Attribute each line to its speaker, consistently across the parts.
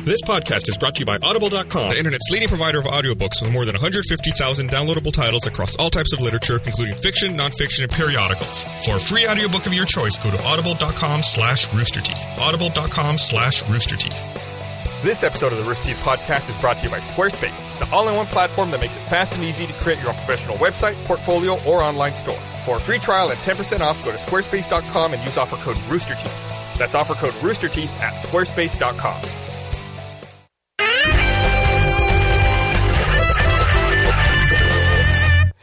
Speaker 1: This podcast is brought to you by Audible.com, the internet's leading provider of audiobooks with more than 150,000 downloadable titles across all types of literature, including fiction, nonfiction, and periodicals. For a free audiobook of your choice, go to audible.com slash roosterteeth. Audible.com slash roosterteeth.
Speaker 2: This episode of the Rooster Teeth Podcast is brought to you by Squarespace, the all-in-one platform that makes it fast and easy to create your own professional website, portfolio, or online store. For a free trial and 10% off, go to squarespace.com and use offer code ROOSTERTEETH. That's offer code ROOSTERTEETH at squarespace.com.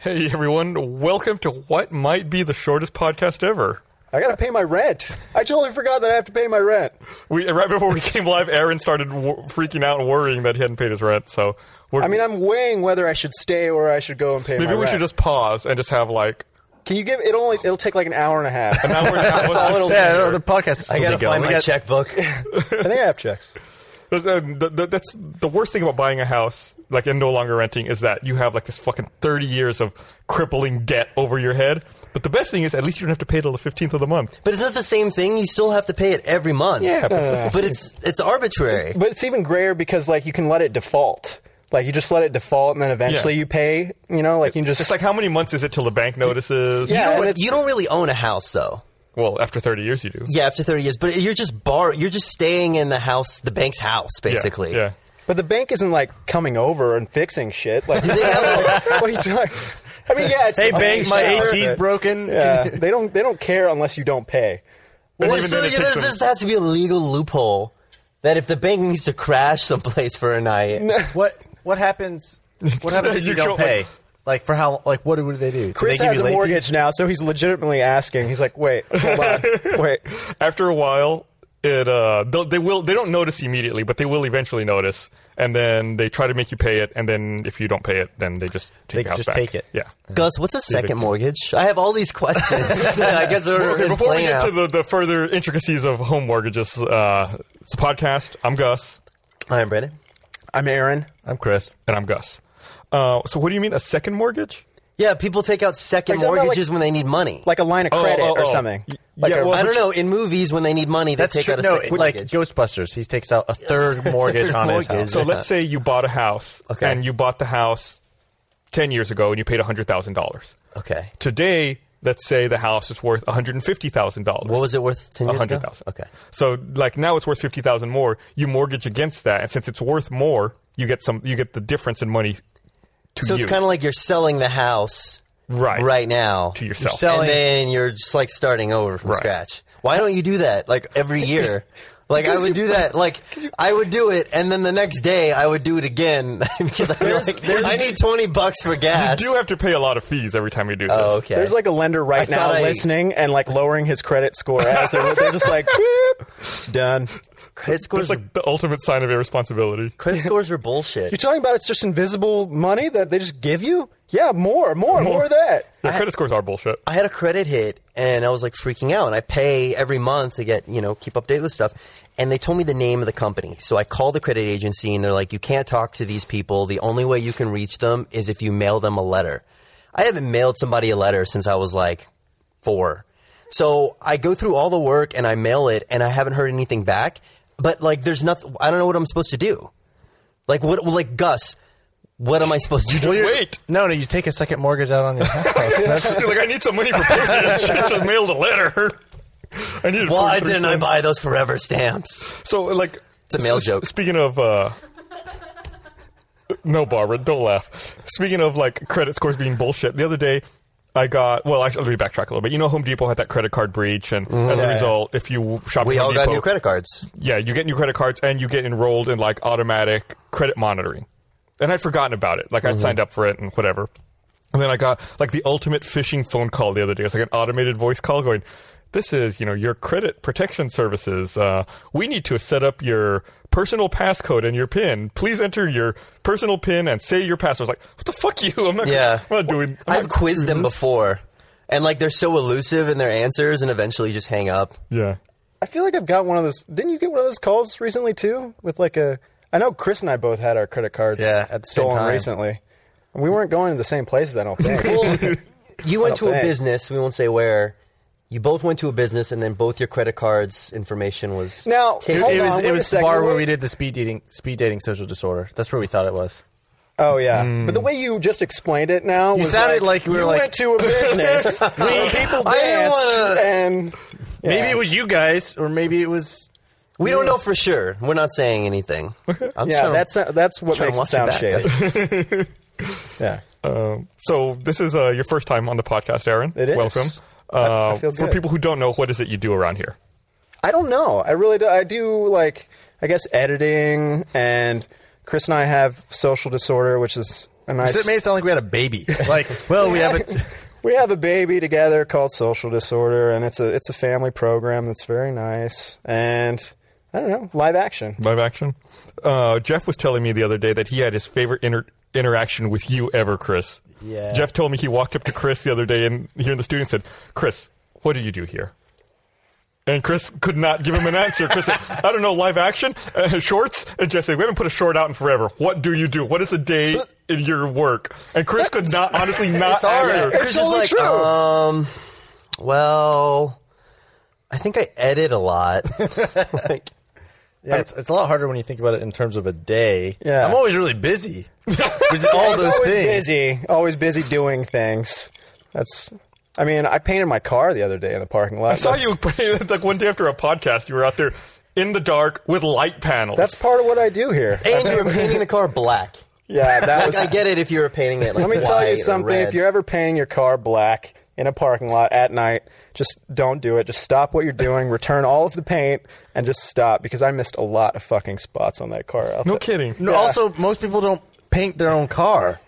Speaker 2: Hey everyone, welcome to what might be the shortest podcast ever.
Speaker 3: I gotta pay my rent. I totally forgot that I have to pay my rent.
Speaker 2: We right before we came live, Aaron started w- freaking out and worrying that he hadn't paid his rent. So we're,
Speaker 3: I mean, I'm weighing whether I should stay or I should go and pay.
Speaker 2: maybe
Speaker 3: my
Speaker 2: we
Speaker 3: rent.
Speaker 2: should just pause and just have like
Speaker 3: Can you give? It'll only. It'll take like an hour and a half.
Speaker 2: an hour and a half. Let's
Speaker 3: all
Speaker 2: just
Speaker 3: it'll
Speaker 2: sit
Speaker 3: Yeah,
Speaker 4: Yeah,
Speaker 2: here.
Speaker 4: the podcast.
Speaker 5: I gotta find my checkbook.
Speaker 3: I think I have checks.
Speaker 2: That's, uh, th- th- that's the worst thing about buying a house, like and no longer renting, is that you have like this fucking thirty years of crippling debt over your head. But the best thing is, at least you don't have to pay till the fifteenth of the month.
Speaker 5: But it's not the same thing. You still have to pay it every month.
Speaker 2: Yeah, but it's the
Speaker 5: but it's it's arbitrary.
Speaker 3: But it's even grayer because like you can let it default. Like you just let it default, and then eventually
Speaker 2: Yeah.
Speaker 3: you pay. You know, like you can just.
Speaker 2: It's like how many months is it till the bank notices?
Speaker 3: Yeah,
Speaker 5: you, know
Speaker 3: and
Speaker 5: what?
Speaker 3: it's-
Speaker 5: you don't really own a house though.
Speaker 2: Well, after thirty years, you do.
Speaker 5: Yeah, after thirty years, but you're just bar. You're just staying in the house, the bank's house, basically.
Speaker 2: Yeah.
Speaker 3: but the bank isn't like coming over and fixing shit. Like,
Speaker 5: they have,
Speaker 3: what are you talking? I mean, yeah. It's
Speaker 4: Hey,
Speaker 3: the
Speaker 4: bank, my
Speaker 3: sure,
Speaker 4: AC's
Speaker 3: but-
Speaker 4: broken.
Speaker 3: Yeah, they don't. They don't care unless you don't pay.
Speaker 2: And
Speaker 5: Well,
Speaker 2: even
Speaker 5: so
Speaker 2: then, it
Speaker 5: there,
Speaker 2: takes
Speaker 5: there
Speaker 2: them-
Speaker 5: just has to be a legal loophole that if the bank needs to crash someplace for a night,
Speaker 4: What what happens? What happens if
Speaker 2: You
Speaker 4: you
Speaker 2: show-
Speaker 4: don't pay? Like for how? Like what do they do? Do
Speaker 3: Chris
Speaker 4: they give
Speaker 3: has
Speaker 4: you
Speaker 3: a
Speaker 4: late
Speaker 3: mortgage
Speaker 4: fees?
Speaker 3: now, so he's legitimately asking. He's like, wait, hold on, wait.
Speaker 2: after a while it uh they'll- they will they don't notice immediately but they will eventually notice and then they try to make you pay it and then if you don't pay it then they just take
Speaker 4: They
Speaker 2: your house
Speaker 4: just
Speaker 2: back.
Speaker 4: take it.
Speaker 2: yeah
Speaker 5: Gus, what's a second mortgage? I have all these questions. I guess they're
Speaker 2: okay
Speaker 5: in
Speaker 2: before we
Speaker 5: play
Speaker 2: get
Speaker 5: now.
Speaker 2: to the, the further intricacies of home mortgages uh it's a podcast i'm gus
Speaker 5: All right, Brandon.
Speaker 3: I'm Aaron.
Speaker 4: I'm Chris.
Speaker 2: and i'm gus uh so what do you mean a second mortgage
Speaker 5: Yeah, people take out second
Speaker 3: Are you talking about,
Speaker 5: mortgages when they need money.
Speaker 3: like a line of credit
Speaker 2: oh,
Speaker 3: or
Speaker 2: oh.
Speaker 3: something.
Speaker 2: Y-
Speaker 3: Like
Speaker 2: yeah,
Speaker 3: a-
Speaker 2: well,
Speaker 5: I don't
Speaker 2: which-
Speaker 5: know. In movies, when they need money, they
Speaker 4: That's
Speaker 5: take
Speaker 4: true.
Speaker 5: out a
Speaker 4: No,
Speaker 5: second
Speaker 4: like
Speaker 5: mortgage.
Speaker 4: Ghostbusters, he takes out a third mortgage on his house.
Speaker 2: so let's say you bought a house
Speaker 5: Okay.
Speaker 2: and you bought the house 10 years ago and you paid $100000
Speaker 5: okay.
Speaker 2: today let's say the house is worth $150000
Speaker 5: What was it worth ten years
Speaker 2: A
Speaker 5: ago?
Speaker 2: hundred thousand.
Speaker 5: Okay.
Speaker 2: So like now it's worth fifty thousand more. You mortgage against that, and since it's worth more, you get some. You get the difference in money to
Speaker 5: So
Speaker 2: you.
Speaker 5: it's kind of like you're selling the house
Speaker 2: Right.
Speaker 5: now
Speaker 2: to yourself.
Speaker 4: You're selling-
Speaker 5: and then you're just like starting over from
Speaker 2: Right.
Speaker 5: scratch. Why don't you do that like every year? Like I would do that. Like I would do it, and then the next day I would do it again because I'm like, I need twenty bucks for gas.
Speaker 2: you do have to pay a lot of fees every time you do this.
Speaker 5: oh, okay.
Speaker 3: There's like a lender
Speaker 5: I
Speaker 3: right
Speaker 5: thought
Speaker 3: now
Speaker 5: I-
Speaker 3: listening and like lowering his credit score as they're, they're just like, "Beep, done.
Speaker 5: credit
Speaker 2: That's
Speaker 5: scores.
Speaker 2: like the ultimate sign of irresponsibility.
Speaker 5: credit scores are bullshit.
Speaker 3: You're talking about it's just invisible money that they just give you? Yeah, more, more, more, of that.
Speaker 2: Yeah, credit scores are bullshit.
Speaker 5: I had a credit hit and I was like freaking out. And I pay every month to get, you know, keep updated with stuff. And they told me the name of the company. So I called the credit agency and they're like, you can't talk to these people. The only way you can reach them is if you mail them a letter. I haven't mailed somebody a letter since I was like four. So I go through all the work and I mail it and I haven't heard anything back. But like, there's nothing, I don't know what I'm supposed to do. Like, what, well, like, Gus, what am I supposed to do?
Speaker 2: Wait.
Speaker 4: no, no, you take a second mortgage out on your house. That's-
Speaker 2: You're like I need some money for postage. Just mailed a letter. I needed.
Speaker 5: Why
Speaker 2: 43
Speaker 5: didn't I
Speaker 2: cents.
Speaker 5: buy those forever stamps?
Speaker 2: So like it's
Speaker 5: a male joke.
Speaker 2: Speaking of uh No Barbara, don't laugh. Speaking of like credit scores being bullshit, the other day I got well actually let me backtrack a little bit. You know Home Depot had that credit card breach and as a result if you shop
Speaker 5: Mm-hmm. We
Speaker 2: at
Speaker 5: all
Speaker 2: Home
Speaker 5: got
Speaker 2: Depot
Speaker 5: new credit cards.
Speaker 2: Yeah, you get new credit cards and you get enrolled in like automatic credit monitoring. And I'd forgotten about it. Like
Speaker 3: Mm-hmm.
Speaker 2: I'd signed up for it and whatever. And then I got like the ultimate phishing phone call the other day. It's like an automated voice call going, "This is you know your credit protection services. Uh, we need to set up your personal passcode and your PIN. Please enter your personal PIN and say your password." I was like, "What the fuck, you? I'm not.
Speaker 5: Yeah.
Speaker 2: I'm not doing. I'm
Speaker 5: I've
Speaker 2: not
Speaker 5: quizzed
Speaker 2: doing
Speaker 5: them
Speaker 2: this."
Speaker 5: before. And like they're so elusive in their answers and eventually you just hang up.
Speaker 2: Yeah.
Speaker 3: I feel like I've got one of those. Didn't you get one of those calls recently too? With like a, I know Chris and I both had our credit cards
Speaker 4: Yeah, at the same
Speaker 3: stolen
Speaker 4: time.
Speaker 3: recently. We weren't going to the same places, I don't think. Oh,
Speaker 5: Well, you went to a
Speaker 3: Okay.
Speaker 5: business, we won't say where, You both went to a business, and then both your credit cards information was
Speaker 3: Now,
Speaker 5: taken.
Speaker 3: Hold
Speaker 4: it was
Speaker 3: on,
Speaker 4: it
Speaker 3: wait a
Speaker 4: was the
Speaker 3: second,
Speaker 4: bar where
Speaker 3: wait.
Speaker 4: we did the speed dating speed dating social disorder. That's where we thought it was.
Speaker 3: Oh yeah, but the way you just explained it now,
Speaker 4: Hmm. You
Speaker 3: was
Speaker 4: sounded like we were
Speaker 3: you
Speaker 4: like-
Speaker 3: went to a business, we people
Speaker 5: I didn't
Speaker 3: danced,
Speaker 5: wanna-
Speaker 3: and yeah.
Speaker 4: Maybe it was you guys, or maybe it was.
Speaker 5: we don't know for sure. We're not saying anything. I'm
Speaker 3: yeah.
Speaker 5: trying-
Speaker 3: That's that's what
Speaker 5: trying
Speaker 3: makes
Speaker 5: to
Speaker 3: it sound
Speaker 5: watch it
Speaker 3: shady. yeah,
Speaker 2: Um, so this is uh, your first time on the podcast, Aaron.
Speaker 3: It is.
Speaker 2: Welcome.
Speaker 3: I- I
Speaker 2: Uh,
Speaker 3: feel
Speaker 2: for
Speaker 3: good.
Speaker 2: people who don't know, what is it you do around here?
Speaker 3: I don't know. I really do. I do like I guess editing, and Chris and I have social disorder, which is a nice.
Speaker 4: It made it sound like we had a baby. Like, well, we have a.
Speaker 3: we have a baby together called social disorder, and it's a it's a family program that's very nice, and I don't know, live action.
Speaker 2: Live action. Uh, Jeff was telling me the other day that he had his favorite inter- interaction with you ever, Chris.
Speaker 4: Yeah.
Speaker 2: Jeff told me he walked up to Chris the other day and here in the studio and said, "Chris, what do you do here?" And Chris could not give him an answer. Chris said, "I don't know. Live action, uh, shorts." And Jeff said, "We haven't put a short out in forever. What do you do? What is a day in your work?" And Chris could not, honestly, not
Speaker 5: hard.
Speaker 2: answer.
Speaker 5: Chris
Speaker 3: It's
Speaker 5: is
Speaker 3: only
Speaker 5: like,
Speaker 3: true.
Speaker 5: Um, well, I think I edit a lot. like,
Speaker 4: Yeah, it's, it's a lot harder when you think about it in terms of a day.
Speaker 3: Yeah.
Speaker 4: I'm always really busy. With all
Speaker 3: He's
Speaker 4: those
Speaker 3: always
Speaker 4: things.
Speaker 3: busy, always busy doing things. That's. I mean, I painted my car the other day in the parking lot.
Speaker 2: I saw
Speaker 3: that's,
Speaker 2: you like one day after a podcast. You were out there in the dark with light panels.
Speaker 3: That's part of what I do here.
Speaker 5: and you were painting the car black.
Speaker 3: Yeah, that was.
Speaker 5: I get it if you were painting it. Like
Speaker 3: Let me tell
Speaker 5: white or
Speaker 3: you something.
Speaker 5: red.
Speaker 3: If you're ever painting your car black in a parking lot at night, just don't do it. Just stop what you're doing, return all of the paint, and just stop because I missed a lot of fucking spots on that car. I'll tell-
Speaker 2: no kidding.
Speaker 4: No, Also, most people don't paint their own car.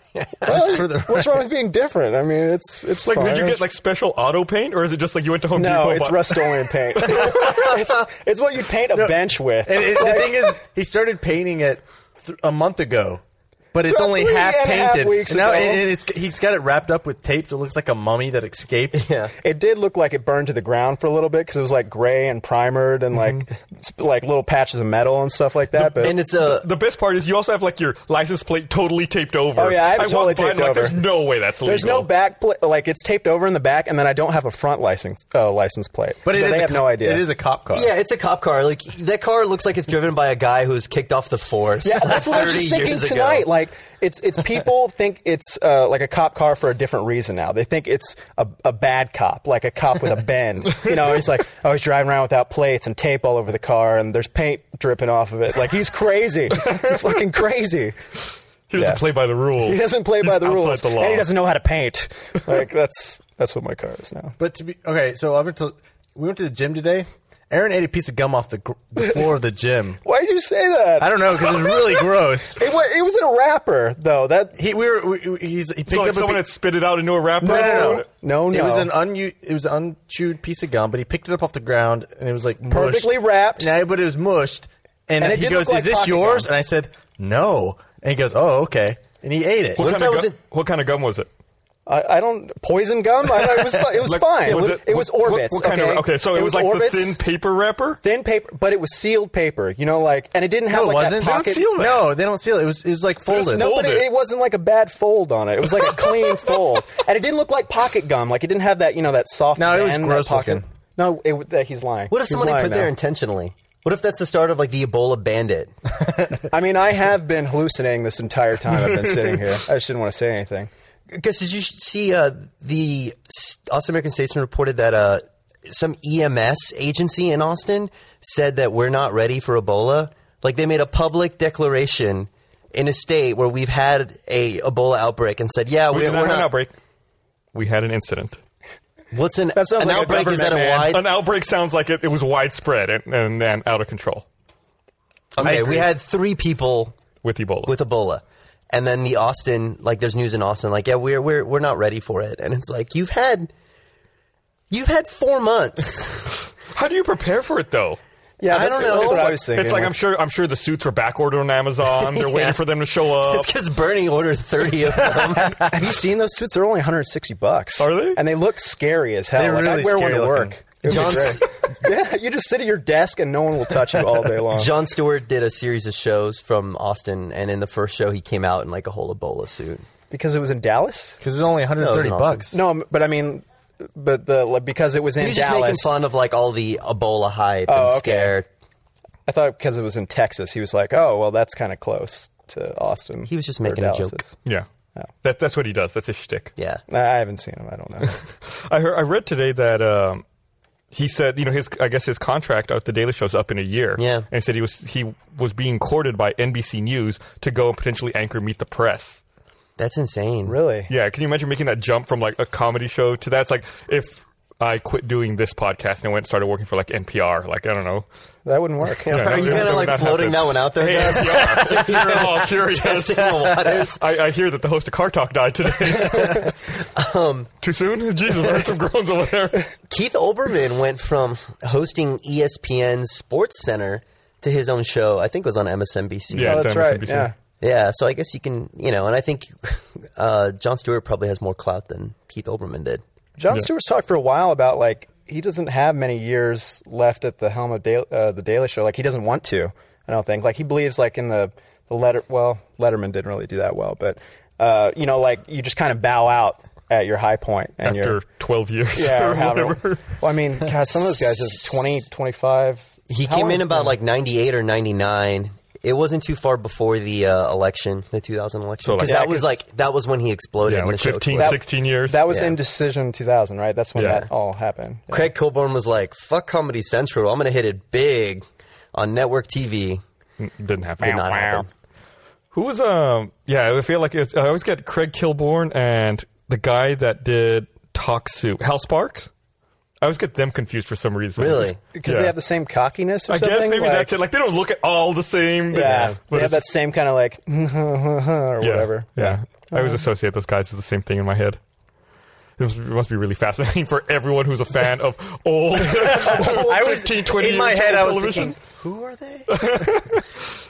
Speaker 4: Just for the
Speaker 3: What's wrong with being different? I mean, it's it's
Speaker 2: Like,
Speaker 3: fine.
Speaker 2: did you get like special auto paint, or is it just like you went to Home Depot?
Speaker 3: no,
Speaker 2: and
Speaker 3: it's
Speaker 2: bought-
Speaker 3: Rust-Oleum paint. it's, it's what you paint a bench with.
Speaker 4: And it, the thing is, he started painting it th- a month ago, but it's
Speaker 3: About
Speaker 4: only
Speaker 3: three
Speaker 4: half
Speaker 3: and a half
Speaker 4: painted.
Speaker 3: weeks
Speaker 4: and now,
Speaker 3: ago.
Speaker 4: and- and it's, he's got it wrapped up with tape that looks like a mummy that escaped.
Speaker 5: yeah.
Speaker 3: It did look like it burned to the ground for a little bit because it was like gray and primered and like sp- like little patches of metal and stuff like that. But
Speaker 5: And it's a
Speaker 2: Mm-hmm. The best part is you also have like your license plate totally taped over.
Speaker 3: Oh, yeah, I have it
Speaker 2: walked
Speaker 3: totally
Speaker 2: by and,
Speaker 3: taped
Speaker 2: like,
Speaker 3: over.
Speaker 2: There's no way that's legal.
Speaker 3: there's no back pla like it's taped over in the back, and then I don't have a front license uh, license plate.
Speaker 4: But it
Speaker 3: so
Speaker 4: is
Speaker 3: they
Speaker 4: a
Speaker 3: have
Speaker 4: cop-
Speaker 3: no idea.
Speaker 4: It is a cop car.
Speaker 5: Yeah, it's a cop car. Like that car looks like it's driven by a guy who's kicked off the force.
Speaker 3: yeah, that's what I was
Speaker 5: 30
Speaker 3: just thinking
Speaker 5: years ago.
Speaker 3: tonight. Like, it's it's people think it's uh, like a cop car for a different reason now. They think it's a, a bad cop, like a cop with a bend. You know, he's like, oh, he's driving around without plates and tape all over the car, and there's paint dripping off of it. Like, he's crazy. he's fucking crazy.
Speaker 2: He doesn't
Speaker 3: Yeah.
Speaker 2: play by the rules.
Speaker 3: He doesn't play
Speaker 2: He's
Speaker 3: by the
Speaker 2: outside
Speaker 3: rules,
Speaker 2: The law.
Speaker 3: and he doesn't know how to paint. Like that's that's what my car is now.
Speaker 4: But to be okay, so I went to we went to the gym today. Aaron ate a piece of gum off the, gr- the floor of the gym.
Speaker 3: Why did you say that?
Speaker 4: I don't know because it's really gross.
Speaker 3: It, wa- it was in a wrapper though. That
Speaker 4: He we were we, we- he's, he picked
Speaker 2: So like
Speaker 4: up a
Speaker 2: someone
Speaker 4: pi-
Speaker 2: had spit it out into a wrapper.
Speaker 4: no, no, no,
Speaker 3: No, no.
Speaker 4: It was an unu- it was an unchewed piece of gum, but he picked it up off the ground and it was like mushed.
Speaker 3: Perfectly wrapped.
Speaker 4: Yeah, but it was mushed. And,
Speaker 3: And it
Speaker 4: he
Speaker 3: did look
Speaker 4: goes,
Speaker 3: like
Speaker 4: "Is this
Speaker 3: pocket
Speaker 4: yours?"
Speaker 3: gum.
Speaker 4: And I said, "No." And he goes, "Oh, okay." And he ate it.
Speaker 2: What,
Speaker 5: if
Speaker 2: kind of
Speaker 5: that was
Speaker 2: gum,
Speaker 5: a-
Speaker 2: what kind of gum was it?
Speaker 3: I, I don't poison gum. I don't, it was fi- it was
Speaker 2: Like,
Speaker 3: fine. it, was
Speaker 2: what-
Speaker 3: orbits.
Speaker 2: What, kind
Speaker 3: okay?
Speaker 2: of? Okay, so it, was, like
Speaker 3: orbits,
Speaker 2: the thin paper wrapper.
Speaker 3: thin paper, but it was sealed paper. You know, like and it didn't have
Speaker 4: no,
Speaker 3: like
Speaker 4: it wasn't.
Speaker 3: that pocket.
Speaker 4: They don't seal No, they don't seal it. It was it was like folded.
Speaker 3: No, but it,
Speaker 2: Folded.
Speaker 3: it wasn't like a bad fold on it. It was like a clean fold, and it didn't look like pocket gum. Like it didn't have that, you know, that soft.
Speaker 4: No, it was
Speaker 3: band, that
Speaker 4: gross
Speaker 3: pocket-
Speaker 4: looking.
Speaker 3: No, it, w- that he's lying.
Speaker 5: What if
Speaker 3: He's
Speaker 5: somebody
Speaker 3: lying
Speaker 5: put there
Speaker 3: now.
Speaker 5: intentionally? What if that's the start of like the Ebola bandit?
Speaker 3: I mean, I have been hallucinating this entire time I've been sitting here. I just didn't want to say anything.
Speaker 5: Because did you see uh, the S- Austin American Statesman reported that uh, some EMS agency in Austin said that we're not ready for Ebola? Like they made a public declaration in a state where we've had a Ebola outbreak and said, "Yeah,
Speaker 2: We
Speaker 5: we,
Speaker 2: did
Speaker 5: are
Speaker 2: not have
Speaker 5: not."
Speaker 2: an outbreak. We had an incident.
Speaker 5: What's an,
Speaker 3: That sounds
Speaker 5: an
Speaker 3: like a
Speaker 5: outbreak? Is that a
Speaker 3: government, man.
Speaker 5: wide?
Speaker 2: An outbreak sounds like it, it was widespread and, and, and out of control
Speaker 5: Okay,
Speaker 4: agree.
Speaker 5: we had three people
Speaker 2: with Ebola.
Speaker 5: with Ebola. And then the Austin, like there's news in Austin, like yeah, we're we're we're not ready for it, and it's like you've had, you've had four months.
Speaker 2: How do you prepare for it though?
Speaker 3: Yeah,
Speaker 5: I
Speaker 3: that's,
Speaker 5: don't know.
Speaker 3: that's what
Speaker 5: It's
Speaker 3: I
Speaker 5: like-
Speaker 3: was thinking.
Speaker 2: It's like I'm sure I'm sure the suits are back ordered on Amazon. They're waiting for them to show up.
Speaker 5: It's because Bernie ordered thirty of them.
Speaker 3: Have you seen those suits? They're only 160 bucks.
Speaker 2: Are they?
Speaker 3: And they look scary as hell.
Speaker 4: They're
Speaker 3: like,
Speaker 4: really
Speaker 3: I'd wear one
Speaker 4: scary
Speaker 3: to
Speaker 4: looking.
Speaker 3: work. It would be
Speaker 5: John's-
Speaker 3: great. yeah, you just sit at your desk and no one will touch you all day long.
Speaker 5: John Stewart did a series of shows from Austin, and in the first show, he came out in like a whole Ebola suit.
Speaker 3: because it was in Dallas.
Speaker 4: because it was only 130
Speaker 5: No, it was an
Speaker 4: bucks.
Speaker 3: No, um, but I mean, but the like, because it was in
Speaker 5: You're just making
Speaker 3: Dallas. Oh,
Speaker 5: fun of like all the Ebola hype and
Speaker 3: okay.
Speaker 5: scared.
Speaker 3: I thought because it was in Texas, he was like, "Oh, well, that's kind of close to Austin."
Speaker 5: He was just
Speaker 3: where
Speaker 5: making a
Speaker 3: Dallas
Speaker 5: joke.
Speaker 3: is.
Speaker 2: Yeah. That, that's what he does. That's his shtick.
Speaker 5: Yeah.
Speaker 3: I I haven't seen him. I don't know.
Speaker 2: I heard, I read today that um, he said, you know, his I guess his contract at the Daily Show's up in a year.
Speaker 5: Yeah.
Speaker 2: and he said he was he was being courted by NBC News to go and potentially anchor Meet the Press.
Speaker 5: That's insane.
Speaker 3: really?
Speaker 2: Yeah, can you imagine making that jump from like a comedy show to that's like if I quit doing this podcast and I went and started working for like NPR, like I don't know.
Speaker 3: That wouldn't work.
Speaker 2: Yeah,
Speaker 5: Are
Speaker 2: that-
Speaker 5: you
Speaker 2: that
Speaker 5: kind of
Speaker 2: would
Speaker 5: like
Speaker 2: not
Speaker 5: floating
Speaker 2: happen.
Speaker 5: that one out there?
Speaker 2: Hey,
Speaker 5: Gus?
Speaker 2: NPR, if you're at all curious.
Speaker 5: Testing the waters.
Speaker 2: I, I hear that the host of Car Talk died today. Too soon? Jesus, I heard some groans over there.
Speaker 5: Keith Olbermann went from hosting E ESPN's Sports Center to his own show. I think it was on MSNBC.
Speaker 3: Oh,
Speaker 2: Yeah, it's
Speaker 3: that's
Speaker 2: on
Speaker 3: right.
Speaker 2: MSNBC.
Speaker 3: Yeah.
Speaker 5: Yeah, so I guess you can, you know, and I think uh, John Stewart probably has more clout than Keith Olbermann did.
Speaker 3: John Stewart's talked for a while about like he doesn't have many years left at the helm of Daily, uh, the Daily Show. Like he doesn't want to. I don't think. Like he believes like in the the letter. Well, Letterman didn't really do that well, but uh, you know, like you just kind of bow out at your high point and
Speaker 2: after
Speaker 3: you're,
Speaker 2: 12 years
Speaker 3: yeah,
Speaker 2: or
Speaker 3: or however-
Speaker 2: whatever.
Speaker 3: Well, I mean, God, some of those guys is 20, 25.
Speaker 5: He
Speaker 3: How
Speaker 5: came
Speaker 3: long-
Speaker 5: in about like 98 or 99. It wasn't too far before the uh, election, the 2000 election.
Speaker 2: So, like-
Speaker 5: Because
Speaker 2: Yeah,
Speaker 5: that was
Speaker 3: 'cause-
Speaker 5: like, that was when he exploded.
Speaker 2: Yeah,
Speaker 5: in
Speaker 2: like
Speaker 5: the show
Speaker 2: 15,
Speaker 5: exploded.
Speaker 2: 16 years.
Speaker 3: That was
Speaker 5: Yeah.
Speaker 3: Indecision 2000, right? That's when
Speaker 2: Yeah.
Speaker 3: that all happened. Yeah.
Speaker 5: Craig Kilborn was like, fuck Comedy Central. I'm going to hit it big on network TV.
Speaker 2: Didn't happen.
Speaker 5: Did not happen.
Speaker 2: Who was, um, yeah, I feel like it's, I always get Craig Kilborn and the guy that did Talk Soup, Hal Sparks. I always get them confused for some reason.
Speaker 5: Really?
Speaker 3: Because
Speaker 2: Yeah.
Speaker 3: they have the same cockiness or
Speaker 2: I
Speaker 3: something.
Speaker 2: guess maybe
Speaker 3: like,
Speaker 2: that's it. Like, they don't look at all the same.
Speaker 3: Yeah,
Speaker 2: But
Speaker 3: they have that
Speaker 2: it's
Speaker 3: same kind of like or
Speaker 2: just- yeah,
Speaker 3: whatever.
Speaker 2: Yeah. I always associate those guys with the same thing in my head. It must- it must be really fascinating for everyone who's a fan of old, old
Speaker 4: I was
Speaker 2: 15, 20
Speaker 4: in my
Speaker 2: years
Speaker 4: head.
Speaker 2: old
Speaker 4: I was
Speaker 2: television.
Speaker 4: thinking, who are they?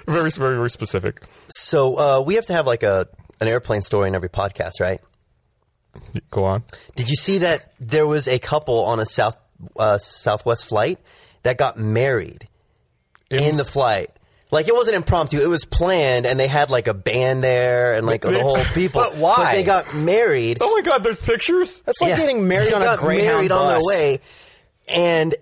Speaker 2: very, very, very specific.
Speaker 5: So uh, we have to have like a an airplane story in every podcast, right?
Speaker 2: Go on.
Speaker 5: Did you see that there was a couple on a south uh, Southwest flight that got married in, the flight? Like it wasn't impromptu; it was planned, and they had like a band there and like the
Speaker 2: They-
Speaker 5: whole people.
Speaker 4: But why?
Speaker 5: they got married.
Speaker 2: Oh my God! There's pictures.
Speaker 3: That's like
Speaker 5: Yeah.
Speaker 3: getting married
Speaker 5: They
Speaker 3: on a
Speaker 5: got
Speaker 3: Greyhound
Speaker 5: married on their
Speaker 3: bus.
Speaker 5: way, and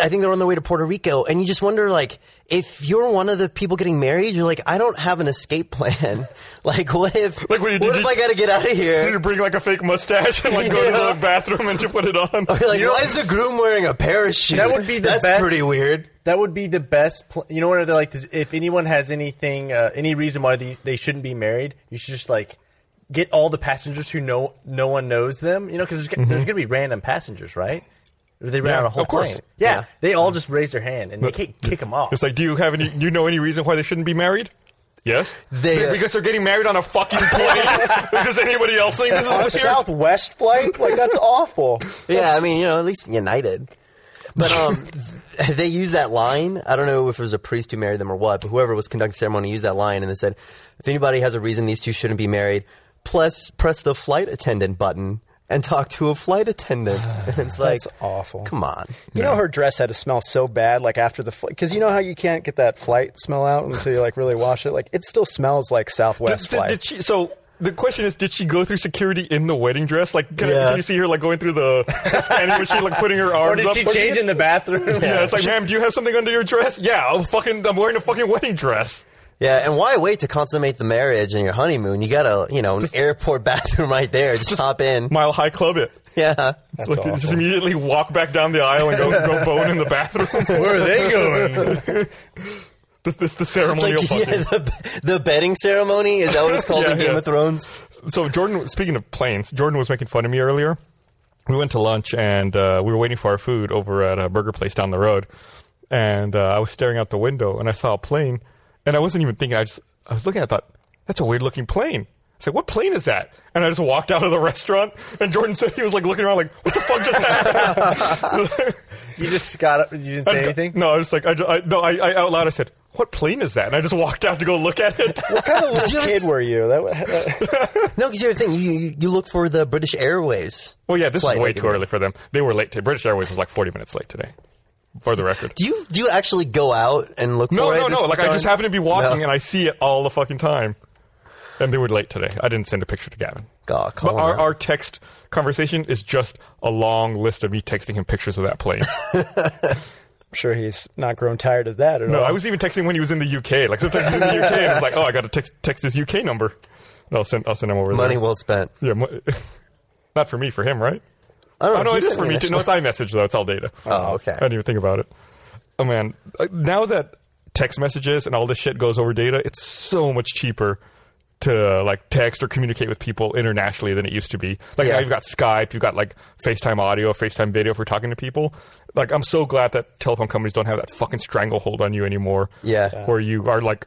Speaker 5: I think they're on their way to Puerto Rico. And you just wonder, like, if you're one of the people getting married, you're like, I don't have an escape plan. like, what if?
Speaker 2: Like, what do you- did
Speaker 5: if
Speaker 2: you-
Speaker 5: I got to get out of
Speaker 2: Did you
Speaker 5: here?
Speaker 2: bring like a fake mustache and like go to
Speaker 5: Yeah.
Speaker 2: the bathroom and to put it on?
Speaker 5: Or like, why is the groom wearing a parachute?
Speaker 4: That would be the
Speaker 5: That's
Speaker 4: best.
Speaker 5: pretty weird.
Speaker 4: That would be the best. Pl- you know what? They're like, this- if anyone has anything, uh, any reason why they, they shouldn't be married, you should just like get all the passengers who know no one knows them. You know, because there's, g there's gonna be random passengers, right? If They ran
Speaker 2: Yeah,
Speaker 4: out a whole
Speaker 2: of course.
Speaker 4: plane. Mm-hmm. Yeah, Mm-hmm. they all just raise their hand and they can't kick them off.
Speaker 2: It's like, do you have any? You know any reason why they shouldn't be married? Yes,
Speaker 5: They-
Speaker 2: Be- because they're getting married on a fucking plane. Does anybody else think this is
Speaker 3: on a
Speaker 2: weird?
Speaker 3: Southwest flight. Like that's awful.
Speaker 5: Yeah, I mean, you know, at least United. But um, they used that line. I don't know if it was a priest who married them or what, but whoever was conducting the ceremony used that line and they said, if anybody has a reason these two shouldn't be married, plus press the flight attendant button and talk to a flight attendant. And it's like,
Speaker 3: That's awful.
Speaker 5: Come on.
Speaker 3: You know her dress had to smell so bad, like after the flight, because you know how you can't get that flight smell out until you like really wash it. Like it still smells like
Speaker 2: Did-
Speaker 3: Southwest
Speaker 2: did-
Speaker 3: flight.
Speaker 2: did she? So. The question is, did she go through security in the wedding dress? Like, can,
Speaker 5: Yeah.
Speaker 2: can you see her like going through the scanning machine, like putting her arms
Speaker 4: or
Speaker 2: up?
Speaker 4: did she change in the bathroom?
Speaker 2: Yeah, it's like, ma'am, do you have something under your dress? Yeah, I'm fucking, I'm wearing a fucking wedding dress.
Speaker 5: Yeah, and why wait to consummate the marriage and your honeymoon? You got a, you know, an airport bathroom right there. Just, hop in.
Speaker 2: Mile high club it.
Speaker 5: yeah.
Speaker 2: like, Just immediately walk back down the aisle and go, go bone in the bathroom.
Speaker 4: Where are they going?
Speaker 2: this, this the
Speaker 5: Like,
Speaker 2: ceremonial
Speaker 5: yeah,
Speaker 2: fucking.
Speaker 5: the, the bedding ceremony is that what it's called
Speaker 2: Yeah,
Speaker 5: in Game
Speaker 2: yeah.
Speaker 5: of Thrones?
Speaker 2: So Jordan, speaking of planes, Jordan was making fun of me earlier. We went to lunch and uh, we were waiting for our food over at a burger place down the road, and uh, I was staring out the window and I saw a plane, and I wasn't even thinking. I just I was looking. I thought that's a weird looking plane. I said, "What plane is that?" And I just walked out of the restaurant, and Jordan said he was like looking around, like, "What the fuck just happened?"
Speaker 4: You just got up. You didn't
Speaker 2: I
Speaker 4: say
Speaker 2: just got-
Speaker 4: anything.
Speaker 2: No, I was like, I, ju- I, no, I, I out loud I said, "What plane is that?" And I just walked out to go look at it.
Speaker 3: what kind of
Speaker 5: you
Speaker 3: little
Speaker 5: ever-
Speaker 3: kid were you? That, that,
Speaker 5: No, because here's the thing. You, you you look for the British Airways.
Speaker 2: well, yeah, this is
Speaker 5: Flight
Speaker 2: way
Speaker 5: like
Speaker 2: too
Speaker 5: it.
Speaker 2: early for them. They were late. To, British Airways was like forty minutes late today, for the record.
Speaker 5: Do you do you actually go out and look
Speaker 2: No,
Speaker 5: for it?
Speaker 2: no,
Speaker 5: This
Speaker 2: no.
Speaker 5: is
Speaker 2: Like I
Speaker 5: going-
Speaker 2: just happen to be walking
Speaker 5: No.
Speaker 2: and I see it all the fucking time. and they were late today. I didn't send a picture to Gavin.
Speaker 5: God, come
Speaker 2: but
Speaker 5: on
Speaker 2: our,
Speaker 5: now.
Speaker 2: our text conversation is just a long list of me texting him pictures of that plane.
Speaker 3: I'm sure he's not grown tired of that at
Speaker 2: no,
Speaker 3: all.
Speaker 2: I was even texting when he was in the UK. Like sometimes he's in the UK, and it's like, oh, I got to text text his UK number. And I'll send I'll send him over
Speaker 5: Money
Speaker 2: there.
Speaker 5: well spent.
Speaker 2: Yeah, mo- not for me, for him, right?
Speaker 5: I don't know.
Speaker 2: Oh no,
Speaker 5: if
Speaker 2: it
Speaker 5: you
Speaker 2: is
Speaker 5: sent
Speaker 2: for me.
Speaker 5: an
Speaker 2: Too. No, it's iMessage though. It's all data.
Speaker 5: Oh, okay.
Speaker 2: I didn't even think about it. Oh man, Uh, now that text messages and all this shit goes over data, it's so much cheaper to uh, like text or communicate with people internationally than it used to be. Like now
Speaker 5: Yeah.
Speaker 2: you've got Skype, you've got like FaceTime audio, FaceTime video for talking to people. Like I'm so glad that telephone companies don't have that fucking stranglehold on you anymore.
Speaker 5: Yeah. Yeah.
Speaker 2: Where you are like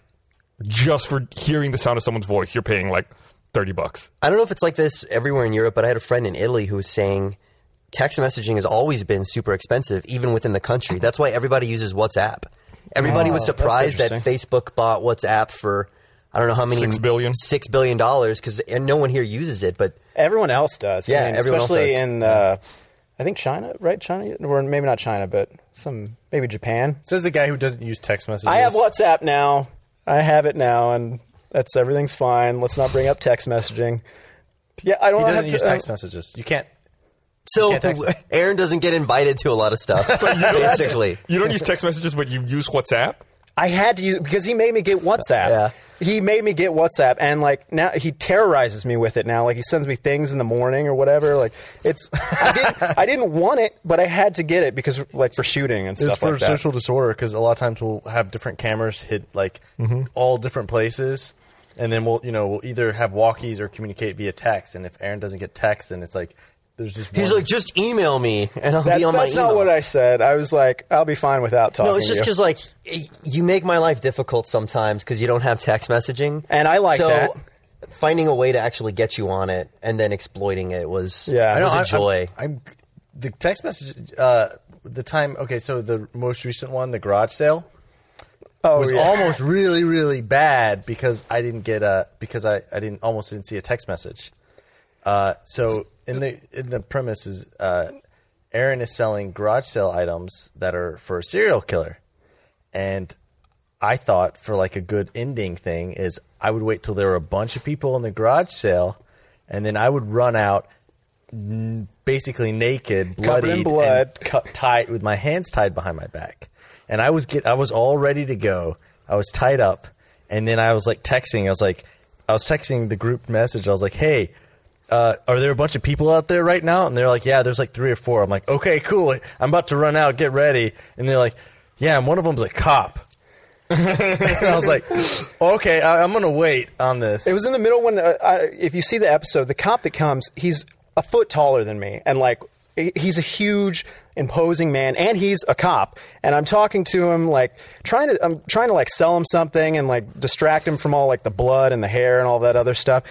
Speaker 2: just for hearing the sound of someone's voice, you're paying like 30 bucks.
Speaker 5: I don't know if it's like this everywhere in Europe, but I had a friend in Italy who was saying text messaging has always been super expensive, even within the country. That's why everybody uses WhatsApp. Everybody
Speaker 2: Oh,
Speaker 5: was surprised that Facebook bought WhatsApp for I don't know how many
Speaker 2: Six billion.
Speaker 5: six billion dollars because and no one here uses it. But
Speaker 3: Everyone else does. I
Speaker 5: Yeah,
Speaker 3: mean,
Speaker 5: everyone else
Speaker 3: especially
Speaker 5: does.
Speaker 3: in uh, I think China, right? China, or maybe not China, but some maybe Japan.
Speaker 4: Says the guy who doesn't use text messages.
Speaker 3: I have WhatsApp now. I have it now, and that's everything's fine. Let's not bring up text messaging. Yeah, I don't.
Speaker 4: He doesn't
Speaker 3: have
Speaker 4: use
Speaker 3: to, uh,
Speaker 4: text messages. You can't.
Speaker 5: so
Speaker 4: Yeah, text.
Speaker 5: Aaron doesn't get invited to a lot of stuff. basically,
Speaker 2: You don't use text messages, but you use WhatsApp.
Speaker 3: I had to use because he made me get WhatsApp.
Speaker 5: Yeah.
Speaker 3: He made me get WhatsApp, and like now he terrorizes me with it. Now, like he sends me things in the morning or whatever. Like it's, I didn't, I didn't want it, but I had to get it because like for shooting and
Speaker 4: It's
Speaker 3: stuff
Speaker 4: for
Speaker 3: like that.
Speaker 4: social disorder because a lot of times we'll have different cameras hit like
Speaker 3: Mm-hmm.
Speaker 4: all different places, and then we'll you know we'll either have walkies or communicate via text. And if Aaron doesn't get text, then it's like there's just
Speaker 5: he's
Speaker 4: one-
Speaker 5: like, just email me and I'll
Speaker 3: That-
Speaker 5: be on my
Speaker 3: that's
Speaker 5: email.
Speaker 3: not what I said. I was like, I'll be fine without talking.
Speaker 5: no, it's just
Speaker 3: to you.
Speaker 5: because like y- you make my life difficult sometimes because you don't have text messaging,
Speaker 3: And I like
Speaker 5: so,
Speaker 3: that.
Speaker 5: Finding a way to actually get you on it and then exploiting it was
Speaker 3: Yeah.
Speaker 5: was
Speaker 3: I know,
Speaker 5: a
Speaker 4: I'm-
Speaker 5: joy.
Speaker 4: I'm, I'm- the text message. Uh, the time. Okay, so the most recent one, the garage sale,
Speaker 3: Oh,
Speaker 4: was
Speaker 3: yeah.
Speaker 4: almost really really bad because I didn't get a because I, I didn't almost didn't see a text message. Uh, so in the in the premise is uh, Aaron is selling garage sale items that are for a serial killer, and I thought for like a good ending thing is I would wait till there were a bunch of people in the garage sale, and then I would run out. n- Basically naked, bloody,
Speaker 3: blood.
Speaker 4: cut tied with my hands tied behind my back, and I was get I was all ready to go. I was tied up, and then I was like texting. I was like, I was texting the group message. I was like, Hey, uh, are there a bunch of people out there right now? And they're like, Yeah, there's like three or four. I'm like, Okay, cool. I'm about to run out. Get ready. And they're like, Yeah, and one of them's a cop. and I was like, Okay, I, I'm gonna wait on this.
Speaker 3: It was in the middle when, uh, I, if you see the episode, the cop that comes, he's a foot taller than me, and like he- he's a huge, imposing man, and he's a cop. And I'm talking to him, like trying to, I'm trying to like sell him something and like distract him from all like the blood and the hair and all that other stuff.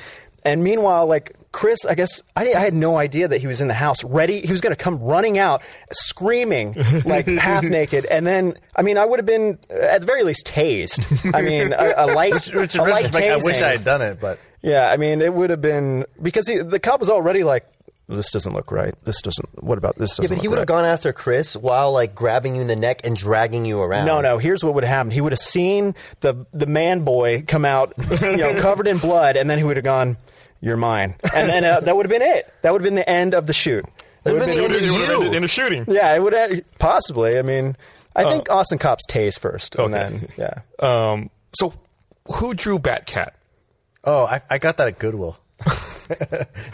Speaker 3: And meanwhile, like Chris, I guess I, di- I had no idea that he was in the house, ready. He was going to come running out, screaming, like half naked. And then, I mean, I would have been uh, at the very least tased. I mean, a, a light,
Speaker 4: Which in
Speaker 3: a light
Speaker 4: retrospect, I wish
Speaker 3: tasing.
Speaker 4: I had done it, but
Speaker 3: Yeah, I mean, it would have been because he, the cop was already like, "This doesn't look right. This doesn't. What about this?"
Speaker 5: Yeah,
Speaker 3: Doesn't
Speaker 5: but he
Speaker 3: look
Speaker 5: would have
Speaker 3: right."
Speaker 5: gone after Chris while like grabbing you in the neck and dragging you around.
Speaker 3: No, no. Here's what would have happened. He would have seen the the man boy come out, you know, covered in blood, and then he would have gone, "You're mine," and then uh, that would have been it. That would have been the end of the shoot. That
Speaker 5: Would've
Speaker 3: would've
Speaker 5: been the
Speaker 2: It
Speaker 5: end
Speaker 2: would have
Speaker 5: You.
Speaker 2: ended in a shooting.
Speaker 3: yeah, it would have possibly. I mean, I think
Speaker 5: Oh.
Speaker 3: Austin cops tase first, and then yeah.
Speaker 2: Um, so, who drew Batcat?
Speaker 4: oh, I, I got that at Goodwill.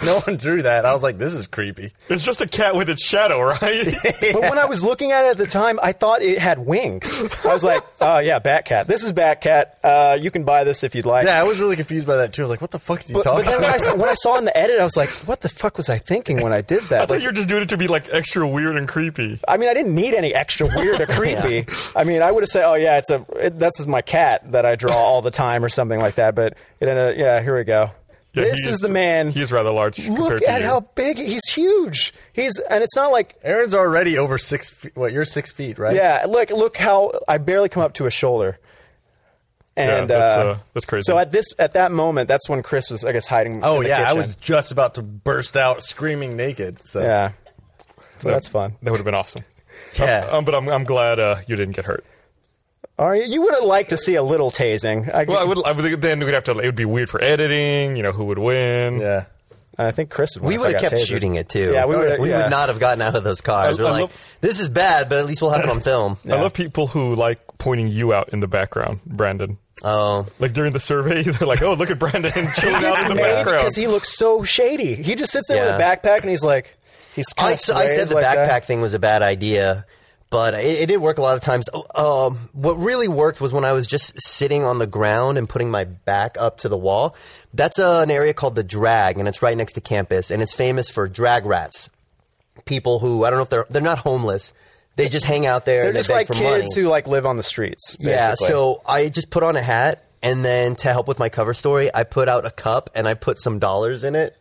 Speaker 4: no one drew that. I was like, This is creepy.
Speaker 2: It's just a cat with its shadow, right?
Speaker 3: But when I was looking at it at the time, I thought it had wings. I was like, "Oh yeah, Batcat. This is Batcat. Uh, you can buy this if you'd like."
Speaker 4: Yeah, I was really confused by that too. I was like, What the fuck is he
Speaker 3: But, but
Speaker 4: talking
Speaker 3: then when I,
Speaker 4: about?
Speaker 3: s- when I saw in the edit, I was like, what the fuck was I thinking when I did
Speaker 2: I
Speaker 3: that?
Speaker 2: thought
Speaker 3: Like,
Speaker 2: you were just doing it to be like extra weird and creepy.
Speaker 3: I mean, I didn't need any extra weird or creepy. I mean, I would have said, oh, yeah, it's a, it, this is my cat that I draw all the time or something like that. But it ended up, yeah, here we go.
Speaker 2: Yeah,
Speaker 3: this
Speaker 2: he
Speaker 3: is the man.
Speaker 2: He is rather large. compared
Speaker 3: Look
Speaker 2: to
Speaker 3: at
Speaker 2: you.
Speaker 3: how big he's huge. He's and it's not like
Speaker 4: Aaron's already over six feet. What, you're six feet, right?
Speaker 3: yeah. Look, look how I barely come up to his shoulder. And
Speaker 2: that's,
Speaker 3: uh,
Speaker 2: uh, that's crazy.
Speaker 3: So at this at that moment, that's when Chris was, I guess, hiding.
Speaker 4: Oh
Speaker 3: in the
Speaker 4: yeah, I
Speaker 3: kitchen.
Speaker 4: was just about to burst out screaming naked. So
Speaker 3: Yeah. So that's fun.
Speaker 2: That would have been awesome.
Speaker 3: Oh.
Speaker 4: Yeah.
Speaker 2: Um, but I'm, I'm glad uh, you didn't get hurt.
Speaker 3: Are you? You would have liked to see a little tasing. I,
Speaker 2: Well, I would, I would think then we'd have to. It would be weird for editing. You know who would win?
Speaker 4: Yeah.
Speaker 3: I think Chris. Would
Speaker 5: We would have kept shooting it too.
Speaker 3: Yeah, we would've-
Speaker 5: We
Speaker 3: yeah.
Speaker 5: would not have gotten out of those cars.
Speaker 2: I-
Speaker 5: We're
Speaker 2: I
Speaker 5: like,
Speaker 2: love-
Speaker 5: this is bad, but at least we'll have it on film.
Speaker 2: I love people who like pointing you out in the background, Brandon.
Speaker 5: Oh,
Speaker 2: Like during the survey, they're like, "Oh, look at Brandon chilling out in the background."
Speaker 3: because he looks so shady. He just sits there with a
Speaker 5: Yeah.
Speaker 3: backpack and he's like, he's.
Speaker 5: I,
Speaker 3: kinda
Speaker 5: s- I said
Speaker 3: sways
Speaker 5: the
Speaker 3: like
Speaker 5: backpack
Speaker 3: that.
Speaker 5: thing was a bad idea, but it, it did work a lot of times. Oh, Um, what really worked was when I was just sitting on the ground and putting my back up to the wall. That's uh, an area called the drag, and it's right next to campus, and it's famous for drag rats. People who I don't know if they're they're not homeless. They just hang out there.
Speaker 3: They're
Speaker 5: and they
Speaker 3: just
Speaker 5: beg
Speaker 3: like
Speaker 5: for
Speaker 3: kids
Speaker 5: money.
Speaker 3: who like live on the streets.
Speaker 5: Yeah,
Speaker 3: basically.
Speaker 5: so I just put on a hat, and then to help with my cover story, I put out a cup and I put some dollars in it.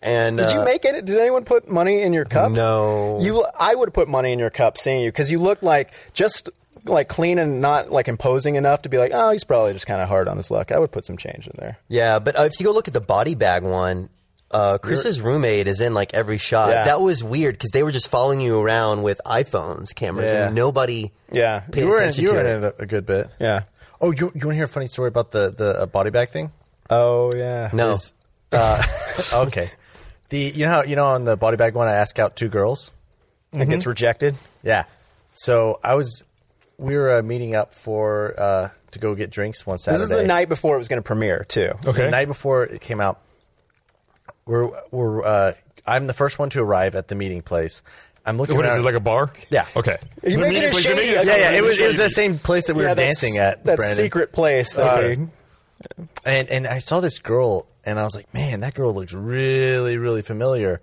Speaker 5: And
Speaker 3: Did you
Speaker 5: uh,
Speaker 3: make it? Did anyone put money in your cup?
Speaker 5: No.
Speaker 3: You, I would have put money in your cup seeing you because you looked like just like clean and not like imposing enough to be like, oh, he's probably just kind of hard on his luck. I would put some change in there.
Speaker 5: Yeah, but uh, if you go look at the body bag one, uh, Chris's roommate is in like every shot.
Speaker 3: Yeah.
Speaker 5: That was weird because they were just following you around with iPhones cameras,
Speaker 4: Yeah.
Speaker 5: and nobody.
Speaker 3: Yeah.
Speaker 5: paid
Speaker 4: you were in,
Speaker 5: attention
Speaker 4: you
Speaker 5: to
Speaker 4: were in
Speaker 5: it.
Speaker 4: it a, a good bit.
Speaker 3: Yeah.
Speaker 4: Oh, you, you want to hear a funny story about the the uh, body bag thing?
Speaker 3: Oh yeah.
Speaker 5: No,
Speaker 4: Is, uh, okay. The you know how, you know on the body bag one I asked out two girls.
Speaker 3: It
Speaker 5: Mm-hmm.
Speaker 3: gets rejected.
Speaker 4: Yeah. So I was we were uh, meeting up for uh, to go get drinks one Saturday.
Speaker 3: This is the night before it was going to premiere too.
Speaker 2: Okay.
Speaker 4: The night before it came out, we're we're uh, I'm the first one to arrive at the meeting place. I'm looking.
Speaker 2: what is
Speaker 4: around-
Speaker 2: it like a bar?
Speaker 4: Yeah.
Speaker 2: Okay.
Speaker 3: You're making
Speaker 2: meeting
Speaker 3: it
Speaker 2: place- the
Speaker 3: shady.
Speaker 2: meeting is
Speaker 4: yeah, yeah.
Speaker 2: really
Speaker 4: It was it was
Speaker 2: shady.
Speaker 4: that same place that we
Speaker 3: Yeah,
Speaker 4: were
Speaker 3: that's-
Speaker 4: dancing at.
Speaker 3: that
Speaker 4: Brandon.
Speaker 3: secret place that we-
Speaker 4: and and I saw this girl, and I was like, man, that girl looks really, really familiar.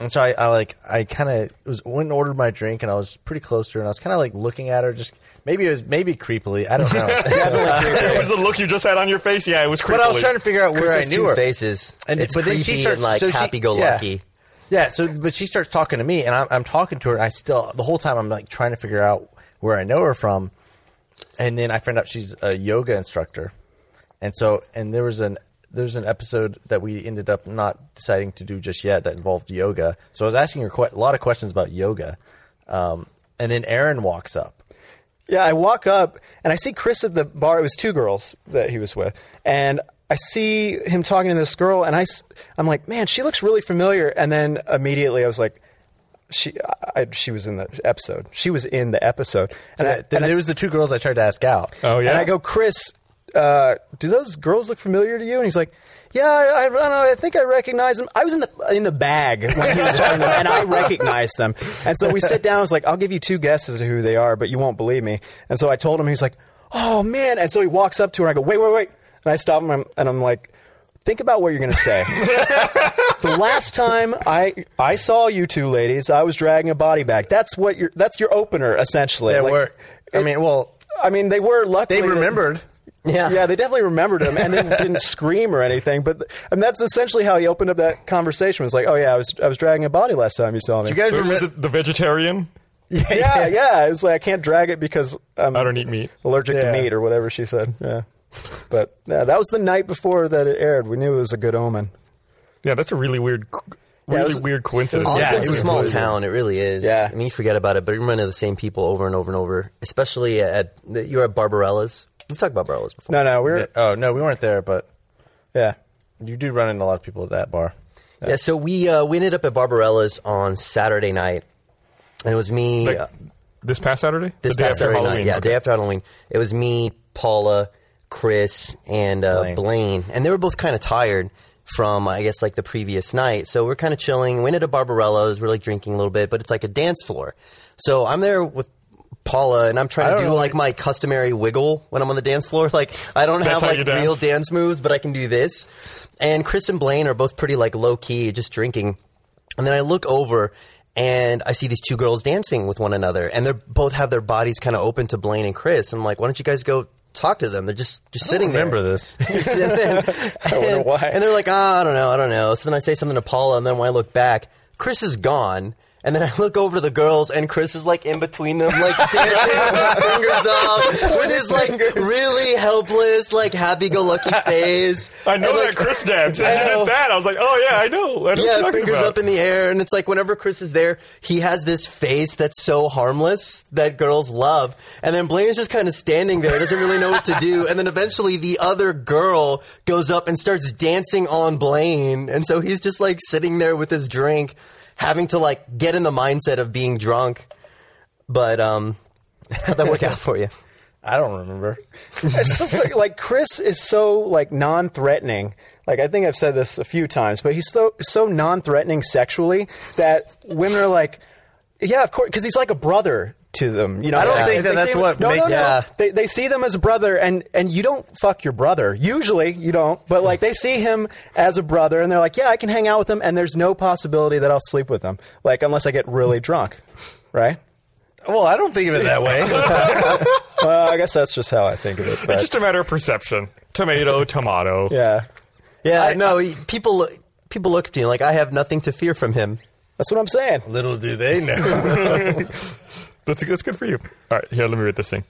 Speaker 4: And so I, I like I kind of was went and ordered my drink, and I was pretty close to her, and I was kind of like looking at her, just maybe it was maybe creepily, I don't know.
Speaker 2: it was the look you just had on your face. Yeah, it was. Creepily.
Speaker 4: but I was trying to figure out where
Speaker 5: Chris
Speaker 4: I
Speaker 5: has
Speaker 4: knew
Speaker 5: two
Speaker 4: her.
Speaker 5: faces.
Speaker 4: And
Speaker 5: it's
Speaker 4: but then she
Speaker 5: creepy
Speaker 4: starts
Speaker 5: and like
Speaker 4: so she-
Speaker 5: happy-go-lucky.
Speaker 4: Yeah. yeah, so but she starts talking to me, and I'm, I'm talking to her, and I still the whole time I'm like trying to figure out where I know her from, and then I find out she's a yoga instructor, and so and there was an there's an episode that we ended up not deciding to do just yet that involved yoga. So I was asking her quite a lot of questions about yoga, um, and then Aaron walks up.
Speaker 3: Yeah, I walk up and I see Chris at the bar. It was two girls that he was with, and I see him talking to this girl, and I, am like, man, she looks really familiar. And then immediately I was like, she, I, I- she was in the episode. She was in the episode, and, I,
Speaker 4: Th-
Speaker 3: and, I,
Speaker 4: there was the two girls I tried to ask out.
Speaker 2: Oh yeah.
Speaker 3: and I go, Chris, uh, do those girls look familiar to you? And he's like. Yeah, I, I don't know. I think I recognize him. I was in the in the bag when he was talking to them, and I recognized them. And so we sit down. I was like, "I'll give you two guesses to who they are, but you won't believe me." And so I told him. He's like, "Oh man!" And so he walks up to her. And I go, "Wait, wait, wait!" And I stop him, and I'm, and I'm like, "Think about what you're going to say." the last time I I saw you two ladies, I was dragging a body bag. That's what your that's your opener essentially.
Speaker 4: They
Speaker 3: Like,
Speaker 4: were. I
Speaker 3: it-
Speaker 4: mean, well,
Speaker 3: I mean, they were luckily
Speaker 4: they remembered.
Speaker 5: Yeah.
Speaker 3: yeah, they definitely remembered him and they didn't scream or anything. But and that's essentially how he opened up that conversation. Was like, oh yeah, I was I was dragging a body last time you saw me.
Speaker 4: You guys
Speaker 2: Wait,
Speaker 4: remember?
Speaker 2: was it the vegetarian?
Speaker 3: yeah, yeah. It's like I can't drag it because I'm
Speaker 2: I don't eat meat.
Speaker 3: allergic
Speaker 4: Yeah.
Speaker 3: to meat or whatever she said. Yeah, but yeah, that was the night before that it aired. We knew it was a good omen.
Speaker 2: Yeah, that's a really weird, really
Speaker 3: it was-
Speaker 2: weird coincidence.
Speaker 5: Austin's
Speaker 4: it
Speaker 5: a
Speaker 4: was
Speaker 5: small
Speaker 4: really
Speaker 5: town. It really is.
Speaker 3: Yeah.
Speaker 5: I mean, you forget about it, but you run into the same people over and over and over. Especially at you're at Barbarella's. We've talked about Barbarella's before.
Speaker 3: No, no, we were
Speaker 4: Oh no, we weren't there, but
Speaker 3: yeah.
Speaker 4: You do run into a lot of people at that bar.
Speaker 5: Yeah, so we uh, we ended up at Barbarella's on Saturday night, and it was me.
Speaker 2: Like,
Speaker 5: uh,
Speaker 2: this past Saturday,
Speaker 5: this
Speaker 2: the day
Speaker 5: past
Speaker 2: after
Speaker 5: Saturday
Speaker 2: Halloween.
Speaker 5: night, yeah,
Speaker 2: Okay.
Speaker 5: day after Halloween, it was me, Paula, Chris, and uh,
Speaker 4: Blaine.
Speaker 5: Blaine. and they were both kind of tired from I guess like the previous night. So we're kind of chilling. We ended up Barbarella's. We're like drinking a little bit, but it's like a dance floor. So I'm there with. Paula and I'm trying to do like my customary wiggle when I'm on the dance floor. Like I don't have
Speaker 2: how
Speaker 5: like
Speaker 2: you dance.
Speaker 5: real dance moves, but I can do this. And Chris and Blaine are both pretty like low key, just drinking. And then I look over and I see these two girls dancing with one another, and they are both have their bodies kind of open to Blaine and Chris. And I'm like, why don't you guys go talk to them? They're just just sitting there.
Speaker 4: Remember this?
Speaker 5: and then, I
Speaker 3: wonder why.
Speaker 5: And they're like, ah, I don't know, I don't know. So then I say something to Paula, and then when I look back, Chris is gone. And then I look over to the girls, and Chris is like in between them, like dancing with his fingers up, with his like really helpless, like happy-go-lucky face.
Speaker 2: I know
Speaker 5: And,
Speaker 2: that
Speaker 5: like,
Speaker 2: Chris danced. I
Speaker 5: I know.
Speaker 2: did that. I was like, oh yeah, I know. I know what you're
Speaker 5: yeah,
Speaker 2: talking
Speaker 5: fingers
Speaker 2: about.
Speaker 5: up in the air, and it's like whenever Chris is there, he has this face that's so harmless that girls love, and then Blaine's just kind of standing there, doesn't really know what to do, and then eventually the other girl goes up and starts dancing on Blaine, and so he's just like sitting there with his drink, having to like get in the mindset of being drunk, but um, how'd that work out for you?
Speaker 4: I don't remember.
Speaker 3: It's so, like- like Chris is so like non-threatening. Like I think I've said this a few times, but he's so so non-threatening sexually that women are like, yeah, of course, because he's like a brother to them. You know, I
Speaker 4: don't think that that's what
Speaker 3: no,
Speaker 4: makes-
Speaker 3: no, no.
Speaker 5: Yeah.
Speaker 3: They they see them as a brother, and and you don't fuck your brother. Usually you don't, but like they see him as a brother, and they're like, yeah, I can hang out with him, and there's no possibility that I'll sleep with him, like unless I get really drunk, right?
Speaker 4: Well, I don't think of it that way.
Speaker 3: Well, I guess that's just how I think of it. but-
Speaker 2: It's just a matter of perception. Tomato, tomato.
Speaker 3: yeah.
Speaker 5: Yeah, Uh, no, he- people look- people look to you like I have nothing to fear from him.
Speaker 3: That's what I'm saying.
Speaker 4: Little do they know.
Speaker 2: That's, that's good for you. All right, here, let me read this thing.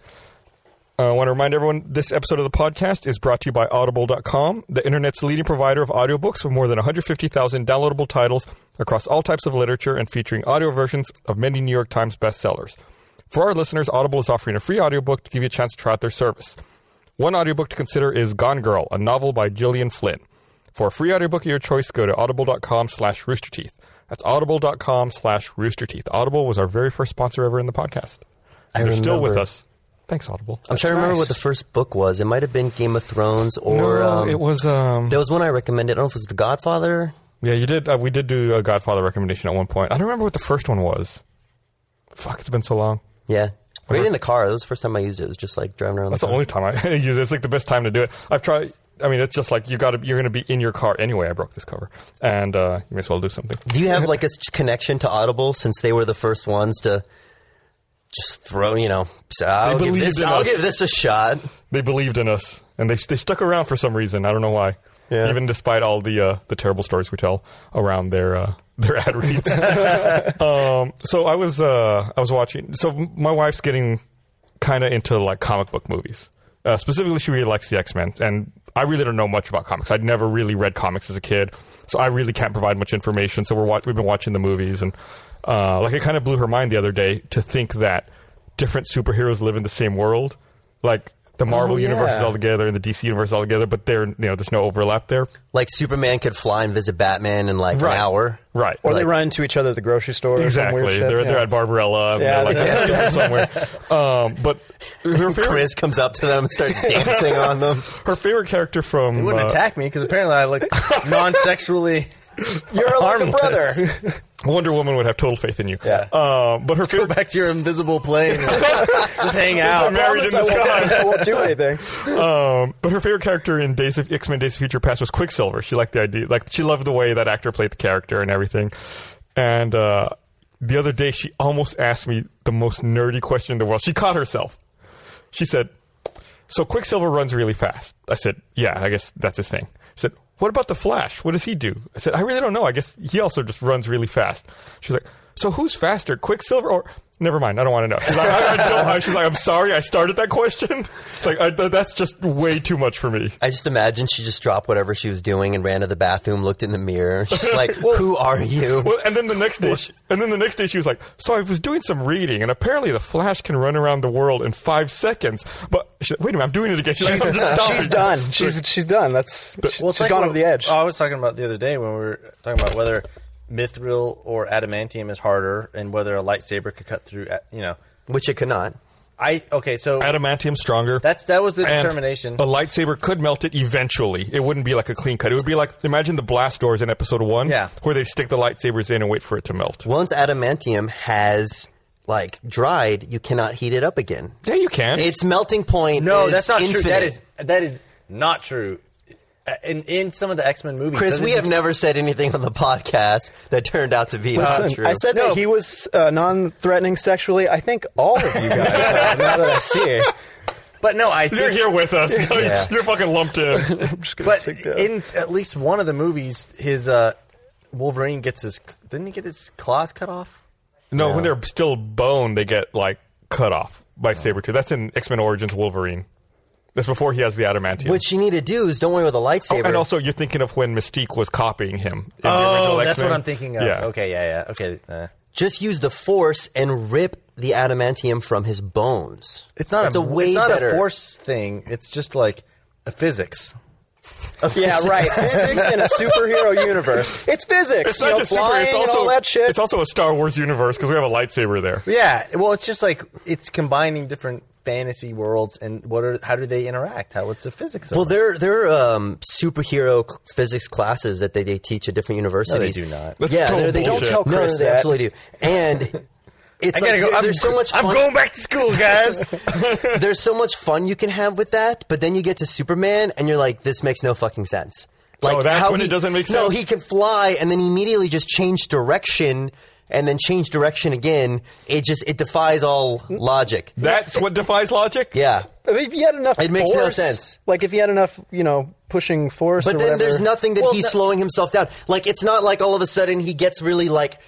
Speaker 2: Uh, I want to remind everyone this episode of the podcast is brought to you by Audible.com, the internet's leading provider of audiobooks with more than 150,000 downloadable titles across all types of literature and featuring audio versions of many New York Times bestsellers. For our listeners, Audible is offering a free audiobook to give you a chance to try out their service. One audiobook to consider is Gone Girl, a novel by Gillian Flynn. For a free audiobook of your choice, go to audible.com slash roosterteeth. That's audible.com slash roosterteeth. Audible was our very first sponsor ever in the podcast.
Speaker 5: I
Speaker 2: They're still
Speaker 5: remember.
Speaker 2: with us. Thanks, Audible.
Speaker 5: I'm trying to remember what the first book was. It might have been Game of Thrones or
Speaker 2: no,
Speaker 5: um,
Speaker 2: it was um
Speaker 5: There was one I recommended. I don't know if it was The Godfather.
Speaker 2: yeah you did uh, we did do a Godfather recommendation at one point. I don't remember what the first one was. Fuck, it's been so long.
Speaker 5: Yeah, right in the car. That was the first time I used it. It was just like driving around.
Speaker 2: That's
Speaker 5: the
Speaker 2: the only time I use it. It's like the best time to do it. I've tried. I mean, it's just like you got to. You're going to be in your car anyway. I broke this cover, and uh, you may as well do something.
Speaker 5: Do you have like a s- connection to Audible since they were the first ones to just throw? You know, so I'll, give
Speaker 2: believed
Speaker 5: this,
Speaker 2: in
Speaker 5: I'll
Speaker 2: us.
Speaker 5: give this a shot.
Speaker 2: They believed in us, and they they stuck around for some reason. I don't know why.
Speaker 5: Yeah.
Speaker 2: Even despite all the uh, the terrible stories we tell around their uh, their ad reads. um, so I was uh, I was watching. So m- my wife's getting kind of into like comic book movies. Uh, specifically, she really likes the X Men, and I really don't know much about comics. I'd never really read comics as a kid, so I really can't provide much information. So we're wa- we've been watching the movies, and uh, like it kind of blew her mind the other day to think that different superheroes live in the same world, like the Marvel universe is
Speaker 3: Oh, yeah.
Speaker 2: all together and the DC universe is all together, but there you know there's no overlap there.
Speaker 5: Like Superman could fly and visit Batman in like
Speaker 2: Right.
Speaker 5: an hour.
Speaker 2: Right.
Speaker 3: Or
Speaker 5: Like-
Speaker 3: they run into each other at the grocery store. Or some
Speaker 2: Exactly.
Speaker 3: weird shit,
Speaker 2: They're,
Speaker 3: yeah.
Speaker 2: they're at Barbarella and
Speaker 3: Yeah,
Speaker 2: they're like
Speaker 3: yeah.
Speaker 2: that's somewhere. Um, but her favorite,
Speaker 5: Chris comes up to them and starts dancing on them.
Speaker 2: her favorite character from
Speaker 4: They wouldn't
Speaker 2: uh,
Speaker 4: attack me because apparently I look non-sexually.
Speaker 3: You're like a
Speaker 4: harmless.
Speaker 3: brother.
Speaker 2: Wonder Woman would have total faith in you.
Speaker 3: Yeah.
Speaker 2: Uh, but her
Speaker 4: Go
Speaker 2: favorite,
Speaker 4: back to your invisible plane. and just hang out.
Speaker 2: Married in
Speaker 3: I
Speaker 2: the
Speaker 3: won't,
Speaker 2: sky.
Speaker 3: I won't do anything.
Speaker 2: um, but her favorite character in Days of X Men: Days of Future Past was Quicksilver. She liked the idea, like she loved the way that actor played the character and everything. And uh, the other day, she almost asked me the most nerdy question in the world. She caught herself. She said, "So Quicksilver runs really fast." I said, "Yeah, I guess that's his thing." She said, "What about the Flash? What does he do?" I said, "I really don't know. I guess he also just runs really fast." She's like, "So who's faster, Quicksilver or?" Never mind. I don't want to know. She's like, I, I don't, I- she's like, I'm sorry, I started that question. It's like I, th- that's just way too much for me.
Speaker 5: I just imagine she just dropped whatever she was doing and ran to the bathroom, looked in the mirror. She's like, "Who are you?"
Speaker 2: Well, and then the next day, she, and then the next day, she was like, "So I was doing some reading, and apparently the Flash can run around the world in five seconds." But she, wait a minute, I'm doing it again. She's, like, I'm just stopping.
Speaker 3: She's done. She's she's done. That's she's
Speaker 4: Well, it's like Oh,
Speaker 3: gone
Speaker 4: what
Speaker 3: over the edge.
Speaker 4: I was talking about the other day when we were talking about whether mithril or adamantium is harder, and whether a lightsaber could cut through. a- You know,
Speaker 5: Which it could not.
Speaker 4: I okay. So
Speaker 2: adamantium stronger.
Speaker 4: that's that was the
Speaker 2: And
Speaker 4: determination.
Speaker 2: A lightsaber could melt it eventually. It wouldn't be like a clean cut. It would be like imagine the blast doors in episode one,
Speaker 4: Yeah.
Speaker 2: where they stick the lightsabers in and wait for it to melt.
Speaker 5: Once adamantium has like dried, you cannot heat it up again.
Speaker 2: Yeah, you can.
Speaker 5: Its melting point.
Speaker 4: No,
Speaker 5: is
Speaker 4: that's not
Speaker 5: infinite.
Speaker 4: true. That is that is not true. Uh, In in some of the X Men movies,
Speaker 5: Chris.
Speaker 4: doesn't
Speaker 5: We
Speaker 4: he-
Speaker 5: have never said anything on the podcast that turned out to be not
Speaker 3: Listen,
Speaker 5: true.
Speaker 3: I said
Speaker 4: No.
Speaker 3: that he was uh, non-threatening sexually. I think all of you guys are, now that I see it.
Speaker 4: but no, I
Speaker 2: You're
Speaker 4: think,
Speaker 2: here with us.
Speaker 5: Yeah.
Speaker 2: You're fucking lumped in.
Speaker 4: But in s- at least one of the movies, his uh, Wolverine gets his didn't he get his claws cut off?
Speaker 2: No, when they're still bone, they get like cut off by Sabretooth. That's in X Men Origins Wolverine. That's before he has the adamantium.
Speaker 5: What you need to do is don't worry with
Speaker 4: Oh,
Speaker 5: a lightsaber.
Speaker 2: and also, you're thinking of when Mystique was copying him. In the original
Speaker 4: Oh, that's
Speaker 2: X-Men.
Speaker 4: what I'm thinking of.
Speaker 2: Yeah.
Speaker 4: Okay, yeah, yeah. Okay. Uh,
Speaker 5: just use the force and rip the adamantium from his bones.
Speaker 4: it's not
Speaker 5: That's
Speaker 4: a,
Speaker 5: a way
Speaker 4: it's not
Speaker 5: better-
Speaker 4: a force thing. It's just like a physics.
Speaker 3: Yeah, right. physics in a superhero universe. It's physics.
Speaker 2: It's
Speaker 3: you
Speaker 2: not
Speaker 3: know,
Speaker 2: just super.
Speaker 3: flying
Speaker 2: It's
Speaker 3: and
Speaker 2: also
Speaker 3: all that shit.
Speaker 2: it's also a Star Wars universe because we have a lightsaber there.
Speaker 4: Yeah. Well, it's just like it's combining different fantasy worlds and what are how do they interact? How what's the physics? Of
Speaker 5: Well,
Speaker 4: it?
Speaker 5: there there are um, superhero c- physics classes that they, they teach at different
Speaker 4: no, they
Speaker 5: universities.
Speaker 4: do not.
Speaker 2: That's
Speaker 5: yeah,
Speaker 2: total
Speaker 5: they're- they
Speaker 2: bullshit.
Speaker 5: don't tell
Speaker 3: No,
Speaker 5: Chris
Speaker 3: they
Speaker 5: that.
Speaker 3: absolutely
Speaker 5: absolutely do. And it's
Speaker 4: I gotta
Speaker 5: like,
Speaker 4: go.
Speaker 5: there-
Speaker 4: I'm,
Speaker 5: there's so much.
Speaker 4: I'm
Speaker 5: fun-
Speaker 4: going back to school, guys.
Speaker 5: there's so much fun you can have with that, but then you get to Superman and you're like, this makes no fucking sense. Like,
Speaker 2: Oh, that's
Speaker 5: how
Speaker 2: when it
Speaker 5: he-
Speaker 2: doesn't make
Speaker 5: No,
Speaker 2: sense?
Speaker 5: he can fly and then immediately just change direction and then change direction again. It just it defies all logic.
Speaker 2: That's what defies logic.
Speaker 5: Yeah,
Speaker 3: I mean, if you had enough,
Speaker 5: It makes no
Speaker 3: force,
Speaker 5: sense.
Speaker 3: Like if you had enough, you know, pushing force.
Speaker 5: but
Speaker 3: or
Speaker 5: then
Speaker 3: whatever.
Speaker 5: there's nothing that
Speaker 4: Well,
Speaker 5: he's
Speaker 4: no-
Speaker 5: slowing himself down. Like it's not like all of a sudden he gets really like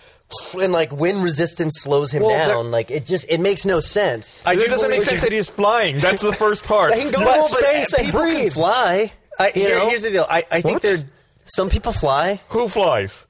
Speaker 5: and like wind resistance slows him
Speaker 4: Well, there-
Speaker 5: down. Like it just it makes no sense.
Speaker 4: I
Speaker 2: It
Speaker 4: do
Speaker 2: doesn't make
Speaker 4: believe-
Speaker 2: sense that he's flying. That's the first part.
Speaker 3: They can go
Speaker 5: But-
Speaker 3: to space
Speaker 5: but
Speaker 3: and
Speaker 5: people can
Speaker 3: breathe.
Speaker 5: fly.
Speaker 4: I,
Speaker 5: you
Speaker 4: here-
Speaker 5: know?
Speaker 4: here's the deal. I, I think
Speaker 5: What?
Speaker 4: they're
Speaker 5: some people fly.
Speaker 2: Who flies?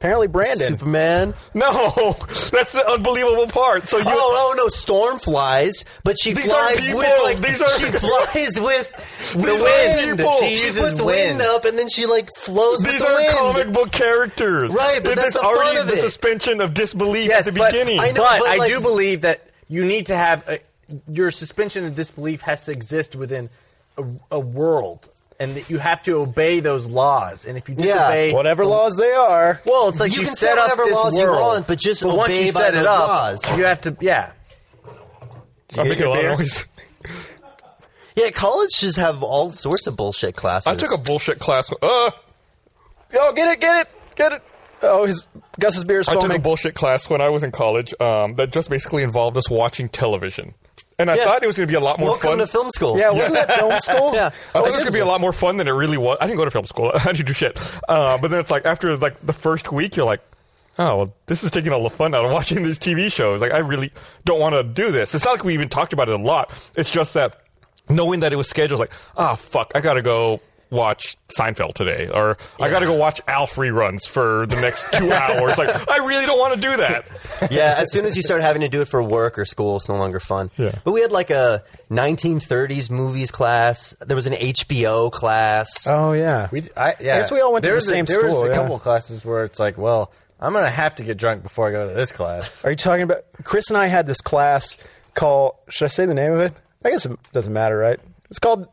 Speaker 3: Apparently, Brandon.
Speaker 5: Superman.
Speaker 2: No, that's the unbelievable part. So you.
Speaker 5: oh, oh no, Storm flies, but she
Speaker 2: These
Speaker 5: flies
Speaker 2: aren't people.
Speaker 5: with like
Speaker 2: These are-
Speaker 5: she flies with the
Speaker 2: These aren't
Speaker 5: wind.
Speaker 2: people.
Speaker 5: She,
Speaker 2: She
Speaker 5: she
Speaker 4: uses
Speaker 5: puts wind
Speaker 4: wind.
Speaker 5: up and then she like flows
Speaker 2: These
Speaker 5: with the
Speaker 2: are
Speaker 5: wind.
Speaker 2: comic book characters.
Speaker 5: Right, but
Speaker 2: If
Speaker 5: that's
Speaker 2: There's
Speaker 5: the fun
Speaker 2: already
Speaker 5: of
Speaker 2: the
Speaker 5: it.
Speaker 2: suspension of disbelief
Speaker 4: yes,
Speaker 2: at the
Speaker 4: but,
Speaker 2: beginning.
Speaker 5: I know,
Speaker 4: but,
Speaker 5: but,
Speaker 4: I
Speaker 5: like-
Speaker 4: do believe that you need to have a, your suspension of disbelief has to exist within a, a world, and that you have to obey those laws. And if you disobey
Speaker 3: Whatever laws they are.
Speaker 4: well, it's like
Speaker 5: You
Speaker 4: you,
Speaker 5: can
Speaker 4: set
Speaker 5: set
Speaker 4: up
Speaker 5: whatever
Speaker 4: this
Speaker 5: laws you
Speaker 4: world,
Speaker 5: want, but just
Speaker 4: once
Speaker 5: obey
Speaker 4: you
Speaker 5: by
Speaker 4: set
Speaker 5: those
Speaker 4: it up,
Speaker 5: laws.
Speaker 4: you have to yeah.
Speaker 2: I'm making a lot
Speaker 3: Beer?
Speaker 2: of noise.
Speaker 5: Yeah, colleges have all sorts of bullshit classes.
Speaker 2: I took a bullshit class. Uh,
Speaker 3: Oh, get it, get it, get it. Oh, his Gus's beer is
Speaker 2: I took a
Speaker 3: foaming.
Speaker 2: bullshit class when I was in college um, that just basically involved us watching television, and I thought it was going to be a lot more
Speaker 5: welcome
Speaker 2: fun.
Speaker 5: to film school.
Speaker 3: yeah, wasn't that film school? Oh,
Speaker 5: Yeah.
Speaker 2: I
Speaker 4: Oh,
Speaker 2: thought it was gonna be a lot more fun than it really was. I didn't go to film school. I didn't do shit. Uh, but then it's like after like the first week, you're like, oh, well, this is taking all the fun out of watching these TV shows. Like, I really don't want to do this. It's not like we even talked about it a lot. It's just that knowing that it was scheduled, like, ah, fuck, I gotta go. Watch Seinfeld today, or I got to go watch Alf reruns for the next two hours. Like, I really don't want to do that.
Speaker 5: yeah, as soon as you start having to do it for work or school, it's no longer fun.
Speaker 2: Yeah.
Speaker 5: But we had like a 1930s movies class. There was an HBO class.
Speaker 3: Oh yeah.
Speaker 4: We, I, yeah.
Speaker 3: guess we all went to
Speaker 4: There
Speaker 3: the
Speaker 4: was a-
Speaker 3: same
Speaker 4: There was
Speaker 3: school,
Speaker 4: a
Speaker 3: yeah.
Speaker 4: couple of classes where it's like, well, I'm gonna have to get drunk before I go to this class.
Speaker 3: Are you talking about Chris and I had this class called? Should I say the name of it? I guess it doesn't matter, right? It's called.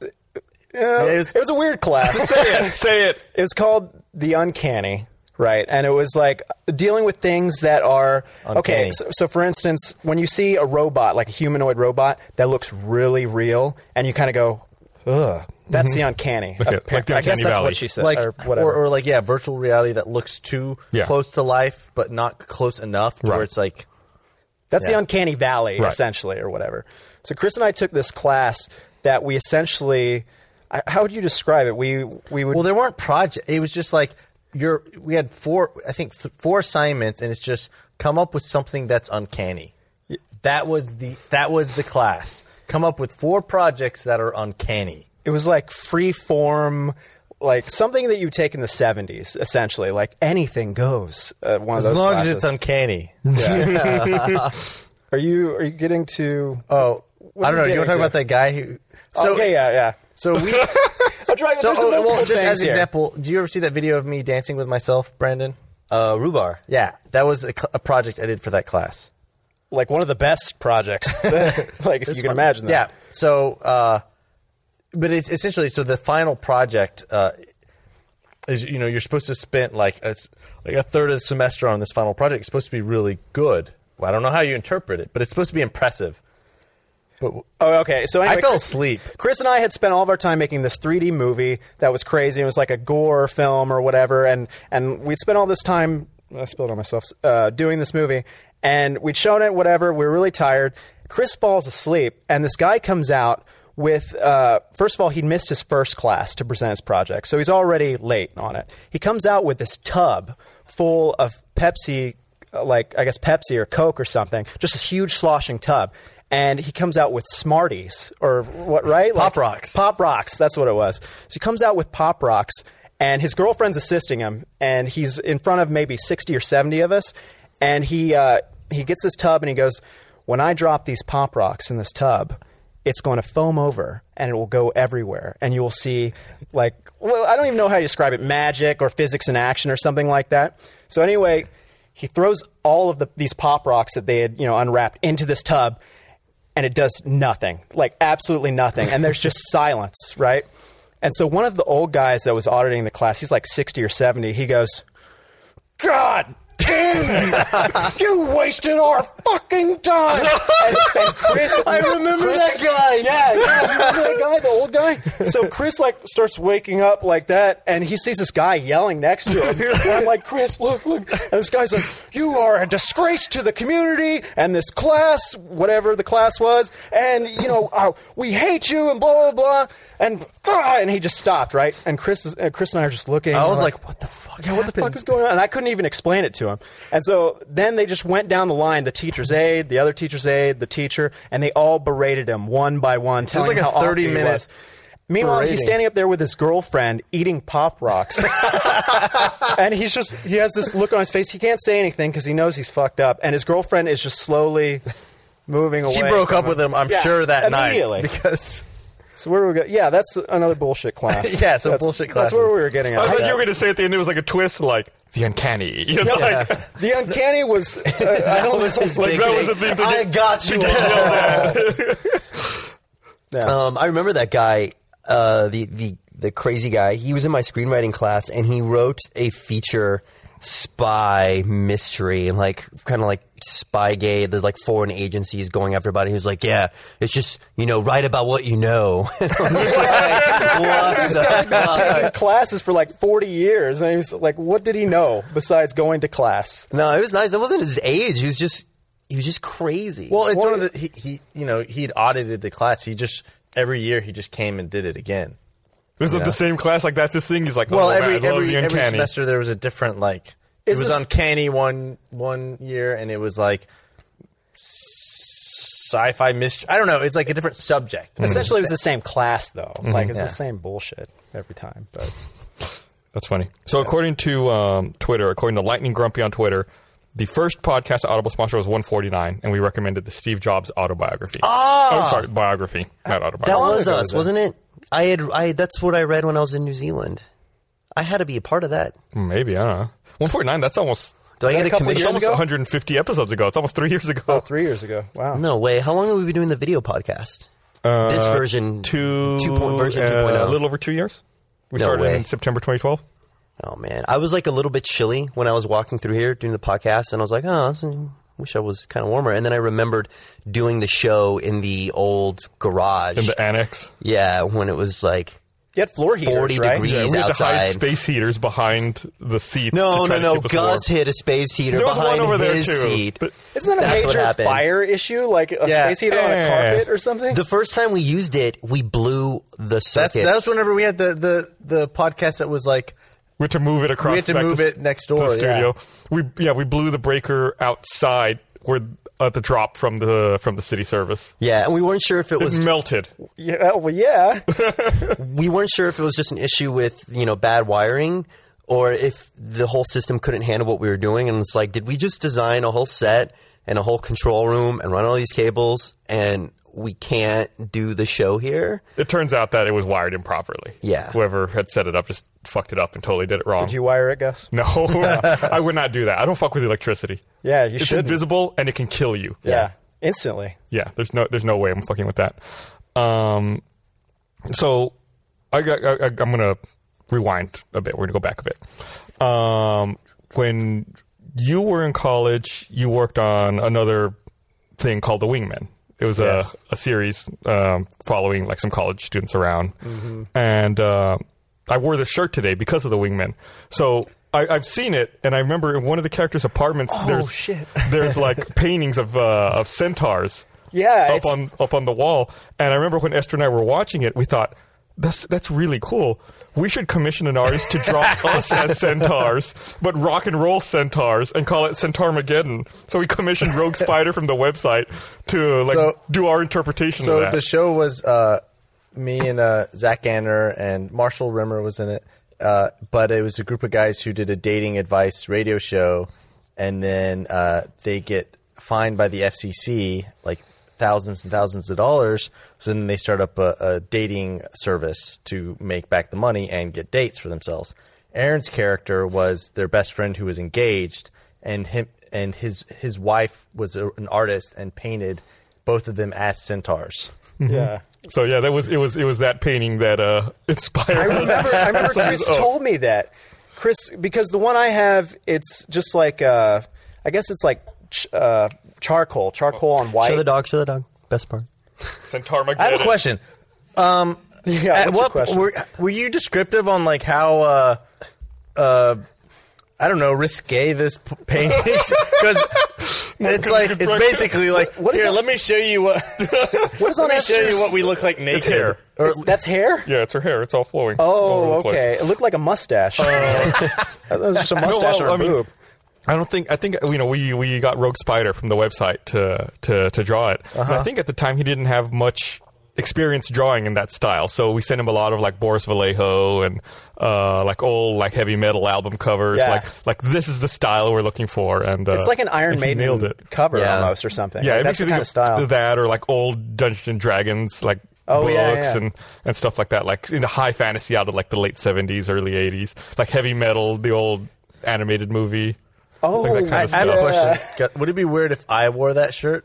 Speaker 3: uh, it, was,
Speaker 4: was-
Speaker 3: a weird class.
Speaker 2: Say it. Say it.
Speaker 3: it was called the uncanny, right? And it was like dealing with things that are okay.
Speaker 4: Uncanny.
Speaker 3: So, so, for instance, when you see a robot, like a humanoid robot, that looks really real, and you kind of go, "Ugh, that's the uncanny."
Speaker 2: Okay,
Speaker 3: apparent-
Speaker 2: Mm-hmm. like the
Speaker 3: I guess
Speaker 2: uncanny
Speaker 3: that's
Speaker 2: valley.
Speaker 3: what she said,
Speaker 4: like
Speaker 3: or whatever.
Speaker 4: Or, like yeah, virtual reality that looks too
Speaker 2: Yeah.
Speaker 4: close to life, but not close enough to
Speaker 2: Right.
Speaker 4: where it's like
Speaker 3: That's the
Speaker 4: Yeah.
Speaker 3: uncanny valley,
Speaker 2: Right.
Speaker 3: essentially, or whatever. So Chris and I took this class that we essentially. I, how would you describe it? We we would.
Speaker 4: well, there weren't project. It was just like you're. We had four, I think, th- four assignments, and it's just come up with something that's uncanny. That was the that was the class. Come up with four projects that are uncanny.
Speaker 3: it was like free form, like something that you take in the seventies, essentially. Like anything goes. Uh, one
Speaker 4: As
Speaker 3: of those.
Speaker 4: long
Speaker 3: classes.
Speaker 4: as it's uncanny.
Speaker 3: Are you are you getting to?
Speaker 4: Oh,
Speaker 3: What
Speaker 4: I don't
Speaker 3: are
Speaker 4: know.
Speaker 3: you
Speaker 4: You want to talk
Speaker 3: getting
Speaker 4: about
Speaker 3: to?
Speaker 4: that guy who? So
Speaker 3: okay, yeah, yeah.
Speaker 4: So we.
Speaker 3: I'm trying.
Speaker 4: so
Speaker 3: there's a
Speaker 4: oh,
Speaker 3: little
Speaker 4: well,
Speaker 3: bit
Speaker 4: just
Speaker 3: things
Speaker 4: as an
Speaker 3: here.
Speaker 4: example, do you ever see that video of me dancing with myself, Brandon?
Speaker 5: Uh, Rhubar.
Speaker 4: Yeah, that was a, cl- a project I did for that class.
Speaker 3: like one of the best projects, like if you can imagine that.
Speaker 4: Yeah. So, uh, but it's essentially so the final project uh, is you know you're supposed to spend like a, s- like a third of the semester on this final project. It's supposed to be really good. Well, I don't know how you interpret it, but it's supposed to be impressive. But
Speaker 3: Oh, okay. So anyway,
Speaker 4: I fell
Speaker 3: Chris-
Speaker 4: asleep.
Speaker 3: Chris and I had spent all of our time making this 3D movie that was crazy. It was like a gore film or whatever, and and we'd spent all this time. I spilled on myself uh, doing this movie, and we'd shown it. Whatever. We were really tired. Chris falls asleep, and this guy comes out with uh, first of all he'd missed his first class to present his project, so he's already late on it. He comes out with this tub full of Pepsi uh, like I guess Pepsi or Coke or something, just this huge sloshing tub. And he comes out with Smarties or what, right?
Speaker 4: Pop Rocks.
Speaker 3: Pop Rocks. That's what it was. So he comes out with Pop Rocks, and his girlfriend's assisting him, and he's in front of maybe sixty or seventy of us, and he uh, he gets this tub and he goes, "When I drop these Pop Rocks in this tub." It's going to foam over and it will go everywhere. And you will see, like, well, I don't even know how you describe it magic or physics in action or something like that. So, anyway, he throws all of the, these pop rocks that they had, you know, unwrapped into this tub and it does nothing, like absolutely nothing. And there's just silence, right? And so one of the old guys that was auditing the class, he's like 60 or 70, he goes, God damn it! You wasted our fucking time! And, and Chris, I remember
Speaker 5: that guy.
Speaker 3: Yeah, yeah, you remember that guy, the old guy? So Chris, like, starts waking up like that, and he sees this guy yelling next to him. And I'm like, Chris, look, look. And this guy's like, You are a disgrace to the community and this class, whatever the class was, and, you know, uh, we hate you, and blah, blah, blah. And, ah, and he just stopped, right? And Chris, is, uh, Chris and I are just looking.
Speaker 4: I
Speaker 3: and
Speaker 4: was
Speaker 3: we're
Speaker 4: like, what the fuck?
Speaker 3: yeah, what the fuck is going on? And I couldn't even explain it to him. And so then they just went down the line, the teacher's aide, the other teacher's aide, the teacher, and they all berated him one by one, telling
Speaker 4: like
Speaker 3: him
Speaker 4: a
Speaker 3: how
Speaker 4: 30
Speaker 3: awful he
Speaker 4: minute
Speaker 3: was. Meanwhile, he's
Speaker 5: berating.
Speaker 3: standing up there with his girlfriend eating pop rocks, and he's just—he has this look on his face. He can't say anything because he knows he's fucked up, and his girlfriend is just slowly moving away.
Speaker 4: She broke
Speaker 3: from
Speaker 4: up with him, I'm
Speaker 3: Yeah,
Speaker 4: sure, that
Speaker 3: immediately.
Speaker 4: night. Because,
Speaker 3: So where do we go? Yeah, that's another bullshit class.
Speaker 4: Yeah, so
Speaker 3: That's-
Speaker 4: bullshit
Speaker 3: That's where
Speaker 4: classes.
Speaker 3: we were getting at.
Speaker 2: I thought
Speaker 3: Yeah.
Speaker 2: you were going to say at the end it was like a twist, like the uncanny. You know, like,
Speaker 3: The uncanny was. Uh, I don't know.
Speaker 2: like that was the thing.
Speaker 5: I
Speaker 2: that-
Speaker 5: got you. all.
Speaker 3: Yeah.
Speaker 5: Um, I remember that guy, uh, the, the the crazy guy. He was in my screenwriting class, and he wrote a feature spy mystery, like kind of like Spygate. There's like foreign agencies going after everybody. He was like, "Yeah, it's just you know, write about what you know." And I'm just like, what
Speaker 3: this
Speaker 5: the
Speaker 3: guy's been
Speaker 5: fuck?
Speaker 3: taking classes for like 40 years, and he was like, "What did he know besides going to class?"
Speaker 5: No, it was nice. It wasn't his age. He was just he was just crazy.
Speaker 4: well, it's one of the, he, he, you know, he'd audited the class. He just, every year, he just came and did it again.
Speaker 2: was it the same class? Like that's his thing. He's like,
Speaker 4: Well,
Speaker 2: oh,
Speaker 4: every
Speaker 2: man, I love
Speaker 4: every,
Speaker 2: the
Speaker 4: every
Speaker 2: uncanny.
Speaker 4: semester there was a different like. It
Speaker 3: Is
Speaker 4: was
Speaker 3: this-
Speaker 4: uncanny one one year, and it was like sci-fi mystery. I don't know. It's like a different subject.
Speaker 3: Essentially, it was the same class, though. Like it's the same bullshit every time. But
Speaker 2: That's funny. So, according to um, Twitter, according to Lightning Grumpy on Twitter, the first podcast Audible sponsor was 149, and we recommended the Steve Jobs autobiography. Oh, sorry, biography, not
Speaker 5: Ah! that
Speaker 2: autobiography.
Speaker 5: was us, wasn't it? I had I that's what I read when I was in New Zealand. I had to be a part of that.
Speaker 2: Maybe I don't know. 149. That's almost.
Speaker 5: Do I
Speaker 3: that
Speaker 5: get
Speaker 3: a
Speaker 5: a
Speaker 3: couple
Speaker 5: commission?
Speaker 2: It's
Speaker 3: years
Speaker 2: almost
Speaker 3: ago?
Speaker 2: 150 episodes ago. It's almost three years ago.
Speaker 3: oh, three years ago, wow.
Speaker 5: No way. How long have we been doing the video podcast? Oh, this version
Speaker 2: Uh, two,
Speaker 5: two point oh. version
Speaker 2: uh,
Speaker 5: 2.0.
Speaker 2: A little over two years. We
Speaker 5: No
Speaker 2: started
Speaker 5: way.
Speaker 2: in September 2012.
Speaker 5: Oh man, I was like a little bit chilly when I was walking through here doing the podcast, and I was like, oh, this- wish I was kind of warmer. And then I remembered doing the show in the old garage.
Speaker 2: In the annex,
Speaker 5: yeah, when it was like
Speaker 3: You had floor heaters,
Speaker 5: 40
Speaker 3: right?
Speaker 5: degrees.
Speaker 2: yeah, we
Speaker 5: He's
Speaker 2: had to hide
Speaker 5: outside.
Speaker 2: space heaters behind the seats.
Speaker 5: no,
Speaker 2: to
Speaker 5: no,
Speaker 2: try to
Speaker 5: no.
Speaker 2: keep us warm.
Speaker 5: Gus hit a space heater
Speaker 2: There was one
Speaker 5: behind
Speaker 2: over there,
Speaker 5: his
Speaker 2: too.
Speaker 5: seat.
Speaker 2: But-
Speaker 3: Isn't that a
Speaker 5: That's what
Speaker 3: major
Speaker 5: happened.
Speaker 3: fire issue? Like a
Speaker 4: Yeah.
Speaker 3: space heater on a
Speaker 2: Yeah.
Speaker 3: carpet or something?
Speaker 5: The first time we used it, we blew the
Speaker 4: That's
Speaker 5: circuit.
Speaker 4: that was whenever we had the the the podcast that was like
Speaker 2: We had to move it across.
Speaker 4: We had to
Speaker 2: back
Speaker 4: move
Speaker 2: s-
Speaker 4: it next
Speaker 2: to
Speaker 4: door,
Speaker 2: the
Speaker 4: yeah.
Speaker 2: studio. We yeah, we blew the breaker outside where at the drop from the from the city service.
Speaker 5: yeah, and we weren't sure if it
Speaker 2: It
Speaker 5: was
Speaker 2: melted.
Speaker 3: yeah, well, yeah.
Speaker 5: we weren't sure if it was just an issue with you know bad wiring or if the whole system couldn't handle what we were doing and it's like did we just design a whole set and a whole control room and run all these cables and we can't do the show here
Speaker 2: It turns out that it was wired improperly.
Speaker 5: Yeah.
Speaker 2: Whoever had set it up just fucked it up and totally did it wrong.
Speaker 3: Did you wire it, Gus?
Speaker 2: No, I would not do that. I don't fuck with electricity.
Speaker 3: Yeah, you
Speaker 2: it's
Speaker 3: shouldn't.
Speaker 2: invisible and it can kill you.
Speaker 3: Yeah. instantly.
Speaker 2: yeah. There's no there's no way I'm fucking with that. Um, so I, I, I I'm gonna rewind a bit. We're gonna go back a bit. Um, when you were in college, you worked on another thing called The Wingman. It was
Speaker 4: Yes.
Speaker 2: a, a series um, following like some college students around, and uh, I wore the shirt today because of The Wingman. So. I, I've seen it, and I remember in one of the characters' apartments. there's
Speaker 3: shit.
Speaker 2: there's like paintings of uh, of centaurs,
Speaker 3: Yeah,
Speaker 2: up
Speaker 3: it's-
Speaker 2: on up on the wall. And I remember when Esther and I were watching it, we thought that's that's really cool. We should commission an artist to draw us as centaurs, but rock and roll centaurs, and call it Centaurmageddon. So we commissioned Rogue Spider from the website to like
Speaker 4: So-
Speaker 2: do our interpretation
Speaker 4: So
Speaker 2: of that.
Speaker 4: the show was uh, me and uh, Zach Ganner and Marshall Rimmer was in it, uh, but it was a group of guys who did a dating advice radio show, and then uh, they get fined by the FCC like thousands and thousands of dollars. So then they start up a, a dating service to make back the money and get dates for themselves. Aaron's character was their best friend who was engaged, and him and his his wife was a, an artist and painted both of them as centaurs.
Speaker 3: Yeah.
Speaker 2: so yeah, that was it was it was that painting that uh, inspired.
Speaker 3: I remember. I remember
Speaker 2: So it
Speaker 3: Chris
Speaker 2: was- oh.
Speaker 3: told me that. Chris, because the one I have, it's just like uh, I guess it's like ch- uh, charcoal, charcoal on white.
Speaker 5: Show the dog. Show the dog. Best part.
Speaker 2: Centaurmageddon.
Speaker 4: I have a question.
Speaker 3: Yeah,
Speaker 4: At
Speaker 3: what's your
Speaker 4: what
Speaker 3: question?
Speaker 4: were were you descriptive on like how uh uh I don't know risque this p- painting because it's like it's basically like
Speaker 3: What is
Speaker 4: here.
Speaker 3: that-
Speaker 4: Let me show you what.
Speaker 3: What is
Speaker 4: let
Speaker 3: on
Speaker 4: me show you
Speaker 3: Esther's-
Speaker 4: what we look like naked.
Speaker 2: hair.
Speaker 4: Or,
Speaker 3: That's hair.
Speaker 2: Yeah, it's her hair. It's all flowing. all
Speaker 3: Oh,
Speaker 2: over the place.
Speaker 3: okay. It looked like a mustache. that was just a mustache
Speaker 2: well,
Speaker 3: or a
Speaker 2: I mean-
Speaker 3: boob.
Speaker 2: I don't think I think you know we we got Rogue Spider from the website to to to draw it. And
Speaker 3: Uh-huh.
Speaker 2: I think at the time he didn't have much experience drawing in that style, so we sent him a lot of like Boris Vallejo and uh, like old like heavy metal album covers.
Speaker 3: Yeah.
Speaker 2: Like like this is the style we're looking for, and uh,
Speaker 3: it's like an Iron
Speaker 2: and he
Speaker 3: Maiden
Speaker 2: nailed it.
Speaker 3: cover
Speaker 5: Yeah.
Speaker 3: almost or something.
Speaker 2: Yeah,
Speaker 3: Like,
Speaker 2: it
Speaker 3: that's
Speaker 2: makes
Speaker 3: the
Speaker 2: you
Speaker 3: kind of
Speaker 2: think of
Speaker 3: style.
Speaker 2: that or like old Dungeons and Dragons like
Speaker 3: Oh,
Speaker 2: books
Speaker 3: yeah, yeah.
Speaker 2: and and stuff like that, like in the high fantasy out of like the late seventies, early eighties, like heavy metal, the old animated movie.
Speaker 3: Oh,
Speaker 2: like that kind
Speaker 3: I-
Speaker 2: of
Speaker 4: I have
Speaker 2: stuff.
Speaker 4: a question. Got- Would it be weird if I wore that shirt?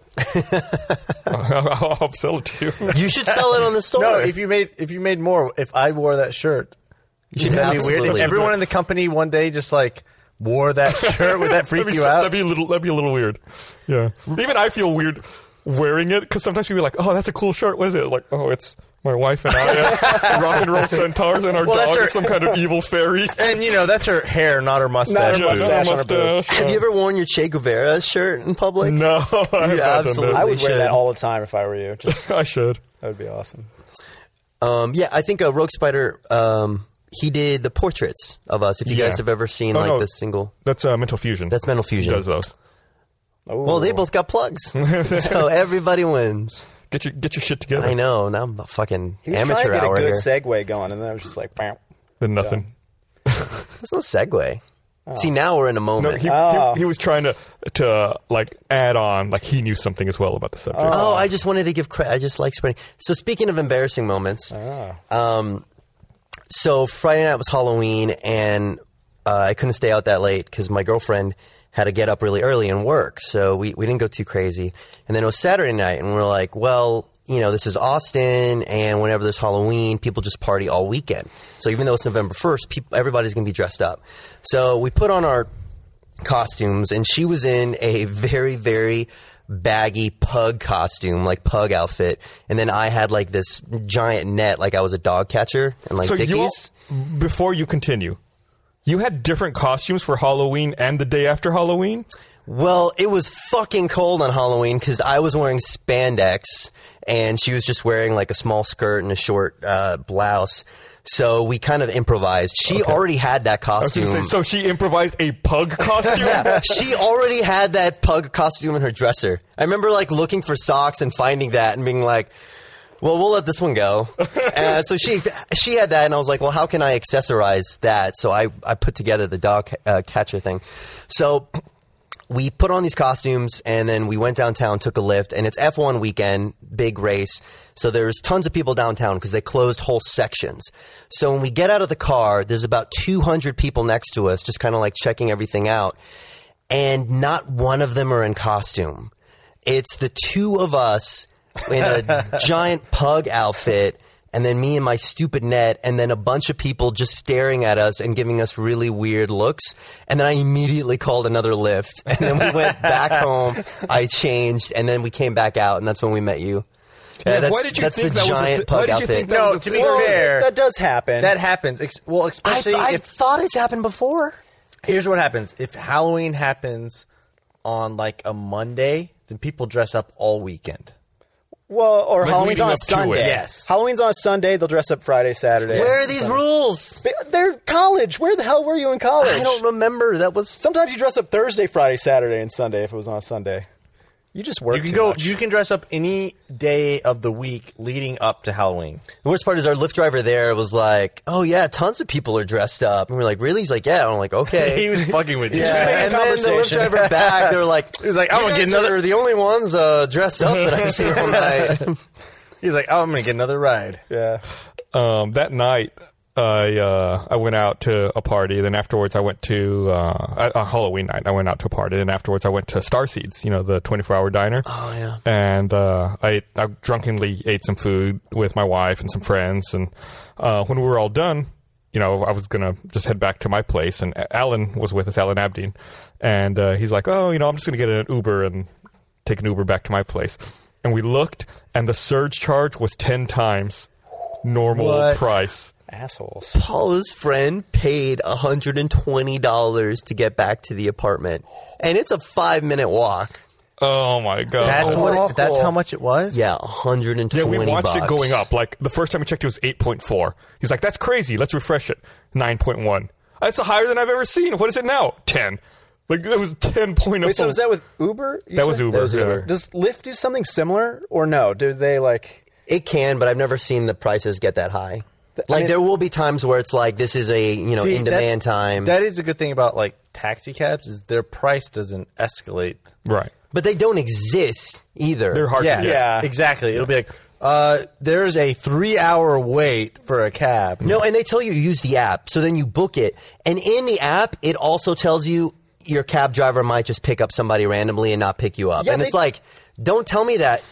Speaker 2: I'll, I'll sell it to you.
Speaker 5: You should sell it on the store.
Speaker 4: No, if you made if you made more, if I wore that shirt,
Speaker 5: should
Speaker 4: would that be weird? If
Speaker 5: absolutely.
Speaker 4: everyone in the company one day just like wore that shirt, would that freak
Speaker 2: that'd be,
Speaker 4: you
Speaker 2: so-
Speaker 4: out?
Speaker 2: That'd be a little. That'd be a little weird. Yeah. Even I feel weird wearing it because sometimes people are like, "Oh, that's a cool shirt. What is it?" Like, "Oh, it's my wife and I as rock and roll centaurs and our
Speaker 4: Well, that's
Speaker 2: dog
Speaker 4: her-
Speaker 2: is some kind of evil fairy."
Speaker 4: and you know that's her hair, not her mustache.
Speaker 3: Not her mustache.
Speaker 2: Yeah,
Speaker 3: on her boob.
Speaker 2: mustache.
Speaker 5: Have you ever worn your Che Guevara shirt in public?
Speaker 2: No, I have not done that.
Speaker 5: absolutely-
Speaker 3: I would
Speaker 5: They
Speaker 3: wear
Speaker 5: should.
Speaker 3: that all the time if I were you. Just,
Speaker 2: I should.
Speaker 3: that would be awesome.
Speaker 5: Um, yeah, I think uh, Rogue Spider. Um, he did the portraits of us. If you
Speaker 2: Yeah.
Speaker 5: guys have ever seen
Speaker 2: Oh,
Speaker 5: like
Speaker 2: no.
Speaker 5: the single,
Speaker 2: That's uh, mental fusion.
Speaker 5: that's Mental Fusion.
Speaker 2: Does those?
Speaker 5: Well, they both got plugs, so everybody wins.
Speaker 2: Get your get your shit together.
Speaker 5: I know. Now I'm a fucking
Speaker 3: He was
Speaker 5: amateur
Speaker 3: trying to get
Speaker 5: hour
Speaker 3: a
Speaker 5: here.
Speaker 3: good segue going, and then I was just like, bam.
Speaker 2: Then nothing.
Speaker 5: There's no segue. See, now we're in a
Speaker 2: No,
Speaker 5: moment.
Speaker 2: he,
Speaker 3: Oh.
Speaker 2: he, he was trying to to uh, like add on. Like he knew something as well about the subject.
Speaker 5: Oh, I just wanted to give credit. I just like spreading. So speaking of embarrassing moments, um, so Friday night was Halloween, and uh, I couldn't stay out that late because my girlfriend had to get up really early and work. So we we didn't go too crazy. And then it was Saturday night, and we are like, well. You know, this is Austin, and whenever there's Halloween, people just party all weekend. So even though it's November 1st, people, everybody's going to be dressed up. So we put on our costumes, and she was in a very, very baggy pug costume, like pug outfit. And then I had like this giant net, like I was a dog catcher, and like
Speaker 2: so
Speaker 5: Dickies.
Speaker 2: you all, before you continue, you had different costumes for Halloween and the day after Halloween.
Speaker 5: well, it was fucking cold on Halloween because I was wearing spandex, and she was just wearing like a small skirt and a short uh, blouse. So we kind of improvised. She already had that
Speaker 2: I was
Speaker 5: costume.
Speaker 2: gonna say, so she improvised a pug costume.
Speaker 5: yeah, she already had that pug costume in her dresser. I remember like looking for socks and finding that and being like, "Well, we'll let this one go." uh, so she she had that, and I was like, "Well, how can I accessorize that?" So I I put together the dog uh, catcher thing. So we put on these costumes and then we went downtown, took a lift, and it's F1 weekend, big race. So there's tons of people downtown because they closed whole sections. So when we get out of the car, there's about 200 people next to us, just kind of like checking everything out. And not one of them are in costume. It's the two of us in a giant pug outfit, and then me and my stupid net, and then a bunch of people just staring at us and giving us really weird looks. And then I immediately called another lift, and then we went back home. I changed, and then we came back out, and that's when we met you. Yeah, that's,
Speaker 2: why did you
Speaker 5: that's
Speaker 2: think
Speaker 5: the
Speaker 2: that was a
Speaker 5: giant
Speaker 2: thi- why
Speaker 5: pug
Speaker 2: did you
Speaker 5: outfit.
Speaker 2: think that
Speaker 4: No,
Speaker 2: was a
Speaker 4: to be
Speaker 2: thing?
Speaker 4: fair,
Speaker 3: That does happen.
Speaker 4: That happens. Ex- well,
Speaker 5: I,
Speaker 4: especially
Speaker 5: I
Speaker 4: if
Speaker 5: thought it's happened before.
Speaker 4: here's what happens. If Halloween happens on like a Monday, then people dress up all weekend.
Speaker 3: Well, or
Speaker 2: Like
Speaker 3: Halloween's
Speaker 2: leading
Speaker 3: on
Speaker 2: up to it.
Speaker 3: Sunday.
Speaker 5: Yes.
Speaker 3: Halloween's on Sunday. They'll dress up Friday, Saturday.
Speaker 5: Where are these rules?
Speaker 3: But They're college. Where the hell were you in college?
Speaker 5: I don't remember. That was
Speaker 3: Sometimes you dress up Thursday, Friday, Saturday, and Sunday if it was on a Sunday. You just work.
Speaker 4: You can
Speaker 3: too
Speaker 4: go.
Speaker 3: much.
Speaker 4: You can dress up any day of the week leading up to Halloween.
Speaker 5: the worst part. Is our Lyft driver there was like, "Oh yeah, tons of people are dressed up," and we're like, "Really?" He's like, "Yeah." And I'm like, "Okay."
Speaker 4: he was fucking with you.
Speaker 3: Just making
Speaker 5: and then the Lyft
Speaker 3: conversation.
Speaker 5: driver back, they were like,
Speaker 4: He's like,
Speaker 5: "You
Speaker 4: "I'm gonna get
Speaker 5: guys
Speaker 4: another-
Speaker 5: Are the only ones uh, dressed up that I've seen all night.
Speaker 4: He's like, "Oh, I'm gonna get another ride."
Speaker 3: Yeah.
Speaker 2: um, that night I uh, I went out to a party. Then afterwards, I went to uh, on Halloween night. I went out to a party. Then afterwards, I went to Starseeds. You know, the twenty four hour diner. Oh
Speaker 5: yeah.
Speaker 2: And uh, I I drunkenly ate some food with my wife and some friends. And uh, when we were all done, you know, I was gonna just head back to my place. And Alan was with us, Alan Abdeen, and uh, he's like, "Oh, you know, I'm just gonna get an Uber and take an Uber back to my place." And we looked, and the surge charge was ten times normal
Speaker 5: What?
Speaker 2: price.
Speaker 3: Assholes.
Speaker 5: Paula's friend paid $120 to get back to the apartment. And it's a five minute walk.
Speaker 2: Oh my god!
Speaker 4: That's
Speaker 5: Oh,
Speaker 4: what.
Speaker 5: awful.
Speaker 4: That's how much it was.
Speaker 5: Yeah, 120
Speaker 2: yeah, we watched it
Speaker 5: bucks.
Speaker 2: going up. Like the first time we checked, it was eight point four. He's like, "That's crazy. Let's refresh it. Nine point one. That's higher than I've ever seen. What is it now? Ten. Like it was ten point oh.
Speaker 3: Wait, so was that with Uber? you
Speaker 2: That was
Speaker 3: said?
Speaker 2: Uber, That was yeah. Uber.
Speaker 3: Does Lyft do something similar or no? Do they like?
Speaker 5: It can, but I've never seen the prices get that high. Like,
Speaker 3: mean-
Speaker 5: there will be times where it's like, this is a, you know,
Speaker 4: See,
Speaker 5: in
Speaker 4: that's-
Speaker 5: demand time.
Speaker 4: That is a good thing about like taxi cabs is their price doesn't escalate.
Speaker 2: right?
Speaker 5: but they don't exist either.
Speaker 2: They're hard.
Speaker 4: Yeah,
Speaker 2: to get.
Speaker 3: Yeah.
Speaker 4: exactly. It'll be like uh, there's a three hour wait for a cab.
Speaker 5: No, and they tell you use the app. So then you book it, and in the app, it also tells you your cab driver might just pick up somebody randomly and not pick you up.
Speaker 3: Yeah,
Speaker 5: and
Speaker 3: they-
Speaker 5: it's like, don't tell me that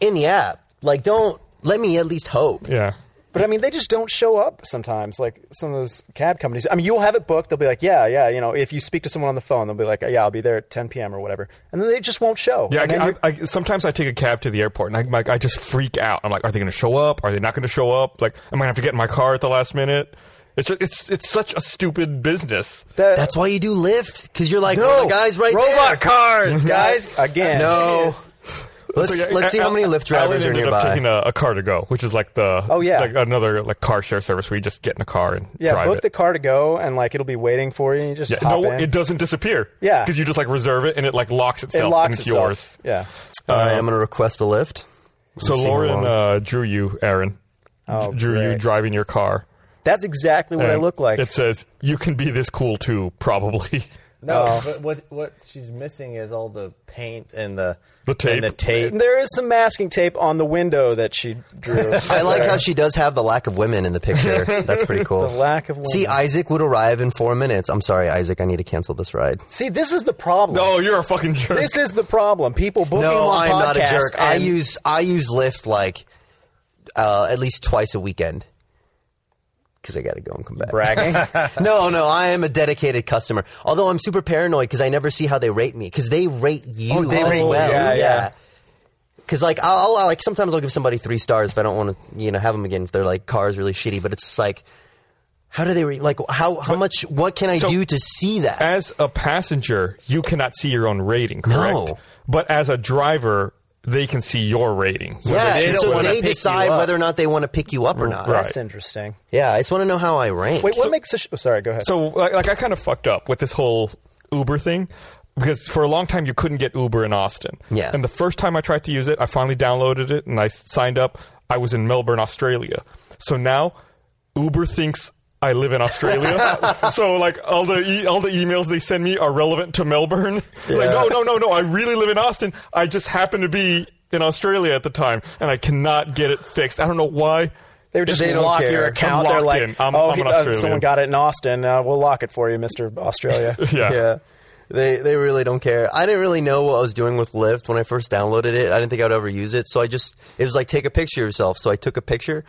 Speaker 5: in the app. Like, don't let me at least hope.
Speaker 2: Yeah.
Speaker 3: But I mean, they just don't show up sometimes. Like some of those cab companies. I mean, you'll have it booked. They'll be like, yeah, yeah. You know, if you speak to someone on the phone, they'll be like, yeah, I'll be there at 10 p.m. or whatever, and then they just won't show.
Speaker 2: Yeah,
Speaker 3: And then
Speaker 2: I, I,
Speaker 3: you're-
Speaker 2: I, sometimes I take a cab to the airport and I, like, I just freak out. I'm like, are they going to show up? Are they not going to show up? Like, am I going to have to get in my car at the last minute? It's just, it's it's such a stupid business.
Speaker 3: that-
Speaker 5: That's why you do Lyft because you're like, oh, the guys, right
Speaker 4: robot
Speaker 5: there.
Speaker 4: cars, guys.
Speaker 3: Mhm. Again.
Speaker 5: No, let's
Speaker 2: So, yeah,
Speaker 5: let's see
Speaker 2: Al-
Speaker 5: how many Lyft
Speaker 2: Alan
Speaker 5: drivers are
Speaker 2: ended Up taking
Speaker 5: nearby.
Speaker 2: a, a car to go, which is like the
Speaker 3: Oh, yeah.
Speaker 2: like another like car share service where you just get in a car and
Speaker 3: Yeah,
Speaker 2: drive
Speaker 3: book
Speaker 2: it.
Speaker 3: the car to go, and like it'll be waiting for you. And you just
Speaker 2: yeah,
Speaker 3: hop
Speaker 2: no,
Speaker 3: in.
Speaker 2: it doesn't disappear.
Speaker 3: Yeah.
Speaker 2: because you just like reserve it and it like locks
Speaker 3: It
Speaker 2: itself. and
Speaker 3: locks
Speaker 2: it's
Speaker 3: itself.
Speaker 2: yours.
Speaker 3: Yeah.
Speaker 5: All right,
Speaker 3: uh,
Speaker 5: I'm going to request a Lyft.
Speaker 2: So
Speaker 5: see how
Speaker 2: Lauren
Speaker 5: long.
Speaker 2: uh, drew you, Aaron.
Speaker 3: Oh,
Speaker 2: drew you
Speaker 3: great.
Speaker 2: driving your car.
Speaker 3: That's exactly what I
Speaker 2: And
Speaker 3: look like.
Speaker 2: It says you can be this cool too, probably.
Speaker 4: No, but what what she's missing is all the paint and the
Speaker 2: The tape.
Speaker 4: and the tape.
Speaker 3: There is some masking tape on the window that she drew.
Speaker 5: I like how she does have the lack of women in the picture. That's pretty cool.
Speaker 3: The lack of women.
Speaker 5: See, Isaac would arrive in four minutes. I'm sorry, Isaac. I need to cancel this ride.
Speaker 3: See, this is the problem.
Speaker 2: No, you're a fucking jerk.
Speaker 3: This is the problem. People booking them
Speaker 5: No,
Speaker 3: on
Speaker 5: I'm not a
Speaker 3: podcasts
Speaker 5: jerk. I
Speaker 3: and-
Speaker 5: use I use Lyft like uh, at least twice a weekend because I got to go and come back.
Speaker 3: bragging.
Speaker 5: no, no, I am a dedicated customer. Although I'm super paranoid because I never see how they rate me because they rate you.
Speaker 4: Oh, they
Speaker 5: as
Speaker 4: rate you.
Speaker 5: well.
Speaker 4: Yeah,
Speaker 3: yeah.
Speaker 5: Because like I'll, I'll like sometimes I'll give somebody three stars if I don't want to you know have them again if their like car is really shitty. But it's just like. How do they rate? Like, how how much? What can I
Speaker 2: So-
Speaker 5: do to see that?
Speaker 2: as a passenger, you cannot see your own rating, correct?
Speaker 5: No.
Speaker 2: But as a driver, they can see your rating.
Speaker 5: yeah,
Speaker 4: they
Speaker 5: and
Speaker 4: don't
Speaker 5: so
Speaker 4: wanna
Speaker 5: they
Speaker 4: pick you
Speaker 5: decide
Speaker 4: up.
Speaker 5: whether or not they want to pick you up or not.
Speaker 2: Right.
Speaker 3: That's interesting.
Speaker 5: Yeah, I just want to know how I rank.
Speaker 3: Wait, what makes a sh- oh, sorry, go ahead.
Speaker 2: So, like, like I kind of fucked up with this whole Uber thing because for a long time you couldn't get Uber in Austin.
Speaker 5: Yeah.
Speaker 2: And the first time I tried to use it, I finally downloaded it and I s- signed up. I was in Melbourne, Australia. So now Uber thinks I live in Australia. so like all the e- all the emails they send me are relevant to Melbourne. It's like no, no, no, no. I really live in Austin. I just happen to be in Australia at the time and I cannot get it fixed. I don't know why.
Speaker 3: they would just
Speaker 2: They don't
Speaker 3: lock
Speaker 2: care.
Speaker 3: your account.
Speaker 2: I'm
Speaker 3: They're
Speaker 2: locked
Speaker 3: like,
Speaker 2: in. I'm-
Speaker 3: oh,
Speaker 2: I'm an
Speaker 3: uh,
Speaker 2: Australian."
Speaker 3: someone got it in Austin. Uh, we'll lock it for you, Mister Australia.
Speaker 2: Yeah.
Speaker 5: yeah. They they really don't care. I didn't really know what I was doing with Lyft when I first downloaded it. I didn't think I would ever use it. So I just it was like take a picture of yourself. So I took a picture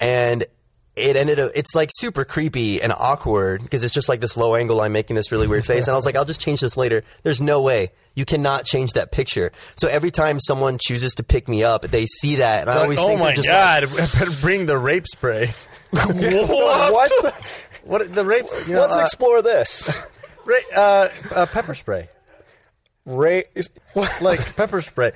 Speaker 5: and it ended up it's like super creepy and awkward because it's just like this low angle I'm making this really weird face and I was like I'll just change this later. There's no way. You cannot change that picture. So every time someone chooses to pick me up, they see that and I
Speaker 4: Like,
Speaker 5: always
Speaker 4: oh
Speaker 5: think
Speaker 4: my
Speaker 5: they're just like,
Speaker 4: god! I better bring the rape spray. what?
Speaker 3: what? the-
Speaker 4: What the rape? You know,
Speaker 3: Let's
Speaker 4: uh,
Speaker 3: explore this.
Speaker 4: ra- uh, uh, pepper spray.
Speaker 3: Ray,
Speaker 4: like pepper spray.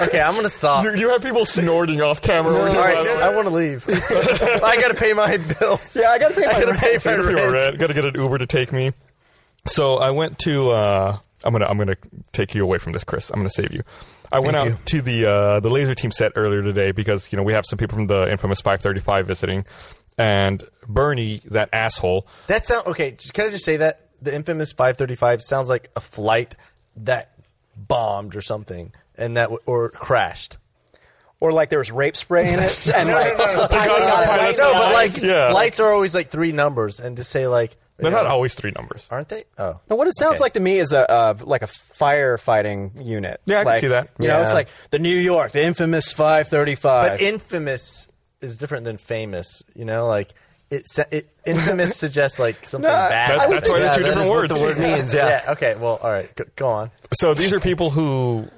Speaker 4: Okay, I'm gonna stop.
Speaker 2: You, you have people snorting off camera. when
Speaker 4: All
Speaker 2: you're
Speaker 4: right,
Speaker 2: laughing.
Speaker 4: I want to leave. I gotta pay my bills.
Speaker 3: Yeah, I gotta pay my
Speaker 4: gotta
Speaker 3: rent.
Speaker 4: pay my
Speaker 2: Gotta pay my
Speaker 4: rent.
Speaker 2: rent, Gotta get an Uber to take me. So I went to. Uh, I'm gonna. I'm gonna take you away from this, Chris. I'm gonna save you. I went out
Speaker 4: you.
Speaker 2: to the uh, the laser team set earlier today because you know we have some people from the infamous 535 visiting, and Bernie, that asshole.
Speaker 4: That sound okay. just- Can I just say that the infamous 535 sounds like a flight that bombed or something, and that w- or crashed.
Speaker 3: or like there was rape spray in it, and like the
Speaker 2: They
Speaker 3: got
Speaker 2: got the
Speaker 3: it right.
Speaker 2: pilot's
Speaker 4: no, but like
Speaker 2: eyes, yeah.
Speaker 4: flights are always like three numbers, and to say like
Speaker 2: They're
Speaker 4: you
Speaker 2: not
Speaker 4: know,
Speaker 2: always three numbers.
Speaker 4: aren't they? Oh,
Speaker 3: Now, what it sounds
Speaker 4: Okay.
Speaker 3: like to me is a uh, like a firefighting unit.
Speaker 2: Yeah, I can
Speaker 3: like,
Speaker 2: see that.
Speaker 3: You know, it's
Speaker 5: Yeah.
Speaker 3: like the New York, the infamous 535.
Speaker 4: but infamous is different than famous. You know, like it. sa- it infamous suggests like something
Speaker 3: No,
Speaker 4: bad.
Speaker 2: That-
Speaker 3: I would
Speaker 2: that's
Speaker 3: think
Speaker 2: why they're
Speaker 5: Yeah,
Speaker 2: two
Speaker 5: that
Speaker 2: different
Speaker 5: is
Speaker 2: words.
Speaker 5: What the word means, yeah.
Speaker 4: yeah. Okay. Well. All right. Go, go on.
Speaker 2: So these are people who.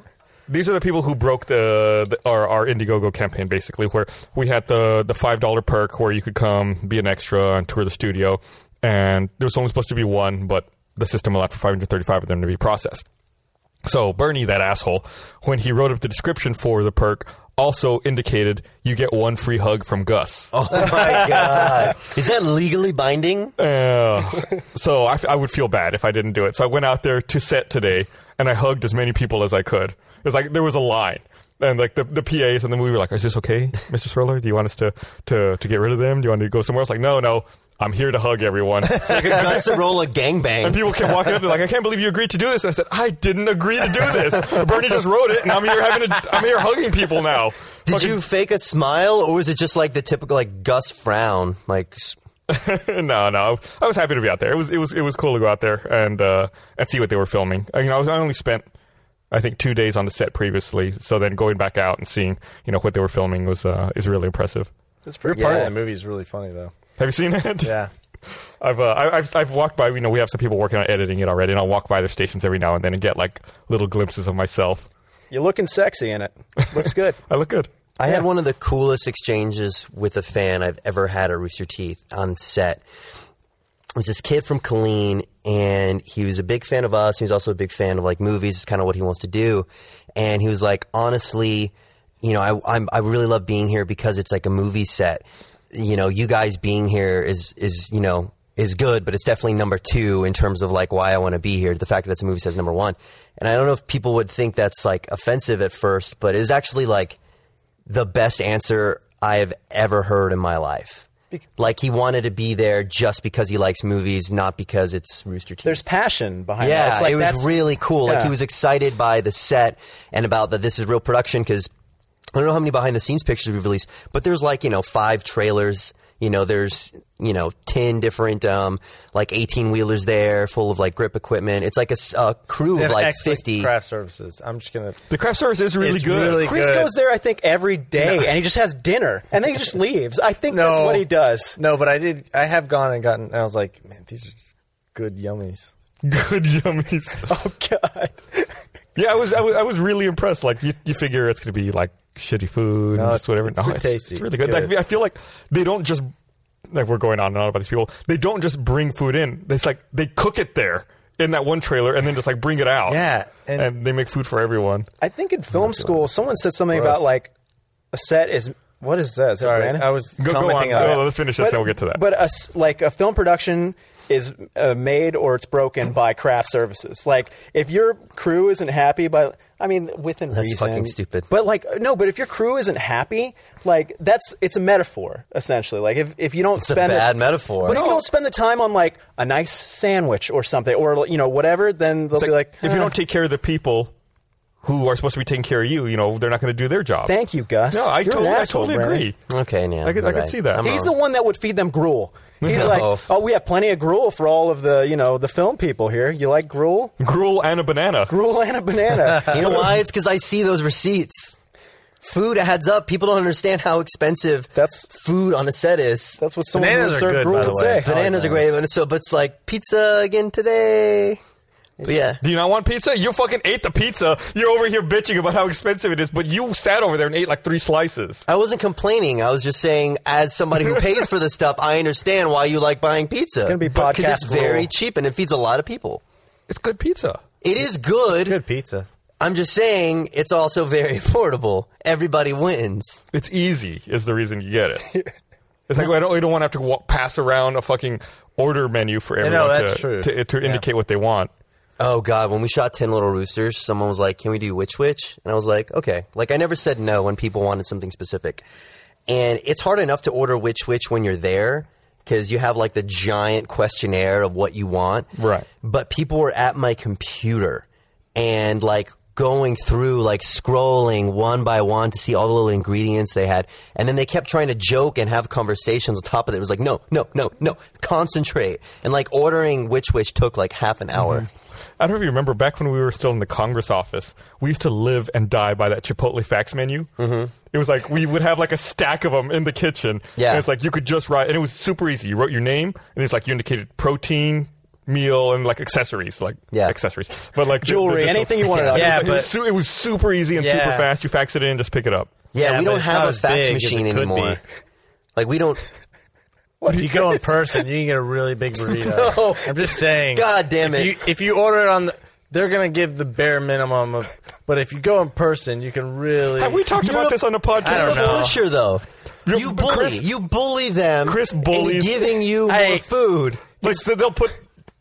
Speaker 2: These are the people who broke the, the our, our Indiegogo campaign, basically, where we had the the five dollar perk where you could come be an extra and tour the studio, and there was only supposed to be one, but the system allowed for five hundred thirty five of them to be processed. So Bernie, that asshole, when he wrote up the description for the perk, also indicated you get one free hug from Gus.
Speaker 5: Oh my god! Is that legally binding?
Speaker 2: Uh, so I, f- I would feel bad if I didn't do it. So I went out there to set today, and I hugged as many people as I could. It was like there was a line, and like the, the PAs and the movie were like, "Is this okay, Mr. Thriller? Do you want us to to to get rid of them? Do you want to go somewhere else?" Like, no, no, I'm here to hug everyone.
Speaker 5: Like a Gonzarola gangbang.
Speaker 2: And people kept walking up, they're like, "I can't believe you agreed to do this." And I said, "I didn't agree to do this. Bernie just wrote it, and I'm here having a, I'm here hugging people now."
Speaker 5: Did you fake a smile, or was it just like the typical like Gus frown? Like, s-
Speaker 2: no, no. I was happy to be out there. It was it was it was cool to go out there and uh, and see what they were filming. I, you know, I was I only spent I think two days on the set previously, so then going back out and seeing you know what they were filming was uh, is really impressive.
Speaker 4: Your part
Speaker 5: Yeah.
Speaker 4: of that movie is really funny though.
Speaker 2: Have you seen it?
Speaker 4: Yeah.
Speaker 2: I've, uh, I- I've I've walked by. You know, we have some people working on editing it already, and I'll walk by their stations every now and then and get like little glimpses of myself.
Speaker 3: You're looking sexy in it. Looks good.
Speaker 2: I look good.
Speaker 5: I had one of the coolest exchanges with a fan I've ever had at Rooster Teeth on set. It was this kid from Colleen, and he was a big fan of us. He was also a big fan of like movies. It's kind of what he wants to do. And he was like, honestly, you know, I I'm, I really love being here because it's like a movie set. You know, you guys being here is is you know is good, but it's definitely number two in terms of like why I want to be here. The fact that it's a movie set is number one. And I don't know if people would think that's like offensive at first, but it was actually like the best answer I have ever heard in my life. Like he wanted to be there just because he likes movies, not because it's Rooster Teeth.
Speaker 3: There's passion behind that.
Speaker 5: yeah,
Speaker 3: It's like
Speaker 5: it was
Speaker 3: that's-
Speaker 5: really cool. Like
Speaker 3: yeah.
Speaker 5: he was excited by the set and about that this is real production because I don't know how many behind the scenes pictures we've released, but there's like you know five trailers. You know, there's you know ten different um, like eighteen wheelers there, full of like grip equipment. It's like a s- a crew
Speaker 4: They
Speaker 5: of
Speaker 4: have
Speaker 5: like
Speaker 4: excellent
Speaker 5: fifty.
Speaker 4: craft services. I'm just gonna.
Speaker 2: The craft service is really
Speaker 4: It's
Speaker 2: good.
Speaker 4: really
Speaker 3: Chris
Speaker 4: good.
Speaker 3: goes there, I think, every day, and he just has dinner, and then he just leaves. I think that's what he does.
Speaker 4: No, but I did. I have gone and gotten. And I was like, man, these are just good yummies.
Speaker 2: good yummies.
Speaker 3: Oh God.
Speaker 2: Yeah, I was, I was I was really impressed. Like you, you figure it's gonna be like shitty food and just
Speaker 4: it's-
Speaker 2: whatever.
Speaker 4: it's
Speaker 2: no,
Speaker 4: pretty
Speaker 2: it's,
Speaker 4: tasty.
Speaker 2: it's really
Speaker 4: It's
Speaker 2: good. Like,
Speaker 4: good.
Speaker 2: I feel like they don't just like we're going on and on about these people. They don't just bring food in. It's like they cook it there in that one trailer and then just like bring it out.
Speaker 4: Yeah,
Speaker 2: and,
Speaker 4: and-
Speaker 2: they make food for everyone.
Speaker 3: I think in film school, someone said something
Speaker 4: Gross.
Speaker 3: about like a set is what is that? Is
Speaker 4: Sorry,
Speaker 3: it Brandon?
Speaker 4: I was
Speaker 2: Go, go on.
Speaker 4: commenting on.
Speaker 2: Go,
Speaker 4: it.
Speaker 2: let's finish this and we'll get to that.
Speaker 3: But a s like a film production is uh, made or it's broken by craft services. Like if your crew isn't happy by I mean within
Speaker 5: That's
Speaker 3: reason.
Speaker 5: fucking stupid.
Speaker 3: But like no, but if your crew isn't happy, like that's it's a metaphor essentially. Like if, if you don't
Speaker 5: a
Speaker 3: spend
Speaker 5: bad metaphor.
Speaker 3: But if you
Speaker 5: No.
Speaker 3: don't spend the time on like a nice sandwich or something or you know whatever, then they'll
Speaker 2: It's
Speaker 3: be like,
Speaker 2: if you
Speaker 3: "Ah,
Speaker 2: don't take care of the people who are supposed to be taking care of you, you know they're not going to do their job.
Speaker 3: Thank you, Gus.
Speaker 2: No, I
Speaker 3: You're an
Speaker 2: totally, I
Speaker 3: asshole,
Speaker 2: totally
Speaker 3: Brandon.
Speaker 2: agree.
Speaker 5: Okay, now
Speaker 2: I could, I
Speaker 5: you're
Speaker 2: could
Speaker 5: right.
Speaker 2: see that.
Speaker 5: I'm
Speaker 3: He's
Speaker 5: wrong.
Speaker 3: the one that would feed them gruel. He's
Speaker 5: No.
Speaker 3: like, oh, we have plenty of gruel for all of the, you know, the film people here. You like gruel?
Speaker 2: Gruel and a banana.
Speaker 3: Gruel and a banana.
Speaker 5: You know why? It's because I see those receipts. Food adds up. People don't understand how expensive
Speaker 3: That's-
Speaker 5: food on a set is.
Speaker 3: That's what someone who
Speaker 4: Bananas
Speaker 3: would
Speaker 4: are
Speaker 3: serve
Speaker 4: good,
Speaker 3: gruel
Speaker 4: by the
Speaker 3: would
Speaker 4: way.
Speaker 3: say.
Speaker 4: I like
Speaker 5: bananas are great, but so but it's like pizza again today. But yeah,
Speaker 2: Do you not want pizza? You fucking ate the pizza. You're over here bitching about how expensive it is, but you sat over there and ate like three slices.
Speaker 5: I wasn't complaining. I was just saying, as somebody who pays for this stuff, I understand why you like buying pizza. It's
Speaker 3: gonna be
Speaker 5: because it's
Speaker 3: podcast
Speaker 5: very
Speaker 3: rule.
Speaker 5: cheap and it feeds a lot of people.
Speaker 2: It's good pizza.
Speaker 5: It is good.
Speaker 4: Good pizza.
Speaker 5: I'm just saying it's also very affordable. Everybody wins.
Speaker 2: It's easy is the reason you get it. It's like I don't, I don't want to have to walk, pass around a fucking order menu for everyone
Speaker 4: that's
Speaker 2: to,
Speaker 4: true.
Speaker 2: to, to indicate what they want.
Speaker 5: Oh God! When we shot Ten Little Roosters, someone was like, "Can we do Witch Witch?" And I was like, "Okay." Like I never said no when people wanted something specific, and it's hard enough to order Witch Witch when you're there because you have like the giant questionnaire of what you want.
Speaker 2: Right.
Speaker 5: But people were at my computer and like going through, like scrolling one by one to see all the little ingredients they had, and then they kept trying to joke and have conversations on top of it. It was like, "No, no, no, no! Concentrate!" And like ordering Witch Witch took like half an hour.
Speaker 2: I don't know if you remember back when we were still in the Congress office, we used to live and die by that Chipotle fax menu. Mm-hmm. It was like we would have like a stack of them in the kitchen.
Speaker 5: Yeah.
Speaker 2: And it's like you could just write, and it was super easy. You wrote your name, and it's like you indicated protein, meal, and like accessories, like
Speaker 5: Yeah.
Speaker 2: accessories, but like the- the
Speaker 3: Jewelry,
Speaker 2: different-
Speaker 3: anything you wanted on it.
Speaker 2: It was,
Speaker 4: Yeah,
Speaker 2: like- it, was
Speaker 4: but-
Speaker 2: su- it was super easy and super
Speaker 4: Yeah.
Speaker 2: fast. You fax it in, just pick it up.
Speaker 5: Yeah,
Speaker 4: Yeah,
Speaker 5: we
Speaker 4: but
Speaker 5: don't
Speaker 4: it's not
Speaker 5: have a
Speaker 4: as
Speaker 5: fax
Speaker 4: big as
Speaker 5: machine
Speaker 4: it could
Speaker 5: anymore.
Speaker 4: be.
Speaker 5: Like we don't.
Speaker 4: If you go in person, you can get a really big burrito.
Speaker 5: No.
Speaker 4: I'm just saying.
Speaker 5: God damn
Speaker 4: Oh, If
Speaker 5: it.
Speaker 4: you, if you order it on the, they're gonna give the bare minimum of. But if you go in person, you can really.
Speaker 2: Have we talked
Speaker 5: You're
Speaker 2: about
Speaker 5: a-
Speaker 2: this on the podcast?
Speaker 4: I don't
Speaker 5: You're a
Speaker 4: know.
Speaker 5: Pusher though.
Speaker 2: You're-
Speaker 5: you
Speaker 2: but
Speaker 5: bully.
Speaker 2: Chris-
Speaker 5: you bully them.
Speaker 2: Chris bullies-
Speaker 5: into giving you
Speaker 4: I-
Speaker 5: more food.
Speaker 2: Like so they'll put.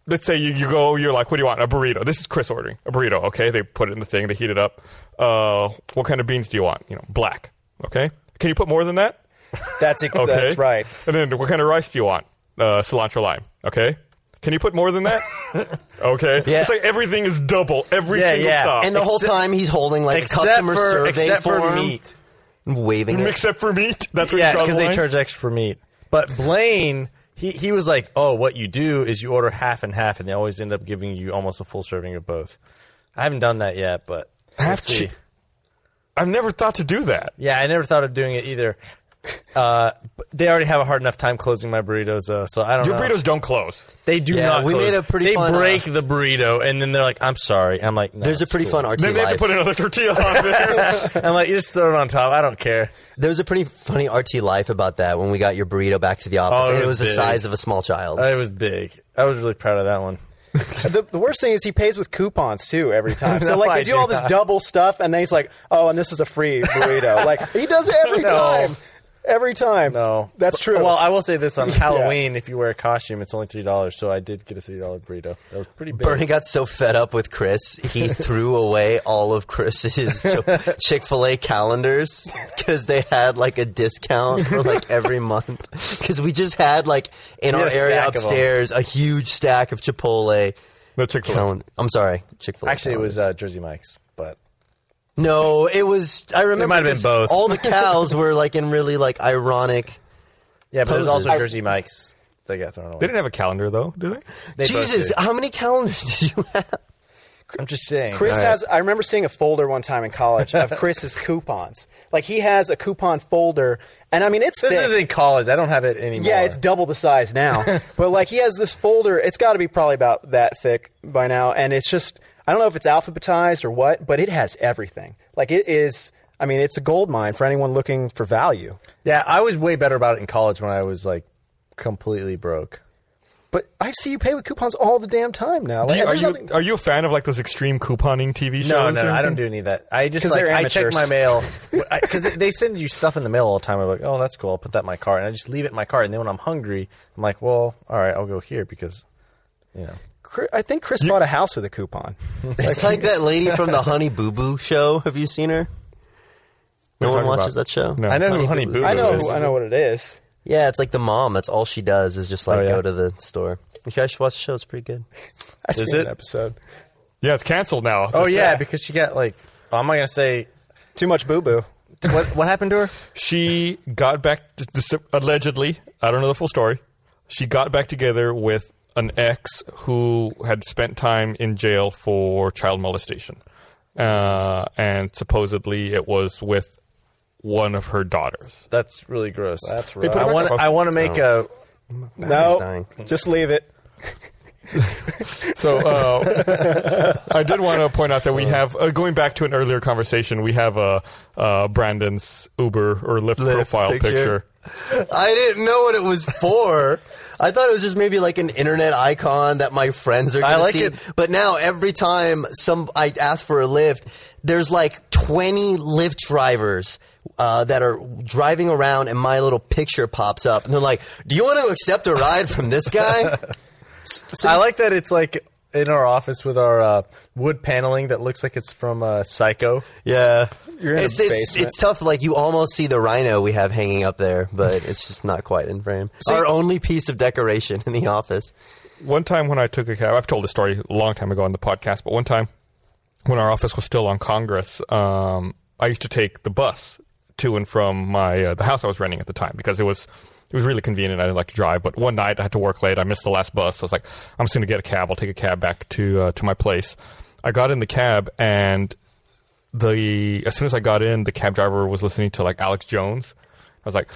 Speaker 2: Let's say you, you go, you're like, what do you want? A burrito. This is Chris ordering a burrito. Okay, they put it in the thing, they heat it up. Uh, what kind of beans do you want? You know, black. Okay, can you put more than that?
Speaker 3: That's it.
Speaker 2: Okay,
Speaker 3: That's right.
Speaker 2: And then what kind of rice do you want? Uh, cilantro lime. Okay, can you put more than that? okay,
Speaker 5: Yeah.
Speaker 2: it's like everything is double every
Speaker 4: Yeah,
Speaker 2: single
Speaker 4: yeah.
Speaker 2: stop,
Speaker 5: And the whole
Speaker 4: Except-
Speaker 5: time he's holding like a
Speaker 4: Except
Speaker 5: customer
Speaker 4: for
Speaker 5: survey
Speaker 4: except for
Speaker 5: form,
Speaker 4: meat.
Speaker 5: and waving it.
Speaker 2: except for meat. That's what you
Speaker 4: Yeah,
Speaker 2: draw the
Speaker 4: because they
Speaker 2: line?
Speaker 4: charge extra for meat. But Blaine, he, he was like, oh, what you do is you order half and half, and they always end up giving you almost a full serving of both. I haven't done that yet, but we'll
Speaker 2: Half
Speaker 4: see.
Speaker 2: chi- I've never thought to do that.
Speaker 4: Yeah, I never thought of doing it either. Uh, but they already have a hard enough time closing my burritos, though, so I don't
Speaker 2: Your
Speaker 4: know.
Speaker 2: burritos don't close.
Speaker 4: they do
Speaker 5: Yeah,
Speaker 4: not.
Speaker 5: we
Speaker 4: close.
Speaker 5: made a pretty
Speaker 4: They
Speaker 5: fun, uh,
Speaker 4: break the burrito, and then they're like, "I'm sorry." I'm like, no,
Speaker 5: There's a
Speaker 4: it's
Speaker 5: pretty
Speaker 4: cool.
Speaker 5: fun RT
Speaker 2: Then they have to
Speaker 5: live.
Speaker 2: put another tortilla on there.
Speaker 4: I'm like, you just throw it on top. I don't care.
Speaker 5: There's a pretty funny RT life about that when we got your burrito back to the office.
Speaker 4: Oh, it
Speaker 5: and it was
Speaker 4: was
Speaker 5: the
Speaker 4: big. Oh,
Speaker 5: size of a small child.
Speaker 4: Uh, It was big. I was really proud of that one.
Speaker 3: The, the worst thing is he pays with coupons too every time. So
Speaker 4: No,
Speaker 3: like
Speaker 4: I
Speaker 3: they do
Speaker 4: do
Speaker 3: all this
Speaker 4: not.
Speaker 3: double stuff, and then he's like, "Oh, and this is a free burrito." like he does it every
Speaker 4: No.
Speaker 3: time. Every time.
Speaker 4: No,
Speaker 3: that's true.
Speaker 4: Well, I will say this on Halloween: if you wear a costume, it's only three dollars. So I did get a three dollar burrito. That was pretty big.
Speaker 5: Bernie got so fed up with Chris, he threw away all of Chris's Chick fil A calendars because they had like a discount for like every month. Because we just had like in
Speaker 4: We
Speaker 5: our
Speaker 4: had a
Speaker 5: area
Speaker 4: stack of 'em.
Speaker 5: upstairs a huge stack of Chipotle.
Speaker 2: no chick
Speaker 5: Calendar. I'm sorry, Chick fil A.
Speaker 4: Actually, it was uh, Jersey Mike's, but
Speaker 5: No, it was. I remember.
Speaker 4: might have been
Speaker 5: 'cause
Speaker 4: both.
Speaker 5: All the cows were like in really like ironic.
Speaker 4: yeah, but there's also
Speaker 5: Poses.
Speaker 4: Jersey Mike's. They got thrown away.
Speaker 2: They didn't have a calendar though, do they?
Speaker 4: They both
Speaker 5: Jesus,
Speaker 4: did.
Speaker 5: how many calendars did you have?
Speaker 4: I'm just saying.
Speaker 3: Chris has. I remember seeing a folder one time in college of Chris's coupons. Like he has a coupon folder, and I mean it's
Speaker 4: this
Speaker 3: thick.
Speaker 4: is in college. I don't have it anymore.
Speaker 3: Yeah, it's double the size now. but like he has this folder, it's got to be probably about that thick by now, and it's just I don't know if it's alphabetized or what, but it has everything. Like it is. I mean, it's a gold mine for anyone looking for value.
Speaker 4: yeah. I was way better about it in college when I was like completely broke.
Speaker 3: But I see you pay with coupons all the damn time now.
Speaker 2: Do
Speaker 3: Like,
Speaker 2: you- are
Speaker 3: there's
Speaker 2: you
Speaker 3: nothing-
Speaker 2: are you a fan of like those extreme couponing TV shows?
Speaker 4: No,
Speaker 2: or
Speaker 4: no, no, I
Speaker 2: anything?
Speaker 4: don't do any of that. I just
Speaker 3: 'Cause
Speaker 4: like
Speaker 3: they're
Speaker 4: I check
Speaker 3: amateurs.
Speaker 4: my mail because they send you stuff in the mail all the time. I'm like, oh, that's cool. I'll put that in my car, and I just leave it in my car. And then when I'm hungry, I'm like, well, all right, I'll go here because you know.
Speaker 3: Chri- I think Chris bought a house with a coupon.
Speaker 5: It's like that lady from the Honey Boo Boo show. Have you seen her?
Speaker 2: are
Speaker 5: No one
Speaker 2: you talking
Speaker 5: watches
Speaker 2: about?
Speaker 5: that show.
Speaker 2: No.
Speaker 4: I know who Honey Boo Boo
Speaker 3: I know.
Speaker 4: is.
Speaker 3: I know what it is.
Speaker 5: Yeah, it's like the mom. That's all she does is just like
Speaker 4: Oh, yeah.
Speaker 5: go to the store. You guys should watch the show. It's pretty good.
Speaker 3: I've
Speaker 4: Is
Speaker 3: seen
Speaker 4: it?
Speaker 3: an episode.
Speaker 2: Yeah, it's canceled now.
Speaker 4: Oh yeah, because she got like. oh, I'm not gonna say
Speaker 3: Too much boo boo.
Speaker 4: what what happened to her.
Speaker 2: she got back this, allegedly. I don't know the full story. She got back together with an ex who had spent time in jail for child molestation, uh, and supposedly it was with one of her daughters.
Speaker 4: That's really gross.
Speaker 3: That's
Speaker 2: Hey,
Speaker 3: right.
Speaker 2: put it
Speaker 4: I
Speaker 2: back
Speaker 4: want.
Speaker 2: up.
Speaker 4: I want to make a.
Speaker 5: He's
Speaker 3: no,
Speaker 5: dying.
Speaker 3: just leave it.
Speaker 2: So uh, I did want to point out that we have, uh, going back to an earlier conversation, we have uh, uh, Brandon's Uber or Lyft,
Speaker 5: Lyft
Speaker 2: profile
Speaker 5: picture.
Speaker 2: picture.
Speaker 5: I didn't know what it was for. I thought it was just maybe like an internet icon that my friends are. Gonna
Speaker 4: I like
Speaker 5: see.
Speaker 4: it.
Speaker 5: but now every time some I ask for a lift, there's like 20 Lyft drivers. Uh, that are driving around and my little picture pops up and they're like, "Do you want to accept a ride from this guy?"
Speaker 4: I like that it's like in our office with our uh, wood paneling that looks like it's from uh, Psycho.
Speaker 5: yeah,
Speaker 3: You're in a
Speaker 5: it's, it's,
Speaker 3: basement.
Speaker 5: it's tough. Like you almost see the rhino we have hanging up there, but it's just not quite in frame. Our only piece of decoration in the office.
Speaker 2: one time when I took a cab, I've told this story a long time ago on the podcast, but one time when our office was still on Congress, um, I used to take the bus to and from my uh, the house I was renting at the time because it was it was really convenient. I didn't like to drive, but one night I had to work late. I missed the last bus, so I was like, I'm just going to get a cab. I'll take a cab back to uh, to my place. I got in the cab and the as soon as I got in, the cab driver was listening to like Alex Jones. I was like,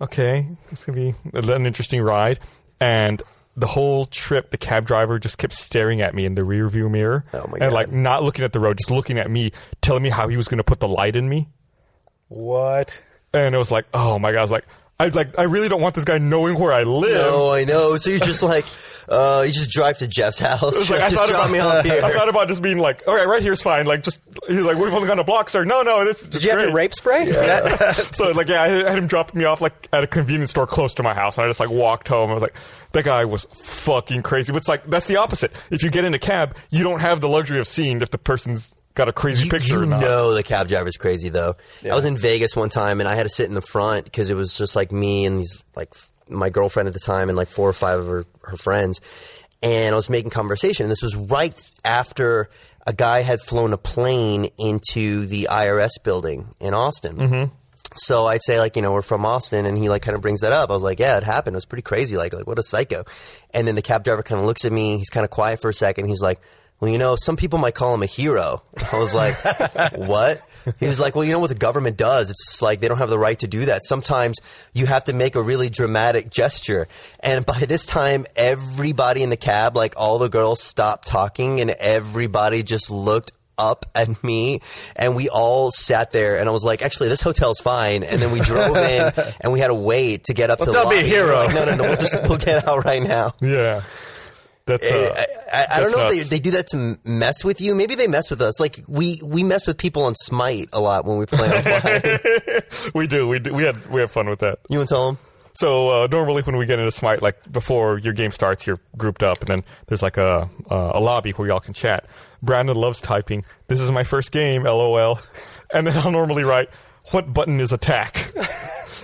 Speaker 2: okay, it's gonna be an interesting ride. And the whole trip, the cab driver just kept staring at me in the rearview mirror,
Speaker 5: Oh my
Speaker 2: and
Speaker 5: God.
Speaker 2: like not looking at the road, just looking at me, telling me how he was gonna put the light in me.
Speaker 4: What?
Speaker 2: And it was like, oh my god, I was like, I was like, I really don't want this guy knowing where I live.
Speaker 5: No, I know. So you just like, uh, you just drive to Jeff's house.
Speaker 2: It was like, I
Speaker 5: just
Speaker 2: thought
Speaker 5: drop
Speaker 2: about
Speaker 5: me off here.
Speaker 2: I thought about just being like, all right, right here's fine. Like, just he's like, we've only gone a block, sir. No, no, this.
Speaker 3: Did you have your rape spray?
Speaker 2: so like yeah, I had him drop me off like at a convenience store close to my house, and I just like walked home. I was like, that guy was fucking crazy. But it's like that's the opposite. If you get in a cab, you don't have the luxury of seeing if the person's got a crazy
Speaker 5: you,
Speaker 2: picture
Speaker 5: you
Speaker 2: or not.
Speaker 5: know the cab driver's crazy though. I was in Vegas one time and I had to sit in the front because it was just like me and these like f- my girlfriend at the time and like four or five of her, her friends, and I was making conversation. And this was right after a guy had flown a plane into the IRS building in Austin. Mm-hmm. So I'd say like you know we're from Austin, and he like kind of brings that up. I was like, yeah, it happened. It was pretty crazy. Like like what a psycho. And then the cab driver kind of looks at me. He's kind of quiet for a second. He's like, well, you know, some people might call him a hero. I was like, what? He was like, well, you know what the government does? It's just like they don't have the right to do that. Sometimes you have to make a really dramatic gesture. And by this time, everybody in the cab, like all the girls, stopped talking, and everybody just looked up at me and we all sat there and I was like, actually this hotel's fine and then we drove in and we had to wait to get up to the
Speaker 4: not be a
Speaker 5: lobby. And we're
Speaker 4: hero.
Speaker 5: Like, no no no we'll just we'll get out right now.
Speaker 2: Yeah, that's. Uh,
Speaker 5: I, I, I don't
Speaker 2: that's
Speaker 5: know if
Speaker 2: nuts.
Speaker 5: they, they do that to m- mess with you. Maybe they mess with us. Like we we mess with people on Smite a lot when we play online.
Speaker 2: we do. We do. We had. We have fun with that.
Speaker 5: you want to tell them?
Speaker 2: So uh, normally when we get into Smite, like before your game starts, you're grouped up, and then there's like a uh, a lobby where y'all can chat. Brandon loves typing. This is my first game, lol. And then I'll normally write, "What button is attack?"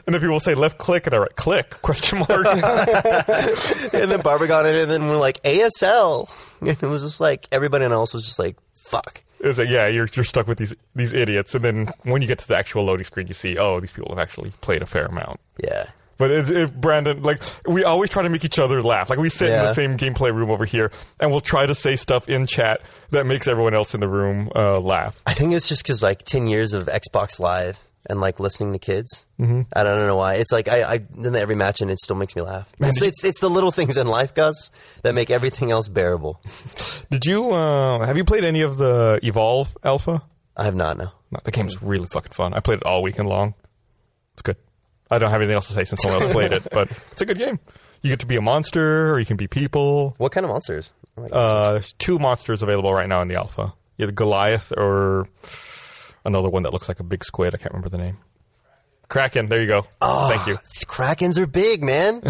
Speaker 2: and then people will say left click, and I write click question mark.
Speaker 5: and then Barbara got it and then we're like ASL and it was just like everybody else was just like fuck.
Speaker 2: It's like yeah, you're you're stuck with these these idiots. And then when you get to the actual loading screen, you see oh these people have actually played a fair amount.
Speaker 5: Yeah.
Speaker 2: But it's it, Brandon, like we always try to make each other laugh. Like we sit in
Speaker 5: Yeah.
Speaker 2: the same gameplay room over here, and we'll try to say stuff in chat that makes everyone else in the room uh, laugh.
Speaker 5: I think it's just because like ten years of Xbox Live and like listening to kids. Mm-hmm. I don't know why. It's like I, I then every match and it still makes me laugh. it's, it's it's the little things in life, Gus, that make everything else bearable.
Speaker 2: Did you uh, have you played any of the Evolve Alpha?
Speaker 5: I have not no.
Speaker 2: No, the game's really fucking fun. I played it all weekend long. It's good. I don't have anything else to say since someone else played it, but it's a good game. You get to be a monster, or you can be people.
Speaker 5: What kind of monsters? Oh my God.
Speaker 2: Uh, there's two monsters available right now in the alpha. Either Goliath or another one that looks like a big squid. I can't remember the name. Kraken. There you go.
Speaker 5: Ah,
Speaker 2: Thank you.
Speaker 5: These Krakens are big, man.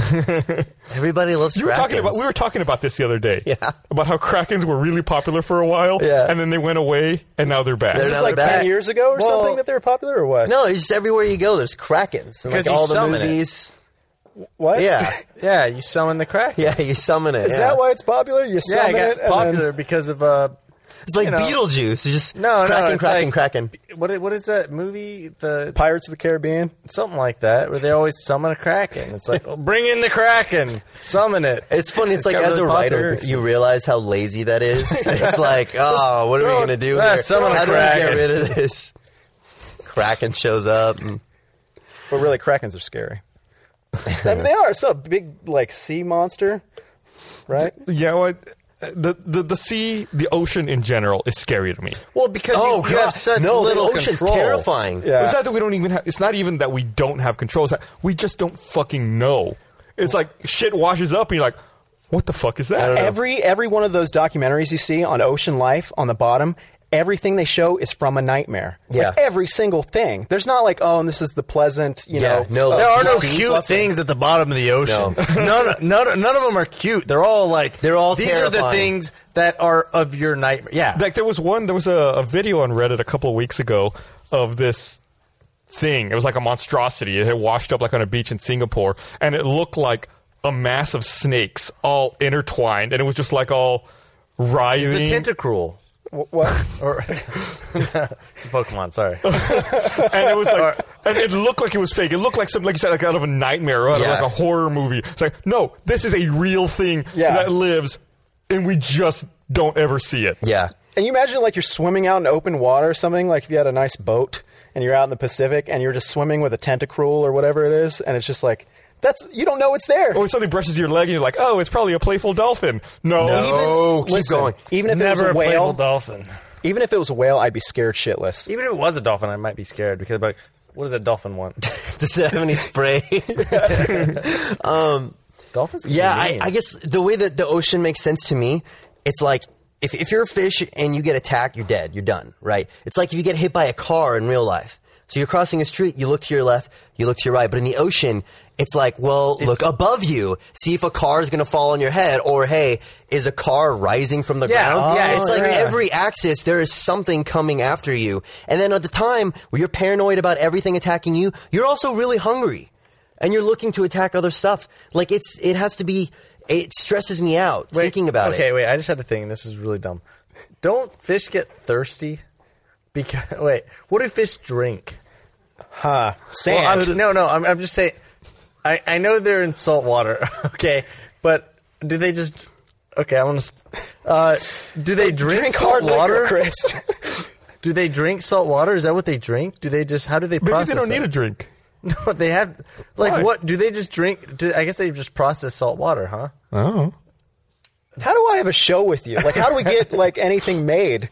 Speaker 5: Everybody loves
Speaker 2: You
Speaker 5: Krakens.
Speaker 2: were talking about we were talking about this the other day.
Speaker 5: Yeah.
Speaker 2: About how Krakens were really popular for a while.
Speaker 5: Yeah.
Speaker 2: And then they went away and now they're back.
Speaker 5: They're
Speaker 3: Is
Speaker 5: now
Speaker 3: this like
Speaker 5: they're back.
Speaker 3: 10 years ago or
Speaker 5: Well,
Speaker 3: something that they were popular or what?
Speaker 5: No, it's just everywhere you go, there's Krakens. And,
Speaker 4: 'Cause
Speaker 5: like
Speaker 4: you
Speaker 5: all the
Speaker 4: summon it.
Speaker 5: movies.
Speaker 3: What?
Speaker 5: Yeah.
Speaker 4: Yeah, you summon the crack.
Speaker 5: Yeah, you summon it.
Speaker 3: Is
Speaker 5: yeah.
Speaker 3: that why it's popular? You
Speaker 4: yeah, it
Speaker 3: summon
Speaker 4: got
Speaker 3: it and
Speaker 4: popular because of uh,
Speaker 5: It's like
Speaker 4: you know.
Speaker 5: Beetlejuice. You just
Speaker 4: No, no,
Speaker 5: Kraken,
Speaker 4: it's
Speaker 5: Kraken,
Speaker 4: like-
Speaker 5: Kraken.
Speaker 4: what? i- What is that movie? The
Speaker 3: then Pirates of the Caribbean.
Speaker 4: something like that where they always summon a kraken. It's like oh, bring in the kraken, summon it.
Speaker 5: It's funny. It's, like
Speaker 4: got
Speaker 5: as
Speaker 4: really
Speaker 5: a writer,
Speaker 4: popular.
Speaker 5: you realize how lazy that is. it's like, oh, what are we
Speaker 4: throw-
Speaker 5: gonna do
Speaker 4: ah,
Speaker 5: here?
Speaker 4: summon a
Speaker 5: how do we get
Speaker 4: Kraken.
Speaker 5: rid of this? Kraken shows up. and-
Speaker 3: But really, Krakens are scary. I mean, they are. It's a big, like, sea monster, right?
Speaker 2: yeah, well, I- the, the the sea, the ocean in general is scary to me.
Speaker 5: Well, because
Speaker 4: Oh,
Speaker 5: you, you
Speaker 4: God.
Speaker 5: have such
Speaker 4: No, the
Speaker 5: little ocean's
Speaker 4: control.
Speaker 5: terrifying.
Speaker 2: It's not that we don't even have. It's not even that we don't have control. It's that we just don't fucking know. It's like shit washes up, and you're like, "What the fuck is that?"
Speaker 3: Every every one of those documentaries you see on ocean life on the bottom, everything they show is from a nightmare.
Speaker 5: Yeah.
Speaker 3: Like every single thing. There's not like, oh, and this is the pleasant, you
Speaker 5: Yeah,
Speaker 3: know.
Speaker 5: no,
Speaker 3: uh,
Speaker 5: like,
Speaker 4: There are no
Speaker 5: Sea
Speaker 4: cute
Speaker 5: leopard.
Speaker 4: things at the bottom of the ocean. none, none, none of them are cute. They're all like
Speaker 5: They're all
Speaker 4: These are the
Speaker 5: terrifying.
Speaker 4: things that are of your nightmare. Yeah,
Speaker 2: like there was one there was a, a video on reddit a couple of weeks ago of this thing it was like a monstrosity it had washed up like on a beach in singapore and it looked like a mass of snakes all intertwined and it was just like all
Speaker 4: it's
Speaker 2: writhing
Speaker 4: a tentacruel.
Speaker 3: what?
Speaker 4: Or it's a Pokemon. Sorry.
Speaker 2: and it was like and it looked like it was fake it looked like something like you said like out of a nightmare or out
Speaker 5: Yeah.
Speaker 2: of like a horror movie it's like no this is a real thing
Speaker 3: Yeah.
Speaker 2: that lives and we just don't ever see it
Speaker 5: Yeah.
Speaker 3: And you imagine like you're swimming out in open water or something, like if you had a nice boat and you're out in the Pacific and you're just swimming with a tentacruel or whatever it is, and it's just like that's you don't know it's there.
Speaker 2: or when something brushes your leg and you're like oh it's probably a playful dolphin
Speaker 5: Oh, keep
Speaker 3: Listen,
Speaker 5: going.
Speaker 3: Even if it was
Speaker 4: Never
Speaker 3: a
Speaker 4: a playful
Speaker 3: whale,
Speaker 4: dolphin.
Speaker 3: even if it was a whale, I'd be scared shitless.
Speaker 4: Even if it was a dolphin, I might be scared because I'd be like, what does a dolphin want?
Speaker 5: Does it have any spray?
Speaker 4: Dolphins.
Speaker 5: Yeah, I, I guess the way that the ocean makes sense to me, it's like if, if you're a fish and you get attacked, you're dead, you're done, right? It's like if you get hit by a car in real life. So you're crossing a street, you look to your left, you look to your right, but in the ocean, it's like, well, look above you, see if a car is going to fall on your head, or hey, is a car rising from the
Speaker 4: Yeah,
Speaker 5: ground?
Speaker 4: yeah,
Speaker 5: it's
Speaker 4: oh,
Speaker 5: like
Speaker 4: yeah.
Speaker 5: every axis there is something coming after you, and then at the time where you're paranoid about everything attacking you, you're also really hungry and you're looking to attack other stuff. Like it's it has to be. It stresses me out thinking about
Speaker 4: okay,
Speaker 5: it.
Speaker 4: wait. I just had to think. This is really dumb. Don't fish get thirsty? Because wait, what do fish drink?
Speaker 3: Sand.
Speaker 4: Well, I'm, no, no. I'm, I'm just saying. I, I know they're in salt water. Okay, but do they just? Okay, I want to. Uh, do they drink,
Speaker 3: Drink
Speaker 4: salt
Speaker 3: hard
Speaker 4: water?
Speaker 3: water, Chris.
Speaker 4: Do they drink salt water? Is that what they drink? Do they just? How do they
Speaker 2: maybe
Speaker 4: process?
Speaker 2: they don't need a
Speaker 4: it?
Speaker 2: drink
Speaker 4: No, they have. Like
Speaker 2: Why?
Speaker 4: what? Do they just drink? Do, I guess they just process salt water, huh?
Speaker 2: oh
Speaker 3: how do I have a show with you? Like, how do we get like anything made?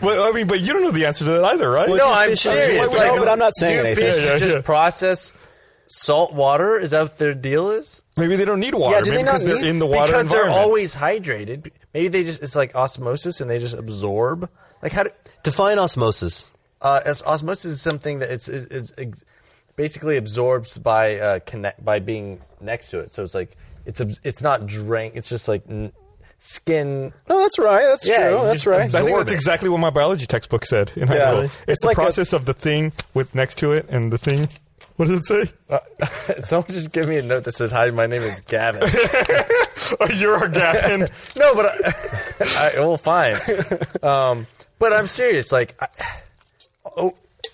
Speaker 2: Well, I mean, but you don't know the answer to that either, right?
Speaker 4: no, I'm
Speaker 3: fish-
Speaker 4: serious.
Speaker 3: No,
Speaker 4: Like,
Speaker 3: but I'm not saying
Speaker 4: do
Speaker 3: anything.
Speaker 4: fish
Speaker 2: Yeah, yeah,
Speaker 4: just
Speaker 2: yeah.
Speaker 4: process salt water? Is that what their deal is?
Speaker 2: Maybe they don't need water.
Speaker 3: Yeah, do they
Speaker 2: Maybe
Speaker 3: not
Speaker 2: because they're
Speaker 3: need-
Speaker 2: in the water
Speaker 4: because they're
Speaker 2: environment.
Speaker 4: always hydrated. Maybe they just it's like osmosis and they just absorb. Like how do
Speaker 5: Define osmosis.
Speaker 4: uh, as osmosis is something that it's is, is ex- basically absorbs by uh, connect by being next to it. So it's like it's abs- it's not drank. It's just like n- skin.
Speaker 3: No, that's right. That's
Speaker 4: Yeah,
Speaker 3: true.
Speaker 4: you
Speaker 3: That's
Speaker 4: just
Speaker 3: right.
Speaker 2: I think
Speaker 4: absorb
Speaker 2: that's
Speaker 4: it.
Speaker 2: exactly what my biology textbook said in high
Speaker 3: Yeah.
Speaker 2: school.
Speaker 3: Really?
Speaker 2: It's,
Speaker 3: It's
Speaker 2: the
Speaker 3: like a-
Speaker 2: process of the thing with next to it and the thing. What does it say?
Speaker 4: Uh, Someone just give me a note that says, "Hi, my name is Gavin."
Speaker 2: Oh, you're a Gavin.
Speaker 4: no, but I, I, well, fine. Um, but I'm serious. Like, I, oh,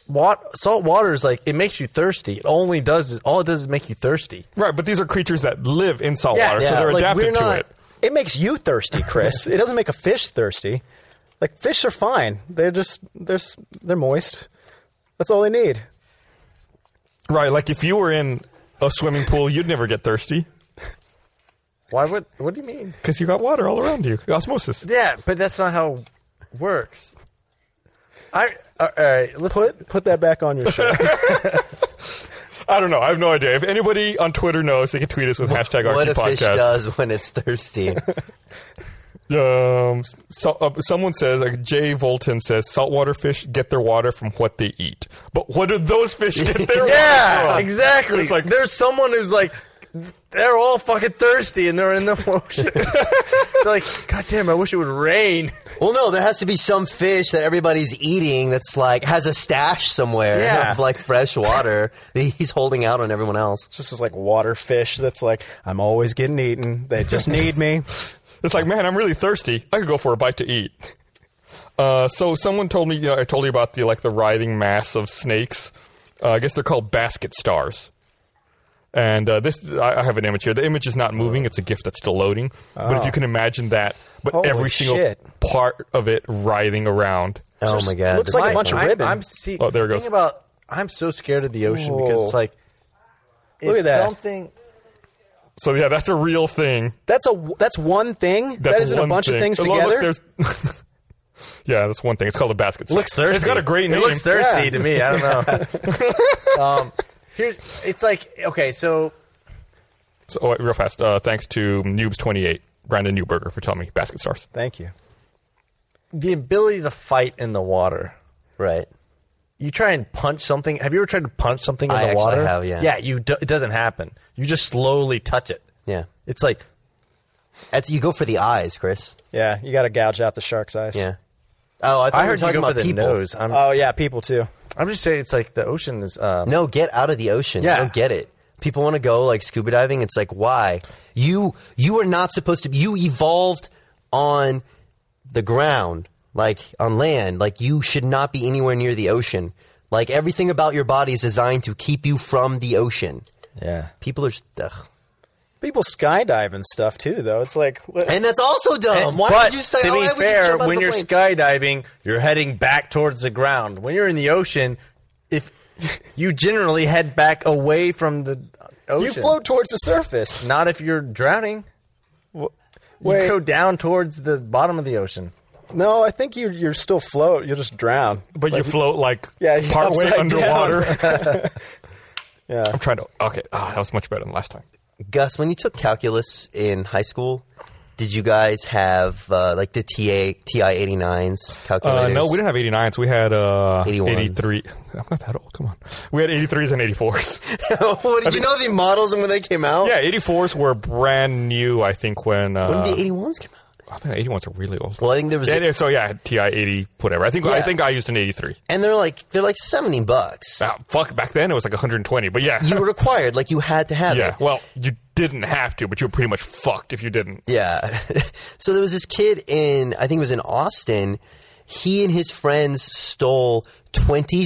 Speaker 4: wat, salt water is like it makes you thirsty. It only does is all it does is make you thirsty.
Speaker 2: right, but these are creatures that live in salt
Speaker 4: Yeah,
Speaker 2: water, so
Speaker 4: yeah,
Speaker 2: they're
Speaker 5: like, we're
Speaker 2: adapted to
Speaker 5: not-
Speaker 2: it.
Speaker 3: It makes you thirsty, Chris. it doesn't make a fish thirsty. Like fish are fine. They're just they're s- they're moist. That's all they need.
Speaker 2: Right, like if you were in a swimming pool, you'd never get thirsty
Speaker 4: Why would? What do you mean?
Speaker 2: because you got water all around you. Osmosis.
Speaker 4: Yeah, but that's not how it works. I uh, all right. Let's
Speaker 3: Put put that back on your shirt.
Speaker 2: I don't know. I have no idea. If anybody on Twitter knows, they can tweet us with hashtag
Speaker 5: what
Speaker 2: RT
Speaker 5: a fish
Speaker 2: Podcast.
Speaker 5: does when it's thirsty.
Speaker 2: Um, so, uh, someone says, like Jay Volton says, saltwater fish get their water from what they eat. But what do those fish get their water
Speaker 4: Yeah,
Speaker 2: from?
Speaker 4: exactly.
Speaker 2: It's like,
Speaker 4: there's someone who's like, they're all fucking thirsty and they're in the ocean. they're like, God damn, I wish it would rain.
Speaker 5: well, no, there has to be some fish that everybody's eating that's like has a stash somewhere
Speaker 4: Yeah.
Speaker 5: of like fresh water that he's holding out on everyone else.
Speaker 3: just as like water fish. That's like I'm always getting eaten. They just need me.
Speaker 2: it's like, man, I'm really thirsty. I could go for a bite to eat. Uh, so someone told me, you know, I told you about the, like, the writhing mass of snakes. Uh, I guess they're called basket stars. And uh, this, I, I have an image here. The image is not moving; it's a GIF that's still loading. But if you can imagine that, but
Speaker 3: Ah. Holy
Speaker 2: every single
Speaker 3: shit.
Speaker 2: part of it writhing around.
Speaker 5: Oh my god,
Speaker 3: looks like a
Speaker 5: that's
Speaker 3: bunch of
Speaker 5: fun.
Speaker 4: I'm,
Speaker 3: ribbon.
Speaker 4: I'm see,
Speaker 2: Oh, there it
Speaker 4: the
Speaker 2: goes.
Speaker 4: Thing about I'm so scared of the ocean because
Speaker 3: Whoa.
Speaker 4: it's like
Speaker 3: Look
Speaker 4: if
Speaker 3: at that.
Speaker 4: something
Speaker 2: So yeah, that's a real thing.
Speaker 3: That's a that's one thing.
Speaker 2: That's
Speaker 3: that isn't
Speaker 2: one
Speaker 3: a bunch
Speaker 2: thing.
Speaker 3: of things
Speaker 2: Along with
Speaker 3: together.
Speaker 2: there's- yeah, that's one thing. It's called a basket. It
Speaker 4: looks thirsty.
Speaker 2: It's got a great name.
Speaker 4: It looks thirsty
Speaker 3: Yeah.
Speaker 4: to me. I don't know. um, here's it's like okay, so
Speaker 2: So, oh, wait, real fast. Uh, thanks to Noobs28, Brandon Newberger, for telling me basket stars.
Speaker 4: thank you. The ability to fight in the water.
Speaker 5: Right.
Speaker 4: You try and punch something. Have you ever tried to punch something in
Speaker 5: I
Speaker 4: the
Speaker 5: actually
Speaker 4: water?
Speaker 5: have, yeah.
Speaker 4: Yeah. You do, it doesn't happen. You just slowly touch it.
Speaker 5: Yeah.
Speaker 4: It's like
Speaker 5: That's, you go for the eyes, Chris.
Speaker 3: yeah, you got to gouge out the shark's eyes.
Speaker 5: Yeah. Oh, I thought
Speaker 4: I
Speaker 5: we were
Speaker 4: heard you
Speaker 5: talking
Speaker 4: go for
Speaker 5: about
Speaker 4: the
Speaker 5: people.
Speaker 4: nose. I'm,
Speaker 3: Oh yeah, people too.
Speaker 4: I'm just saying it's like the ocean is. Um,
Speaker 5: No, get out of the ocean.
Speaker 4: Yeah.
Speaker 5: I don't get it. People want to go like scuba diving. It's like why you you are not supposed to. You evolved on the ground, like on land. Like you should not be anywhere near the ocean. Like everything about your body is designed to keep you from the ocean.
Speaker 4: yeah.
Speaker 5: People are, ugh.
Speaker 3: People skydive and stuff too, though. It's like what-
Speaker 5: and that's also dumb. Why
Speaker 4: but
Speaker 5: would you say?
Speaker 4: to
Speaker 5: oh,
Speaker 4: be
Speaker 5: why would you
Speaker 4: fair,
Speaker 5: jump out of
Speaker 4: when
Speaker 5: the
Speaker 4: you're
Speaker 5: plane?
Speaker 4: skydiving, you're heading back towards the ground. When you're in the ocean, if you generally head back away from the
Speaker 3: you
Speaker 4: ocean,
Speaker 3: float towards the surface.
Speaker 4: Not if you're drowning.
Speaker 3: Wait,
Speaker 4: You go down towards the bottom of the ocean.
Speaker 3: no, I think you you're still float. You'll just drown.
Speaker 2: But you float like
Speaker 3: Yeah, you
Speaker 2: partway
Speaker 3: upside down.
Speaker 2: underwater.
Speaker 3: Yeah.
Speaker 2: I'm trying to. Okay, ah, that was much better than last time.
Speaker 5: Gus, when you took calculus in high school, did you guys have uh, like the TA TI eighty nines
Speaker 2: Uh,
Speaker 5: calculators?
Speaker 2: no, we didn't have 89s. We had uh,
Speaker 5: 81s.
Speaker 2: 83. I'm not that old. Come on. We had 83s and 84s.
Speaker 5: What, did you know the models and when they came out?
Speaker 2: Yeah, 84s were brand new, I think, when.
Speaker 5: When
Speaker 2: Uh,
Speaker 5: did the eighty ones come out?
Speaker 2: I think 81s are really old.
Speaker 5: Well, I think there was,
Speaker 2: Yeah, yeah, so yeah, TI 80, whatever. I think I
Speaker 5: Yeah.
Speaker 2: think I used an 83.
Speaker 5: and they're like they're like seventy bucks.
Speaker 2: Ah, fuck, back then it was like 120, but yeah.
Speaker 5: You were required, like you had to have
Speaker 2: yeah,
Speaker 5: it.
Speaker 2: well, you didn't have to, but you were pretty much fucked if you didn't.
Speaker 5: Yeah. so there was this kid in, I think it was in Austin. He and his friends stole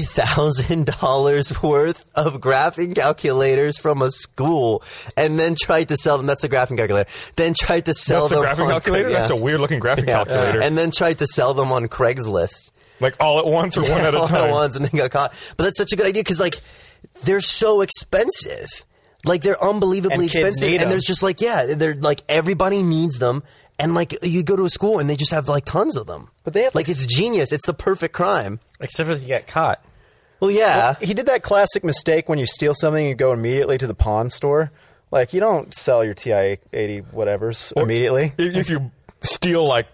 Speaker 5: $20,000 worth of graphing calculators from a school and then tried to sell them. That's a graphing calculator. Then tried to sell
Speaker 2: That's a
Speaker 5: them.
Speaker 2: graphic
Speaker 5: on-
Speaker 2: calculator?
Speaker 5: yeah.
Speaker 2: That's a weird looking graphic
Speaker 5: Yeah.
Speaker 2: calculator.
Speaker 5: And then tried to sell them on Craigslist.
Speaker 2: like all at once or one at a
Speaker 5: all
Speaker 2: time.
Speaker 5: at once and then got caught. But that's such a good idea because like they're so expensive, like they're unbelievably
Speaker 3: And kids
Speaker 5: expensive,
Speaker 3: need
Speaker 5: and there's
Speaker 3: them.
Speaker 5: just like yeah, they're like everybody needs them, and like you go to a school and they just have like tons of them.
Speaker 3: But they have,
Speaker 5: like
Speaker 3: like,
Speaker 5: it's genius. It's the perfect crime.
Speaker 4: Except if you get caught.
Speaker 5: Well, yeah.
Speaker 3: He did that classic mistake when you steal something, you go immediately to the pawn store. Like you don't sell your TI eighty whatevers immediately.
Speaker 2: If, if you steal like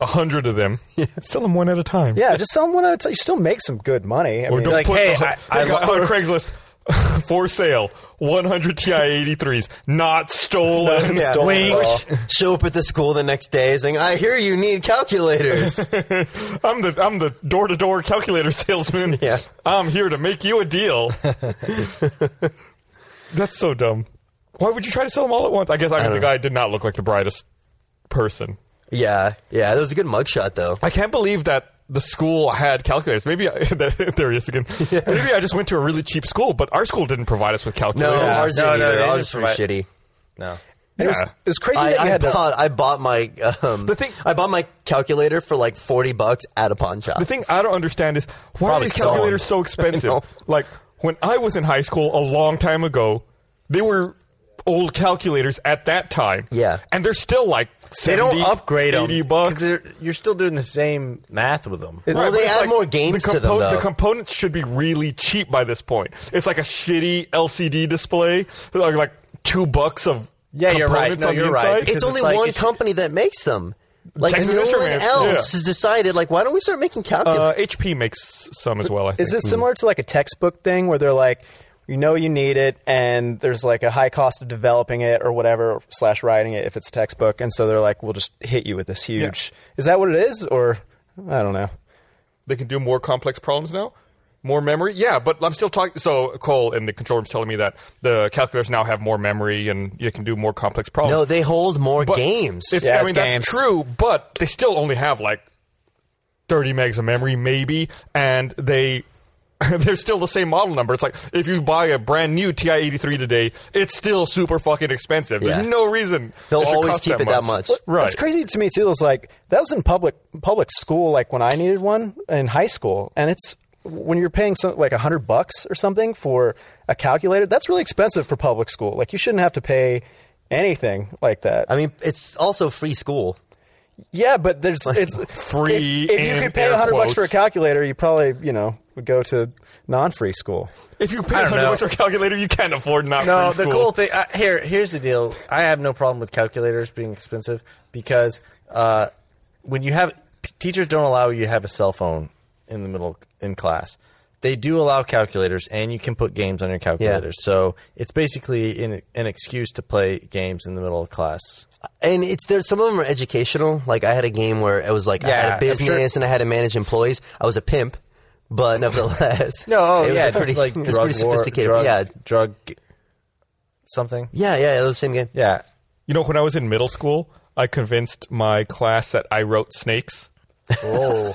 Speaker 2: a hundred of them, sell them one at a time.
Speaker 3: Yeah, just sell them one at a time. You still make some good money. I
Speaker 2: Or
Speaker 3: mean,
Speaker 2: don't
Speaker 4: like,
Speaker 2: put
Speaker 4: hey,
Speaker 2: the,
Speaker 4: I-
Speaker 2: I,
Speaker 4: I
Speaker 2: got
Speaker 4: lo-
Speaker 2: on Craigslist for sale 100 Ti 83s, not stolen.
Speaker 3: yeah.
Speaker 2: Stolen.
Speaker 3: Wink.
Speaker 2: Or
Speaker 5: Or show up at the school the next day saying, "I hear you need calculators."
Speaker 2: I'm the I'm the door to door calculator salesman.
Speaker 5: Yeah.
Speaker 2: I'm here to make you a deal. That's so dumb. Why would you try to sell them all at once? I guess I mean the guy did not look like the brightest person.
Speaker 5: yeah, yeah. That was a good mugshot though.
Speaker 2: I can't believe that the school had calculators. Maybe I, there he is again. Maybe I just went to a really cheap school, but our school didn't provide us with
Speaker 5: No,
Speaker 2: calculators.
Speaker 5: ours
Speaker 4: No,
Speaker 5: didn't
Speaker 4: no,
Speaker 5: either.
Speaker 4: they
Speaker 5: Ours
Speaker 4: didn't
Speaker 5: was pretty
Speaker 4: provide-
Speaker 5: shitty.
Speaker 4: No.
Speaker 3: it, was,
Speaker 2: Yeah.
Speaker 3: it was crazy that you
Speaker 5: I, I
Speaker 3: had to.
Speaker 5: bought I bought my um,
Speaker 2: The thing-
Speaker 5: I bought my calculator for like forty bucks at a pawn shop.
Speaker 2: The thing I don't understand is why are
Speaker 5: Probably
Speaker 2: these calculators
Speaker 5: sold.
Speaker 2: so expensive?
Speaker 5: I know.
Speaker 2: Like when I was in high school a long time ago, they were old calculators at that time.
Speaker 5: Yeah.
Speaker 2: and they're still like
Speaker 4: They
Speaker 2: 70,
Speaker 4: don't upgrade them.
Speaker 2: 80 bucks.
Speaker 4: You're still doing the same math with them.
Speaker 5: Well,
Speaker 2: Right,
Speaker 5: they
Speaker 2: but it's
Speaker 5: add more games
Speaker 2: the
Speaker 5: to them,
Speaker 2: The
Speaker 5: though.
Speaker 2: components should be really cheap by this point. It's like a shitty LCD display, like, like two bucks of
Speaker 4: Yeah, you're right.
Speaker 2: components
Speaker 4: No,
Speaker 2: on the
Speaker 4: you're right.
Speaker 2: inside.
Speaker 5: it's
Speaker 4: because
Speaker 5: only
Speaker 4: it's like-
Speaker 5: one
Speaker 4: it's-
Speaker 5: company that makes them. Like
Speaker 2: Texas
Speaker 5: no one
Speaker 2: Instruments,
Speaker 5: else
Speaker 2: yeah.
Speaker 5: has decided. Like, why don't we start making
Speaker 2: uh,
Speaker 5: calculators?
Speaker 2: HP makes some as well. I think.
Speaker 3: Is it similar to like a textbook thing where they're like, you know, you need it, and there's like a high cost of developing it or whatever slash writing it if it's a textbook, and so they're like, we'll just hit you with this huge. Is that what it is, or I don't know.
Speaker 2: they can do more complex problems now more memory yeah but i'm still talking so cole in the control room's telling me that the calculators now have more memory and you can do more complex problems
Speaker 5: no, they hold more
Speaker 2: But
Speaker 5: games.
Speaker 2: it's,
Speaker 3: Yeah,
Speaker 2: i
Speaker 3: it's
Speaker 2: mean
Speaker 3: games.
Speaker 2: that's true but they still only have like 30 megs of memory maybe and they they're still the same model number. It's like if you buy a brand new TI-83 today, it's still super fucking expensive. There's
Speaker 5: Yeah.
Speaker 2: no reason
Speaker 5: They'll
Speaker 2: should
Speaker 5: always
Speaker 2: cost
Speaker 5: keep it that much.
Speaker 2: Right?
Speaker 3: It's crazy to me too. It's like that was in public public school, like when I needed one in high school, and it's when you're paying some, like a hundred bucks or something for a calculator. That's really expensive for public school. Like you shouldn't have to pay anything like that.
Speaker 5: I mean, it's also free school.
Speaker 3: Yeah, but there's it's
Speaker 2: free
Speaker 3: If, if you
Speaker 2: in
Speaker 3: could pay
Speaker 2: air
Speaker 3: hundred bucks for a
Speaker 2: quotes.
Speaker 3: calculator, you probably you know would go to non-free school.
Speaker 2: If you pay
Speaker 4: I don't
Speaker 2: 100
Speaker 4: know.
Speaker 2: bucks for a calculator, you can't afford not
Speaker 4: No,
Speaker 2: free
Speaker 4: the
Speaker 2: school.
Speaker 4: cool thing I, here here's the deal. I have no problem with calculators being expensive because uh, when you have p- teachers don't allow you to have a cell phone in the middle in class. They do allow calculators, and you can put games on your calculators. So it's basically an, an excuse to play games in the middle of class.
Speaker 5: And it's there. Some of them are educational. Like I had a game where it was like I
Speaker 4: Yeah,
Speaker 5: had a
Speaker 4: I'm sure-
Speaker 5: business and I had to manage employees. I was a pimp, but nevertheless,
Speaker 4: No, oh,
Speaker 5: it was
Speaker 4: yeah,
Speaker 5: a pretty
Speaker 4: like
Speaker 5: it was
Speaker 4: drug
Speaker 5: pretty
Speaker 4: war-
Speaker 5: sophisticated.
Speaker 4: drug-
Speaker 5: yeah,
Speaker 4: drug something.
Speaker 5: yeah, yeah. It was the same game.
Speaker 4: Yeah,
Speaker 2: You know, when I was in middle school, I convinced my class that I wrote snakes. Oh.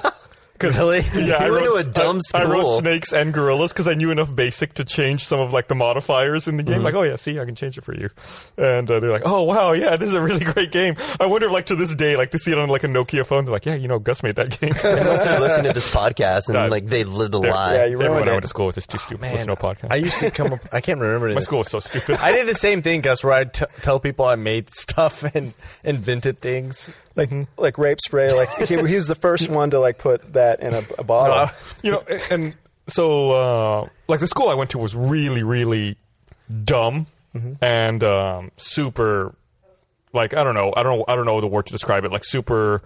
Speaker 5: Really?
Speaker 2: Yeah, I
Speaker 5: You went
Speaker 2: wrote,
Speaker 5: to a dumb
Speaker 2: I, I
Speaker 5: school.
Speaker 2: wrote snakes and gorillas because I knew enough basic to change some of like the modifiers in the
Speaker 5: Mm-hmm.
Speaker 2: game. Like, oh yeah, see, I can change it for you. And uh, they're like, oh wow, yeah, this is a really great game. I wonder if like to this day, like they see it on like a Nokia phone, they're like, yeah, you know, Gus made that game.
Speaker 5: And once they listened to this podcast and
Speaker 2: No.
Speaker 5: like they lived a lie.
Speaker 3: yeah, you ruined
Speaker 2: Everyone I
Speaker 3: it.
Speaker 2: went to school with is too
Speaker 5: Ah,
Speaker 2: stupid. Listen to a podcast.
Speaker 4: I used to come up. I can't remember.
Speaker 2: my
Speaker 4: this.
Speaker 2: school was so stupid.
Speaker 4: I did the same thing, Gus, where I t- tell people I made stuff and invented things.
Speaker 3: Like
Speaker 2: Mm-hmm.
Speaker 3: like rape spray. Like he, he was the first one to like put that in a, a bottle.
Speaker 4: I-
Speaker 2: Uh, you know, and so uh, like the school I went to was really, really dumb and um, super. Like I don't know, I don't know, I don't know the word to describe it. Like super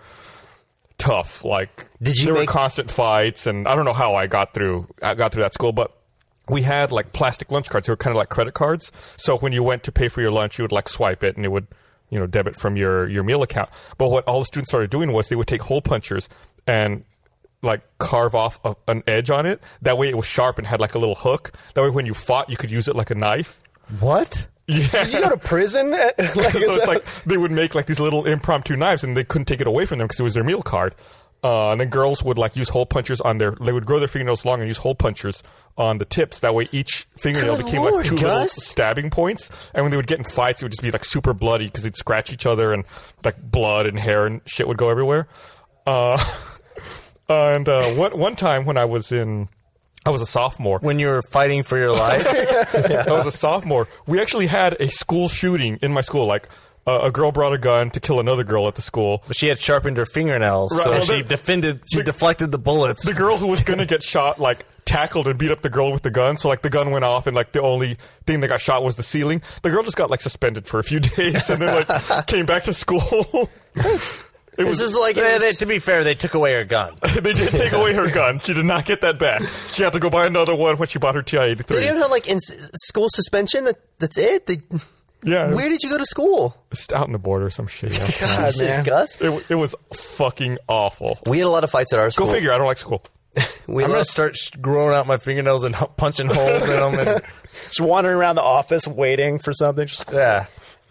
Speaker 2: tough. Like
Speaker 5: Did you
Speaker 2: there
Speaker 5: make-
Speaker 2: were constant fights, and I don't know how I got through. I got through that school, but. We had like plastic lunch cards. They were kind of like credit cards. So when you went to pay for your lunch, you would like swipe it, and it would, you know, debit from your your meal account. But what all the students started doing was they would take hole punchers and like carve off a, an edge on it. That way it was sharp and had like a little hook. That way when you fought, you could use it like a knife.
Speaker 4: What?
Speaker 2: Yeah.
Speaker 3: Did you go to prison? At, like,
Speaker 2: so
Speaker 3: is
Speaker 2: it's
Speaker 3: that-
Speaker 2: like they would make like these little impromptu knives and they couldn't take it away from them because it was their meal card. Uh, and then girls would like use hole punchers on their. They would grow their fingernails long and use hole punchers on the tips. That way, each fingernail
Speaker 5: Good
Speaker 2: became
Speaker 5: Oh lord,
Speaker 2: like two little
Speaker 5: Gus.
Speaker 2: stabbing points. And when they would get in fights, it would just be like super bloody because they'd scratch each other and like blood and hair and shit would go everywhere. Uh, and uh, one one time when I was in, I was a sophomore.
Speaker 4: When you were fighting for your life?
Speaker 2: I was a sophomore. We actually had a school shooting in my school. Like uh, a girl brought a gun to kill another girl at the school.
Speaker 4: But she had sharpened her fingernails,
Speaker 2: Right,
Speaker 4: so
Speaker 2: well,
Speaker 4: she
Speaker 2: the-
Speaker 4: defended. She deflected the bullets.
Speaker 2: The girl who was going to get shot like tackled and beat up the girl with the gun. So like the gun went off and like the only thing that got shot was the ceiling. The girl just got like suspended for a few days and then like came back to school. it
Speaker 5: It was
Speaker 2: was
Speaker 5: just like
Speaker 4: Yeah, they- to be fair, they took away her gun.
Speaker 2: they did take away her gun. She did not get that back. She had to go buy another one when she bought her TI eighty
Speaker 5: They
Speaker 2: three.
Speaker 5: didn't have like in school suspension. That that's it. They,
Speaker 2: Yeah,
Speaker 5: Where did you go to school?
Speaker 2: It's out in the border, or some shit. I don't know.
Speaker 3: God,
Speaker 5: Jesus,
Speaker 3: man.
Speaker 5: Gus.
Speaker 2: It, it was fucking awful.
Speaker 5: We had a lot of fights at our
Speaker 2: Go
Speaker 5: school.
Speaker 2: figure. I don't like school.
Speaker 5: We had a
Speaker 4: I'm
Speaker 5: lot
Speaker 4: gonna
Speaker 5: of-
Speaker 4: start sh- growing out my fingernails and h- punching holes in them. And,
Speaker 3: just wandering around the office waiting for something. Just
Speaker 4: yeah,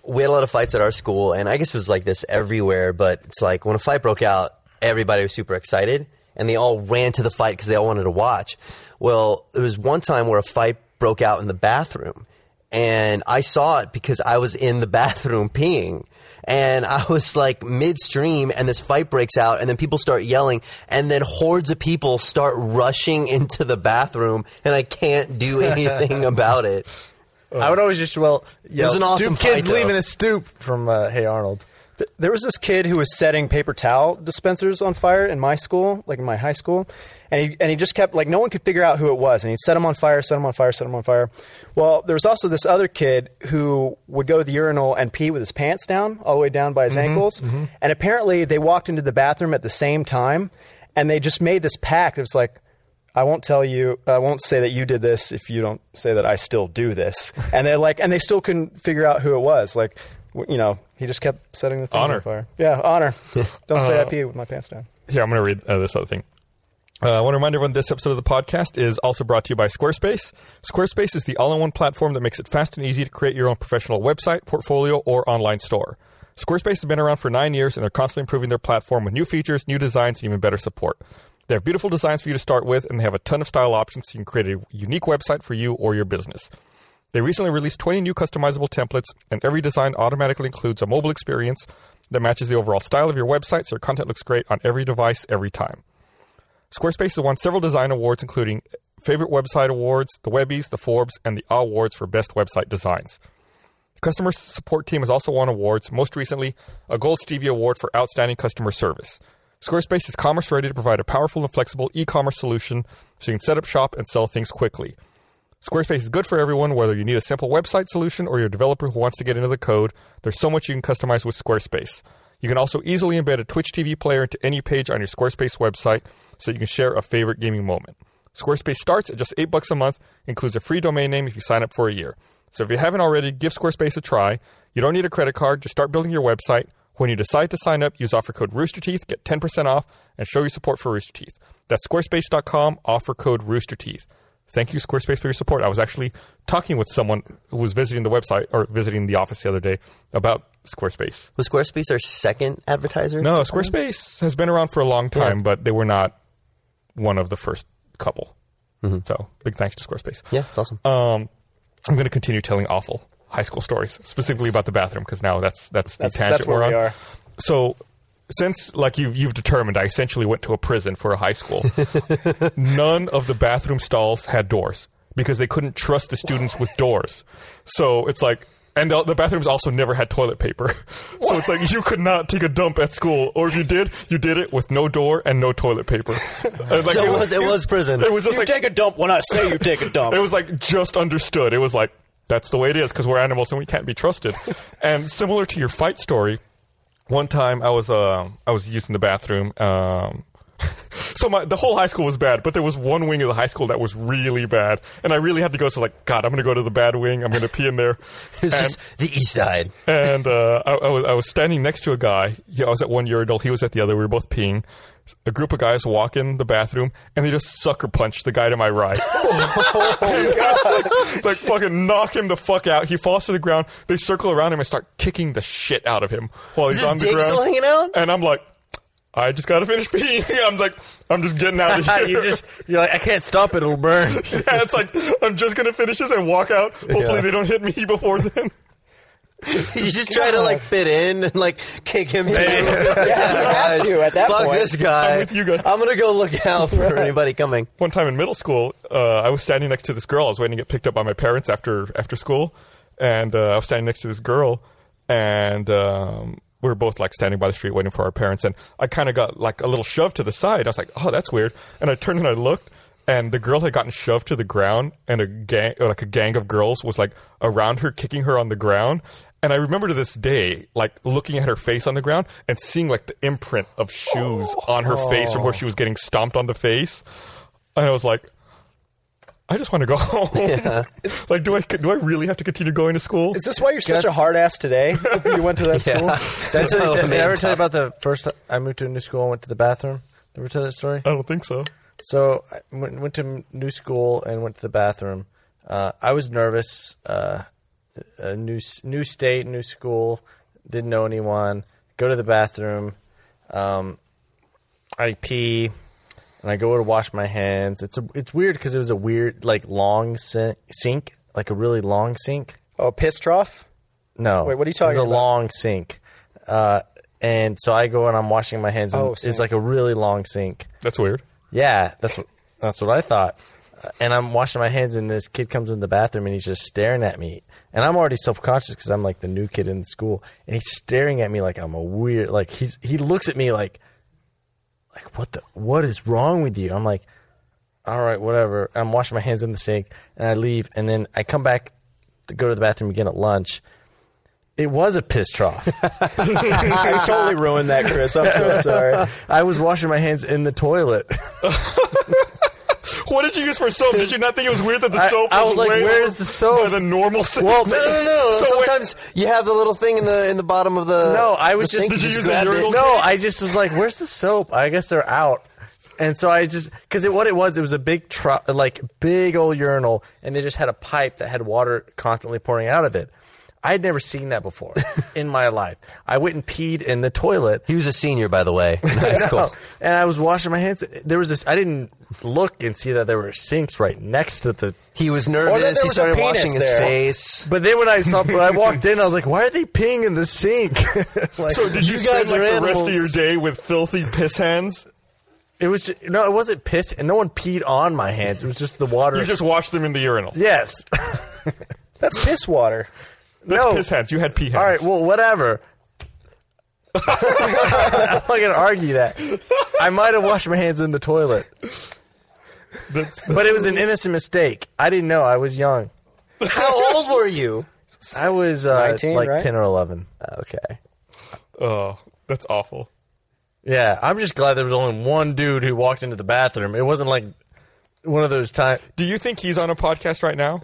Speaker 5: we had a lot of fights at our school, and I guess it was like this everywhere. But it's like when a fight broke out, everybody was super excited, and they all ran to the fight because they all wanted to watch. Well, there was one time where a fight broke out in the bathroom, and I saw it because I was in the bathroom peeing. And I was like midstream, and this fight breaks out, and then people start yelling, and then hordes of people start rushing into the bathroom, and I can't do anything about it.
Speaker 4: I would always just well, yell,
Speaker 5: an awesome
Speaker 4: "Stoop kids
Speaker 5: fight, though.
Speaker 4: leaving a stoop" from uh, Hey Arnold.
Speaker 3: Th- there was this kid who was setting paper towel dispensers on fire in my school, like in my high school, and he and he just kept like no one could figure out who it was, and he'd set them on fire, set them on fire, set them on fire. Well, there was also this other kid who would go to the urinal and pee with his pants down, all the way down by his
Speaker 5: Mm-hmm,
Speaker 3: ankles, and apparently they walked into the bathroom at the same time, and they just made this pact. It was like. I won't tell you. I won't say that you did this if you don't say that I still do this. And they're like, and they still couldn't figure out who it was. Like, w- you know, he just kept setting the things
Speaker 2: Honor.
Speaker 3: on fire. Yeah, honor. Don't say I pee with my pants down.
Speaker 2: Here, I'm going to read uh, this other thing. Uh, I want to remind everyone this episode of the podcast is also brought to you by Squarespace. Squarespace is the all in one platform that makes it fast and easy to create your own professional website, portfolio, or online store. Squarespace has been around for nine years and they're constantly improving their platform with new features, new designs, and even better support. They have beautiful designs for you to start with, and they have a ton of style options so you can create a unique website for you or your business. They recently released 20 new customizable templates, and every design automatically includes a mobile experience that matches the overall style of your website so your content looks great on every device every time. Squarespace has won several design awards, including Favorite Website Awards, the Webbies, the Forbes, and the Awards for Best Website Designs. Customer support team has also won awards, most recently, a Gold Stevie Award for Outstanding Customer Service. Squarespace is commerce ready to provide a powerful and flexible e commerce solution so you can set up shop and sell things quickly. Squarespace is good for everyone, whether you need a simple website solution or you're a developer who wants to get into the code. There's so much you can customize with Squarespace. You can also easily embed a Twitch TV player into any page on your Squarespace website so you can share a favorite gaming moment. Squarespace starts at just 8 bucks a month, includes a free domain name if you sign up for a year. So if you haven't already, give Squarespace a try. You don't need a credit card, just start building your website. When you decide to sign up, use offer code Roosterteeth, get 10% off, and show your support for Rooster Teeth. That's squarespace.com, offer code Roosterteeth. Thank you, Squarespace, for your support. I was actually talking with someone who was visiting the website or visiting the office the other day about Squarespace. Oh.
Speaker 5: Was Squarespace our second advertiser?
Speaker 2: No, Squarespace has been around for a long time, but they were not one of the first couple. So big thanks to Squarespace.
Speaker 5: Yeah, it's awesome.
Speaker 2: Um, I'm going to continue telling awful high school stories, specifically about the bathroom, because now that's that's the
Speaker 3: That's-
Speaker 2: tangent
Speaker 3: that's where
Speaker 2: we're on.
Speaker 3: we are.
Speaker 2: So. Since, like you, you've determined, I essentially went to a prison for a high school. None of the bathroom stalls had doors because they couldn't trust the students with doors. So it's like, and the, the bathrooms also never had toilet paper. So it's like you could not take a dump at school, or if you did, you did it with no door and no toilet paper. And, like,
Speaker 5: So it was- it was prison.
Speaker 2: It was just
Speaker 3: You
Speaker 2: like
Speaker 3: take a dump when I say you take a dump.
Speaker 2: it was like just understood. It was like that's the way it is because we're animals and we can't be trusted. and similar to your fight story, one time I was uh, I was using the bathroom. Um, so my the whole high school was bad, but there was one wing of the high school that was really bad, and I really had to go. So like, God, I'm going to go to the bad wing. I'm going to pee in there.
Speaker 5: It's
Speaker 2: And-
Speaker 5: just the east side.
Speaker 2: and uh, I, I, was, I was standing next to a guy. Yeah, I was at one urinal, he was at the other. We were both peeing. A group of guys walk in the bathroom and they just sucker punch the guy to my right. it's like, it's like fucking knock him the fuck out. He falls to the ground. They circle around him and start kicking the shit out of him while he's
Speaker 5: Is his
Speaker 2: on the
Speaker 5: dick
Speaker 2: ground.
Speaker 5: still hanging out?
Speaker 2: And I'm like, I just gotta finish peeing. I'm like, I'm just getting out of here.
Speaker 4: Ah, you just you're like I can't stop it. It'll burn.
Speaker 2: yeah, it's like I'm just gonna finish this and walk out. Hopefully
Speaker 5: Yeah.
Speaker 2: they don't hit me before then.
Speaker 5: You just try to like fit in and like kick him. to-
Speaker 3: have to at that
Speaker 5: Fuck
Speaker 3: point.
Speaker 5: this guy.
Speaker 2: I'm with you guys.
Speaker 5: I'm gonna go look out for anybody coming.
Speaker 2: one time in middle school, uh, I was standing next to this girl. I was waiting to get picked up by my parents after after school, and uh, I was standing next to this girl, and um, we were both like standing by the street waiting for our parents. And I kind of got like a little shoved to the side. I was like, "Oh, that's weird." And I turned and I looked, and the girl had gotten shoved to the ground, and a gang, or, like a gang of girls, was like around her, kicking her on the ground. And I remember to this day, like looking at her face on the ground and seeing like the imprint of shoes on her face from where she was getting stomped on the face and I was like, I just want to go home. like, do I do I really have to continue going to school?
Speaker 3: Is this why you're such a hard ass today? you went to that school.
Speaker 4: That's a,
Speaker 5: Oh,
Speaker 4: did I
Speaker 5: man.
Speaker 4: ever tell you about the first time I moved to a new school and went to the bathroom? Did I ever tell that story?
Speaker 2: I don't think so.
Speaker 4: So I went, went to m- new school and went to the bathroom. Uh, I was nervous. Uh, a new s- new state, new school, didn't know anyone. Go to the bathroom. Um, I pee, and I go to wash my hands. It's a, it's weird because it was a weird like long sink, sink, like a really long sink.
Speaker 3: Oh, piss trough.
Speaker 4: No.
Speaker 3: Wait, what are you
Speaker 4: It
Speaker 3: talking
Speaker 4: was a
Speaker 3: about?
Speaker 4: long sink. Uh, and so I go and I'm washing my hands, and
Speaker 3: Oh,
Speaker 4: it's
Speaker 3: sink.
Speaker 4: like a really long sink.
Speaker 2: That's weird.
Speaker 4: Yeah, that's what, that's what I thought. Uh, And I'm washing my hands, and this kid comes in the bathroom, and he's just staring at me. And I'm already self conscious because I'm like the new kid in school, and he's staring at me like I'm a weird. Like he's he looks at me like, like what the what is wrong with you? I'm like, all right, whatever. I'm washing my hands in the sink, and I leave, and then I come back to go to the bathroom again at lunch. It was a piss trough.
Speaker 3: I totally ruined that, Chris. I'm so sorry.
Speaker 4: I was washing my hands in the toilet.
Speaker 2: What did you use for soap? Did you not think it was weird that the
Speaker 4: I-
Speaker 2: soap?
Speaker 4: I was like,
Speaker 2: way
Speaker 4: where's
Speaker 2: over
Speaker 4: the soap?
Speaker 2: By the normal soap.
Speaker 4: Well,
Speaker 5: No, no, no.
Speaker 2: So wait-
Speaker 5: Sometimes you have the little thing in the in the bottom of the.
Speaker 4: No, I was
Speaker 5: Uh, the
Speaker 4: just-
Speaker 5: sink,
Speaker 4: Did
Speaker 2: you use the
Speaker 5: grab it.
Speaker 2: urinal?
Speaker 4: No, I just was like, "Where's the soap?" I guess they're out. And so I just because it, what it was, it was a big tro- like big old urinal, and they just had a pipe that had water constantly pouring out of it. I had never seen that before in my life. I went and peed in the toilet,
Speaker 5: He was a senior, by the way. in high
Speaker 4: I know.
Speaker 5: school.
Speaker 4: and I was washing my hands. There was this. I didn't look and see that there were sinks right next to the
Speaker 5: He was
Speaker 3: Or that
Speaker 5: nervous.
Speaker 3: there
Speaker 5: He
Speaker 3: was a
Speaker 5: started
Speaker 3: penis
Speaker 5: washing his
Speaker 3: there.
Speaker 5: face.
Speaker 4: But then when I saw, when I walked in, I was like, "Why are they peeing in the sink?" like,
Speaker 2: so did you,
Speaker 5: You
Speaker 2: spend
Speaker 5: guys
Speaker 2: like
Speaker 5: are
Speaker 2: the rest of your
Speaker 5: animals.
Speaker 2: day with filthy piss hands?
Speaker 4: it was just, no, it wasn't piss, and no one peed on my hands. It was just the water.
Speaker 2: You just washed them in the urinal.
Speaker 4: yes,
Speaker 3: That's piss water.
Speaker 2: That's
Speaker 4: No.
Speaker 2: piss hands. You had pee hands.
Speaker 4: All right, well, whatever. I'm not gonna argue that. I might have washed my hands in the toilet,
Speaker 2: That's-
Speaker 4: but it was an innocent mistake. I didn't know. I was young.
Speaker 5: How old were you?
Speaker 4: I was uh,
Speaker 3: 19,
Speaker 4: like
Speaker 3: right?
Speaker 4: ten or eleven.
Speaker 5: Okay.
Speaker 2: oh, that's awful.
Speaker 4: Yeah, I'm just glad there was only one dude who walked into the bathroom. It wasn't like one of those times.
Speaker 2: Do you think he's on a podcast right now?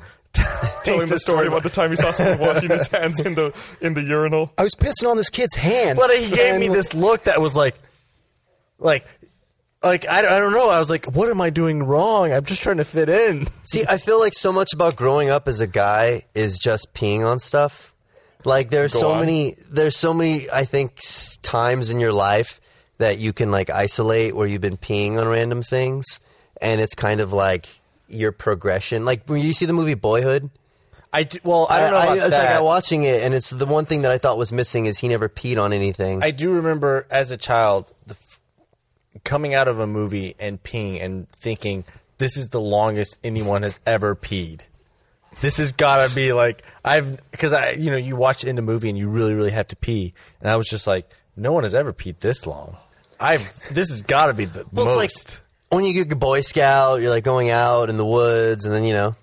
Speaker 2: Telling the story about the time he saw someone washing his hands in the in the urinal.
Speaker 3: I was pissing on this kid's hands.
Speaker 4: But he gave
Speaker 3: and-
Speaker 4: me this look that was like, like, like I, I don't know. I was like, what am I doing wrong? I'm just trying to fit in.
Speaker 5: See, I feel like so much about growing up as a guy is just peeing on stuff. Like there's
Speaker 2: Go
Speaker 5: so
Speaker 2: on.
Speaker 5: many there's so many I think s- times in your life that you can like isolate where you've been peeing on random things and it's kind of like your progression. Like when you see the movie Boyhood,
Speaker 4: I d- well, I don't know. about
Speaker 5: it's like
Speaker 4: that.
Speaker 5: I'm watching it and it's the one thing that I thought was missing is he never peed on anything.
Speaker 4: I do remember as a child the f- coming out of a movie and peeing and thinking this is the longest anyone has ever peed. This has got to be like I've because I you know you watch in a movie and you really really have to pee and I was just like no one has ever peed this long. I've this has got to be the
Speaker 5: Well,
Speaker 4: most.
Speaker 5: It's like when you get a Boy Scout, you're like going out in the woods, and then you know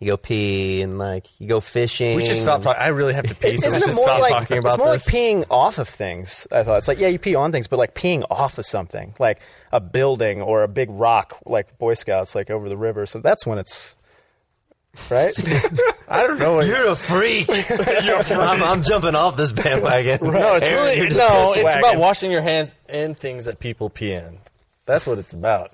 Speaker 5: you go pee and like you go fishing.
Speaker 4: we should stop. Talk- I really have to pee. So
Speaker 3: Isn't
Speaker 4: we
Speaker 3: it
Speaker 4: should
Speaker 3: more
Speaker 4: stop
Speaker 3: like-
Speaker 4: talking about
Speaker 3: it's more
Speaker 4: this.
Speaker 3: like peeing off of things. I thought it's like yeah, you pee on things, but like peeing off of something, like a building or a big rock, like Boy Scouts, like over the river. So that's when it's right.
Speaker 4: I don't know. what-
Speaker 5: You're a freak. I'm, I'm jumping off this bandwagon.
Speaker 4: No, it's
Speaker 5: Aaron,
Speaker 4: really
Speaker 5: you're
Speaker 4: no.
Speaker 5: just-
Speaker 4: It's
Speaker 3: wagon.
Speaker 4: about washing your hands in things that people pee in. That's what it's about.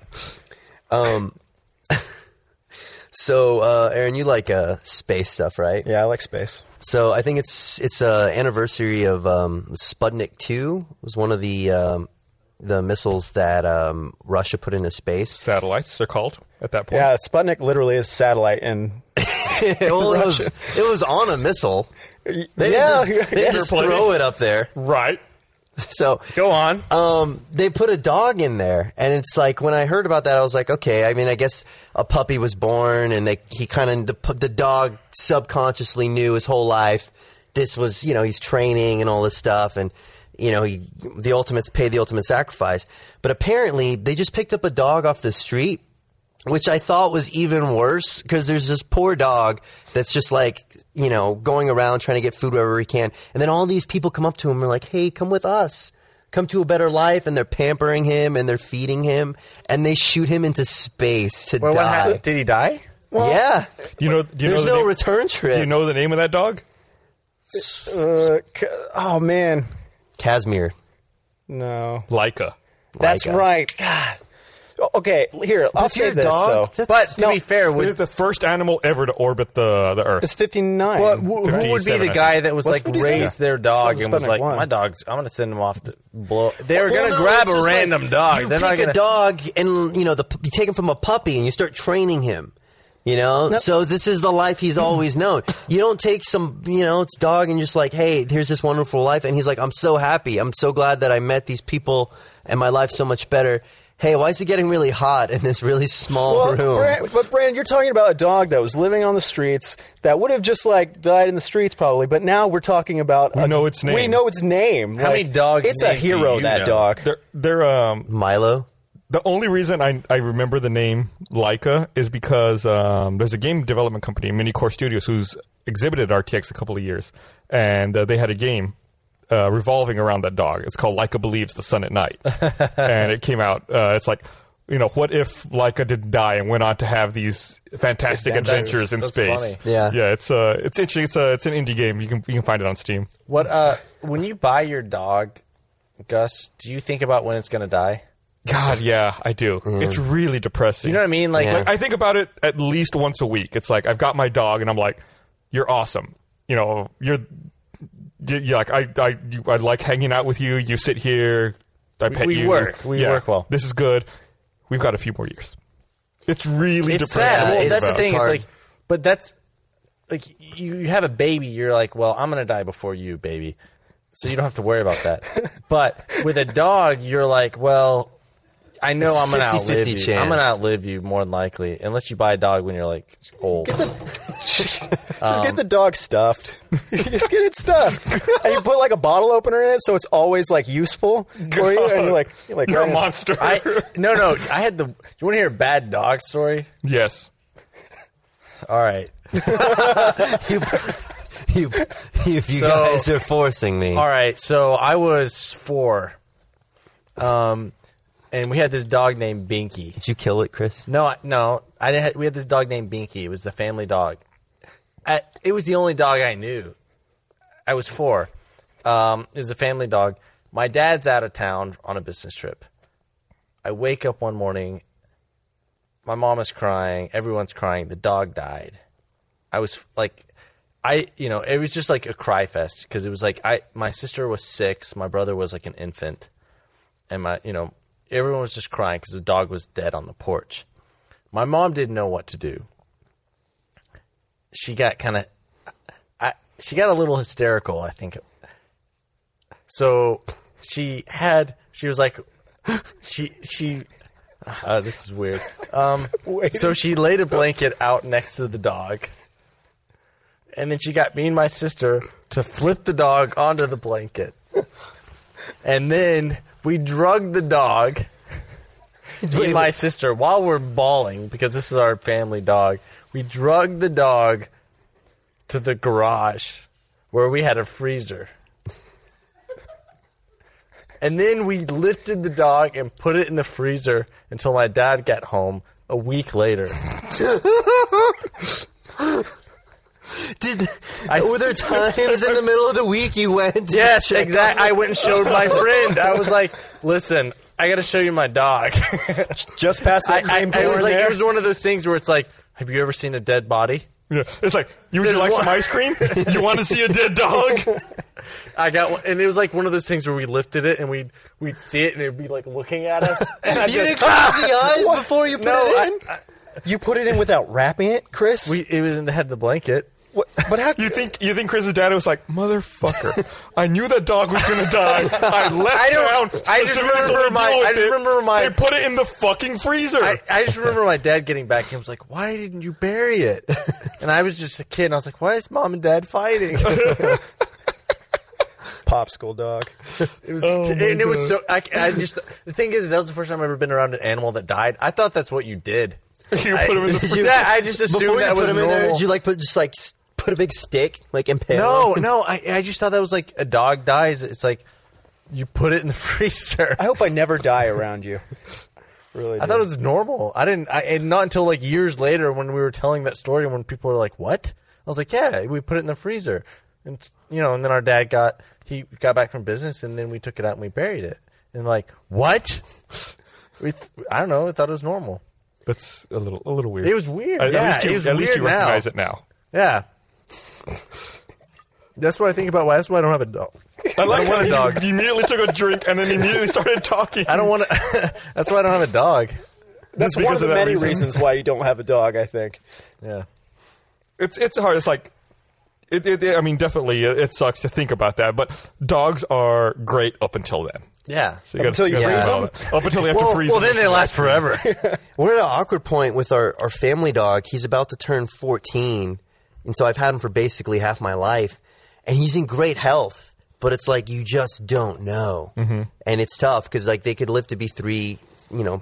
Speaker 5: So, uh, Aaron, you like uh, space stuff, right?
Speaker 3: yeah, I like space.
Speaker 5: So I think it's it's uh, anniversary of um, Sputnik Two was one of the um, the missiles that um, Russia put into space.
Speaker 2: Satellites, they're called at that point.
Speaker 3: Yeah, Sputnik literally is satellite, and
Speaker 5: Well, it, was, it was on a missile. They didn't
Speaker 3: Yeah,
Speaker 5: just, they didn't
Speaker 3: yeah.
Speaker 5: just throw it up there.
Speaker 2: Right.
Speaker 5: So
Speaker 4: Go on.
Speaker 5: um, they put a dog in there, and it's like when I heard about that, I was like, okay. I mean, I guess a puppy was born, and they he kind of the, pu- the dog subconsciously knew his whole life. This was, you know, he's training and all this stuff, and you know, he, the ultimates pay the ultimate sacrifice. But apparently, they just picked up a dog off the street which I thought was even worse because there's this poor dog that's just like, you know, going around trying to get food wherever he can. And then all these people come up to him and are like, hey, come with us. Come to a better life. And they're pampering him and they're feeding him and they shoot him into space to
Speaker 4: Wait, what
Speaker 5: die.
Speaker 4: happened? Did he die?
Speaker 5: yeah.
Speaker 2: You know. You
Speaker 5: There's
Speaker 2: know the
Speaker 5: no
Speaker 2: name-
Speaker 5: return trip.
Speaker 2: Do you know the name of that dog?
Speaker 3: uh, c- oh man,
Speaker 5: Casimir.
Speaker 3: no,
Speaker 2: Leica.
Speaker 3: that's
Speaker 5: Laika.
Speaker 3: right. God. Okay, here I'll
Speaker 5: If
Speaker 3: say
Speaker 5: you're a
Speaker 3: this
Speaker 5: dog,
Speaker 3: though.
Speaker 5: that's-
Speaker 4: But to
Speaker 3: No.
Speaker 4: be fair,
Speaker 2: We're
Speaker 4: would,
Speaker 2: the first animal ever to orbit the the Earth.
Speaker 3: It's fifty nine.
Speaker 4: but who who would be
Speaker 2: 57,
Speaker 4: the
Speaker 2: I
Speaker 4: guy
Speaker 2: think.
Speaker 4: that was
Speaker 3: What's
Speaker 4: like
Speaker 3: the reason?
Speaker 4: raised their dog
Speaker 3: Sounds
Speaker 4: and was
Speaker 3: Sputnik
Speaker 4: like,
Speaker 3: one.
Speaker 4: my dog's, I'm gonna send him off to blow. They were
Speaker 5: Well,
Speaker 4: gonna
Speaker 5: no,
Speaker 4: grab
Speaker 5: it's
Speaker 4: a
Speaker 5: just like,
Speaker 4: random dog.
Speaker 5: You
Speaker 4: They're
Speaker 5: pick
Speaker 4: not gonna.
Speaker 5: a dog and you know the, you take him from a puppy and you start training him. You know, so this is the life he's always known. You don't take some, you know, it's dog and you're just like, hey, here's this wonderful life, and he's like, I'm so happy, I'm so glad that I met these people, and my life's so much better. Hey, why is it getting really hot in this really small
Speaker 3: Well,
Speaker 5: room?
Speaker 3: Bran- but Brandon, you're talking about a dog that was living on the streets that would have just like died in the streets probably, but now we're talking about we
Speaker 2: know its name.
Speaker 3: We know its name.
Speaker 4: How many dogs'
Speaker 3: It's a
Speaker 4: names do
Speaker 3: hero.
Speaker 4: you
Speaker 3: That
Speaker 4: know?
Speaker 3: dog.
Speaker 2: They're they're um
Speaker 5: Milo,
Speaker 2: The only reason I, I remember the name Leica is because um, there's a game development company, Minicore Studios, who's exhibited at RTX a couple of years, and uh, they had a game uh, revolving around that dog. It's called Leica Believes the Sun at Night, and it came out. Uh, it's like, you know, what if Leica didn't die and went on to have these fantastic
Speaker 4: Adventures.
Speaker 2: adventures in
Speaker 4: That's
Speaker 2: space?
Speaker 4: funny.
Speaker 5: Yeah.
Speaker 2: yeah. It's uh, it's interesting. It's a, it's an indie game. You can you can find it on Steam.
Speaker 4: What? Uh, when you buy your dog, Gus, do you think about when it's gonna die?
Speaker 2: God, yeah, I do. It's really depressing.
Speaker 4: You know what I mean? Like,
Speaker 2: Like, I think about it at least once a week. It's like I've got my dog, and I'm like, "You're awesome." You know, you're, you you're like I I you, I like hanging out with you. You sit here. I pet
Speaker 4: we
Speaker 2: you.
Speaker 4: work. We work well.
Speaker 2: This is good. We've got a few more years. It's really
Speaker 4: it's
Speaker 2: depressing. to
Speaker 4: sad. Well,
Speaker 2: think
Speaker 5: it's-
Speaker 4: that's the
Speaker 2: about.
Speaker 4: thing. It's
Speaker 5: hard.
Speaker 4: like, but that's like you, you have a baby. You're like, well, I'm gonna die before you, baby, so you don't have to worry about that. but with a dog, you're like, well, I know
Speaker 5: It's
Speaker 4: I'm
Speaker 5: 50-50
Speaker 4: gonna outlive you. I'm gonna
Speaker 5: chance.
Speaker 4: outlive you more than likely, unless you buy a dog when you're like old.
Speaker 3: Just get the dog stuffed. Um, just get it stuffed, and you put like a bottle opener in it, so it's always like useful for you. And you're like, you're like,
Speaker 2: You're a
Speaker 3: "Man, it's-
Speaker 2: monster.
Speaker 4: I no no. I had the. Do you want to hear a bad dog story?
Speaker 2: yes.
Speaker 4: All right,
Speaker 5: you, you, you, you
Speaker 4: So-
Speaker 5: guys are forcing me.
Speaker 4: all right. So I was four, um, and we had this dog named Binky.
Speaker 5: Did you kill it, Chris?
Speaker 4: No, I- no, I didn't. Have, we had this dog named Binky. It was the family dog. I, it was the only dog I knew. I was four. Um, it was a family dog. My dad's out of town on a business trip. I wake up one morning. My mom is crying. Everyone's crying. The dog died. I was like, I you know, it was just like a cry fest because it was like I my sister was six, my brother was like an infant, and my you know everyone was just crying because the dog was dead on the porch. My mom didn't know what to do. She got kind of, I she got a little hysterical. I think. So she had she was like, she she. Uh, this is weird. Um, so she laid a blanket out next to the dog, and then she got me and my sister to flip the dog onto the blanket, and then we drugged the dog me and my sister, while we're bawling, because this is our family dog, we drugged the dog to the garage where we had a freezer. And then we lifted the dog and put it in the freezer until my dad got home a week later.
Speaker 5: Did
Speaker 4: I-
Speaker 5: were there times in the middle of the week you went? to
Speaker 4: Yes,
Speaker 5: check on-
Speaker 4: exactly. I went and showed my friend. I was like, listen, I got to show you my dog.
Speaker 3: Just past
Speaker 4: I,
Speaker 3: that
Speaker 4: I,
Speaker 3: name
Speaker 4: I was like,
Speaker 3: there.
Speaker 4: it was one of those things where it's like, have you ever seen a dead body?
Speaker 2: Yeah. It's like, you, would you
Speaker 4: There's
Speaker 2: like some
Speaker 4: one-
Speaker 2: ice cream? you want to see a dead dog?
Speaker 4: I got one, and it was like one of those things where we lifted it and we'd we'd see it and it'd be like looking at us. And I'd be
Speaker 5: You
Speaker 4: like,
Speaker 5: didn't close the eyes before you put
Speaker 4: No,
Speaker 5: it in.
Speaker 4: I-
Speaker 3: you put it in without wrapping it, Chris.
Speaker 4: we, it was in the head of the blanket.
Speaker 3: What- but how?
Speaker 2: You think you think Chris's dad was like, motherfucker? I knew that dog was gonna die. I left
Speaker 4: I don't-
Speaker 2: town.
Speaker 4: I just
Speaker 2: specifically so
Speaker 4: remember
Speaker 2: to
Speaker 4: my-
Speaker 2: deal with
Speaker 4: I just
Speaker 2: it.
Speaker 4: remember
Speaker 2: They
Speaker 4: my-
Speaker 2: put it in the fucking freezer.
Speaker 4: I, I just remember my dad getting back and was like, "Why didn't you bury it?" And I was just a kid. and I was like, "Why is mom and dad fighting?"
Speaker 3: popsicle dog.
Speaker 4: It was,
Speaker 2: Oh, my
Speaker 4: and it was so. I, I just the thing is, that was the first time I've ever been around an animal that died. I thought that's what you did.
Speaker 2: you put him in the.
Speaker 5: You-
Speaker 4: That- I just assumed
Speaker 5: Before you
Speaker 4: that
Speaker 5: put
Speaker 4: was
Speaker 5: him in there,
Speaker 4: normal.
Speaker 5: did you like put just like s- put a big stick like impale?
Speaker 4: No,
Speaker 5: him?
Speaker 4: no, I, I just thought that was like a dog dies. It's like you put it in the freezer.
Speaker 3: I hope I never die around you. Really,
Speaker 4: I
Speaker 3: do.
Speaker 4: thought it was normal. I didn't, I, and not until like years later when we were telling that story and when people were like, "What?" I was like, "Yeah, we put it in the freezer," and you know, and then our dad got he got back from business, and then we took it out and we buried it, and like, what? We th- I don't know. I thought it was normal.
Speaker 2: That's a little a little weird.
Speaker 4: It was weird.
Speaker 2: At,
Speaker 4: yeah,
Speaker 2: least you,
Speaker 4: it was
Speaker 2: at
Speaker 4: weird
Speaker 2: least you
Speaker 4: now.
Speaker 2: recognize it now.
Speaker 4: Yeah. That's what I think about. Why? That's why I don't have a dog.
Speaker 2: I like
Speaker 4: don't want a
Speaker 2: how
Speaker 4: dog.
Speaker 2: You, you immediately took a drink and then immediately started talking.
Speaker 4: I don't want to. that's why I don't have a dog.
Speaker 3: That's one
Speaker 2: because
Speaker 3: of the
Speaker 2: of that
Speaker 3: many
Speaker 2: reason.
Speaker 3: reasons why you don't have a dog. I think.
Speaker 4: Yeah.
Speaker 2: It's it's hard. It's like. It, it, it- I mean, definitely, it, it sucks to think about that. But dogs are great up until then.
Speaker 4: Yeah.
Speaker 2: So
Speaker 3: Up until you
Speaker 2: gotta
Speaker 3: freeze
Speaker 2: think about it. Up until they have to freeze.
Speaker 4: well,
Speaker 2: them.
Speaker 4: then they last forever.
Speaker 5: We're at an awkward point with our, our family dog. He's about to turn 14. And so I've had him for basically half my life. And he's in great health, but it's like you just don't know. And it's tough because, like, they could live to be three, you know,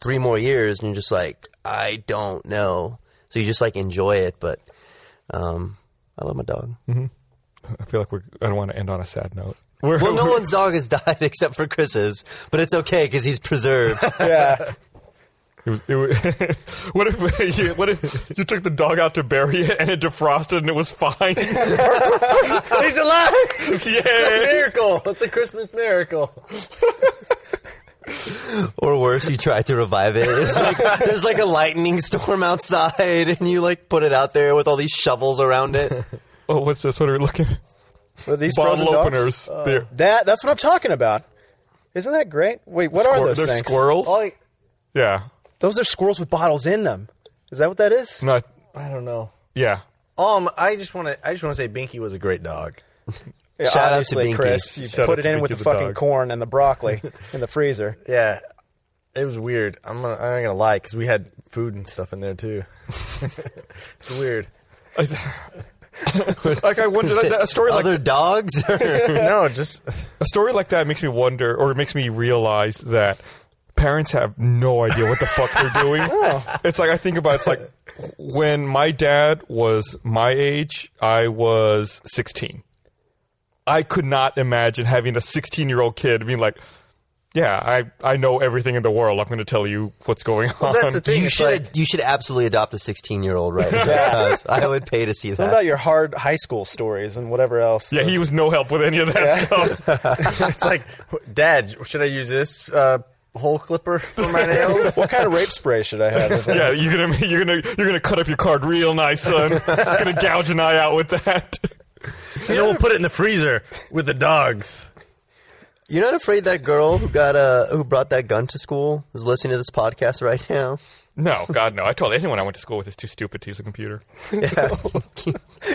Speaker 5: three more years. And you're just like, I don't know. So you just, like, enjoy it. But um, I love my dog.
Speaker 2: I feel like we're. I don't want to end on a sad note. We're,
Speaker 5: Well, no
Speaker 2: we're-
Speaker 5: one's dog has died except for Chris's, but it's okay because he's preserved.
Speaker 3: Yeah,
Speaker 2: It was, it was, what if you, what if you took the dog out to bury it and it defrosted and it was fine?
Speaker 4: He's alive.
Speaker 2: yeah.
Speaker 4: miracle. It's a Christmas miracle.
Speaker 5: Or worse, you try to revive it. It's like there's like a lightning storm outside, and you like put it out there with all these shovels around it.
Speaker 2: Oh, what's this? What are we looking?
Speaker 3: Were these frozen
Speaker 2: Bottle
Speaker 3: dogs?
Speaker 2: openers. they're
Speaker 3: That that's what I'm talking about. Isn't that great? Wait, what
Speaker 2: squir-
Speaker 3: are those
Speaker 2: they're
Speaker 3: things?
Speaker 2: squirrels.
Speaker 4: Like,
Speaker 2: yeah.
Speaker 3: Those are squirrels with bottles in them. Is that what that is?
Speaker 2: No. I-
Speaker 4: I don't know.
Speaker 2: Yeah.
Speaker 4: Um, I just want to. I just want to say Binky was a great dog.
Speaker 3: Yeah,
Speaker 5: Shout out to
Speaker 3: obviously,
Speaker 5: Binky.
Speaker 3: Chris. You
Speaker 2: Shout
Speaker 3: put
Speaker 2: out
Speaker 3: it
Speaker 2: to
Speaker 3: in with
Speaker 2: Binky
Speaker 3: the,
Speaker 2: the
Speaker 3: fucking
Speaker 2: dog.
Speaker 3: corn and the broccoli in the freezer.
Speaker 4: Yeah, It was weird. I'm gonna, I'm not gonna lie because we had food and stuff in there too. it's weird.
Speaker 2: like I wonder that, that- a story like
Speaker 5: Other dogs?
Speaker 4: no, just
Speaker 2: a story like that makes me wonder or it makes me realize that parents have no idea what the fuck they're doing. It's like I think about it's like when my dad was my age, I was 16. I could not imagine having a 16-year-old kid being like yeah, I, I know everything in the world. I'm going to tell you what's going on.
Speaker 4: that's the thing.
Speaker 5: you
Speaker 4: it's
Speaker 5: should
Speaker 4: like-
Speaker 5: you should absolutely adopt a 16 year old right because I would pay to see
Speaker 3: What about
Speaker 5: that.
Speaker 3: your hard high school stories and whatever else?
Speaker 2: Yeah, he was no help with any of that stuff.
Speaker 4: it's like, Dad, should I use this uh, hole clipper for my nails?
Speaker 3: what kind of rape spray should I have?
Speaker 2: yeah, you're gonna you're gonna you're gonna cut up your card real nice, son. gonna gouge an eye out with that.
Speaker 4: and then we'll put it in the freezer with the dogs.
Speaker 5: You're not afraid that girl who got uh, who brought that gun to school is listening to this podcast right now?
Speaker 2: No, God, no. I told anyone I went to school with is too stupid to use a computer.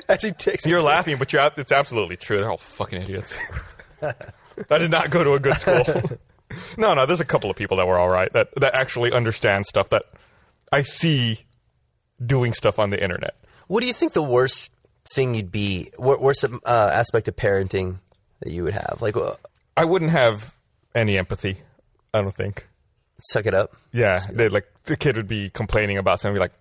Speaker 3: As he takes
Speaker 2: You're laughing, but you're ab- it's absolutely true. They're all fucking idiots. I did not go to a good school. no, no. There's a couple of people that were all right that that actually understand stuff that I see doing stuff on the internet.
Speaker 5: What do you think the worst thing you'd be? Wor- worst um, uh, aspect of parenting that you would have? Like, uh,
Speaker 2: I wouldn't have any empathy. I don't think.
Speaker 5: suck it up.
Speaker 2: Yeah, they like the kid would be complaining about something, be like,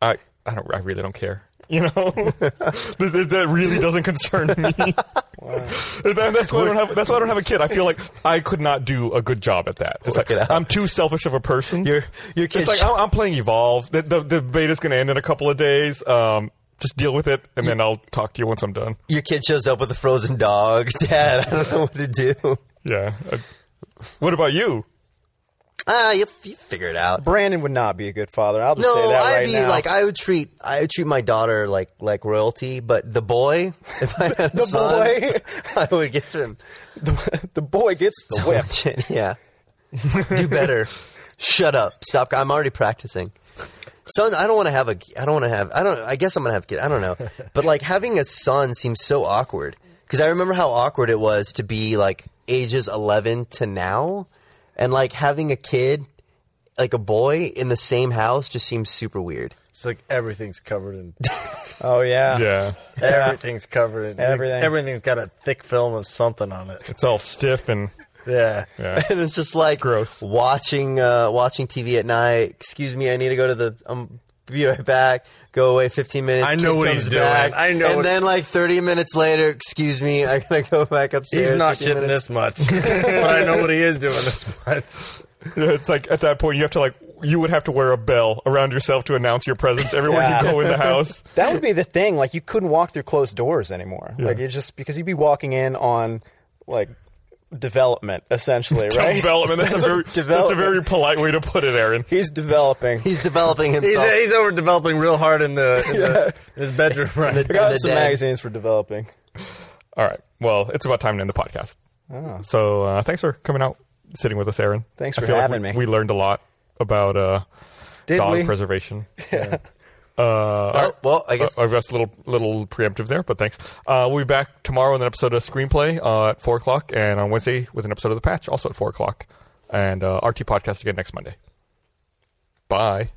Speaker 2: I, I don't, I really don't care. You know, this, this- that really doesn't concern me. That- that's why I don't have. That's why I don't have a kid. I feel like I could not do a good job at that. It's like
Speaker 5: it out.
Speaker 2: I'm too selfish of a person.
Speaker 5: Your- your kid's-
Speaker 2: It's like I'm, I'm playing Evolve. The, the, the beta's going to end in a couple of days. Um, just deal with it, and then I'll talk to you once I'm done.
Speaker 5: Your kid shows up with a frozen dog. Dad, I don't know what to do.
Speaker 2: Yeah. I- what about you?
Speaker 5: Ah, you, you figure it out.
Speaker 3: Brandon would not be a good father. I'll just
Speaker 5: No,
Speaker 3: say that
Speaker 5: I'd
Speaker 3: right
Speaker 5: be
Speaker 3: now.
Speaker 5: like I would treat I would treat my daughter like like royalty, but the boy, if I had a
Speaker 3: The
Speaker 5: son,
Speaker 3: boy.
Speaker 5: I would give him
Speaker 3: the, the boy gets the
Speaker 5: so
Speaker 3: whip.
Speaker 5: much in- Yeah, do better. Shut up. Stop. I'm already practicing. Son, I don't want to have a. I don't want to have. I don't. I guess I'm gonna have a kid. I don't know. But like having a son seems so awkward because I remember how awkward it was to be like ages 11 to now, and like having a kid, like a boy in the same house, just seems super weird.
Speaker 4: It's like everything's covered in
Speaker 3: Oh yeah.
Speaker 2: Yeah.
Speaker 4: everything's covered in
Speaker 3: Everything.
Speaker 4: Everything's got a thick film of something on it.
Speaker 2: It's all stiff and.
Speaker 4: Yeah.
Speaker 2: Yeah.
Speaker 5: and it's just like
Speaker 2: Gross.
Speaker 5: watching uh, watching TV at night. Excuse me, I need to go to the. Um, be right back. Go away. Fifteen minutes.
Speaker 4: I know
Speaker 5: Kid
Speaker 4: what
Speaker 5: comes
Speaker 4: he's doing.
Speaker 5: back.
Speaker 4: I know
Speaker 5: And
Speaker 4: what-
Speaker 5: then like thirty minutes later, excuse me, I gotta go back upstairs.
Speaker 4: He's not
Speaker 5: 15
Speaker 4: shitting
Speaker 5: minutes.
Speaker 4: this much, but I know what he is doing this much.
Speaker 2: Yeah, It's like at that point you have to like you would have to wear a bell around yourself to announce your presence everywhere you
Speaker 3: Yeah.
Speaker 2: go in the house.
Speaker 3: That would be the thing. Like you couldn't walk through closed doors anymore. Like you just because you'd be walking in on like development essentially, right?
Speaker 2: Development. That's, a very that's a
Speaker 3: development.
Speaker 2: very polite way to put it, Aaron.
Speaker 3: He's developing.
Speaker 5: He's developing
Speaker 4: He's,
Speaker 5: himself.
Speaker 4: he's over developing real hard in the, in, the in his bedroom right
Speaker 5: the-
Speaker 3: I
Speaker 5: and
Speaker 3: got
Speaker 5: the
Speaker 3: some
Speaker 5: dad.
Speaker 3: magazines for developing.
Speaker 2: All right. Well, it's about time to end the podcast. So uh, thanks for coming out, sitting with us, Aaron.
Speaker 3: Ah. Thanks
Speaker 2: I
Speaker 3: for
Speaker 2: feel like
Speaker 3: having
Speaker 2: we-
Speaker 3: me.
Speaker 2: We learned a lot about uh,
Speaker 3: Did
Speaker 2: dog
Speaker 3: we?
Speaker 2: preservation.
Speaker 3: Yeah.
Speaker 2: Uh,
Speaker 5: Oh, well, I guess
Speaker 2: Uh, I've got a little little preemptive there, but thanks. Uh, we'll be back tomorrow with an episode of Screenplay uh, at four o'clock, and on Wednesday with an episode of The Patch, also at four o'clock, and uh, RT podcast again next Monday. Bye.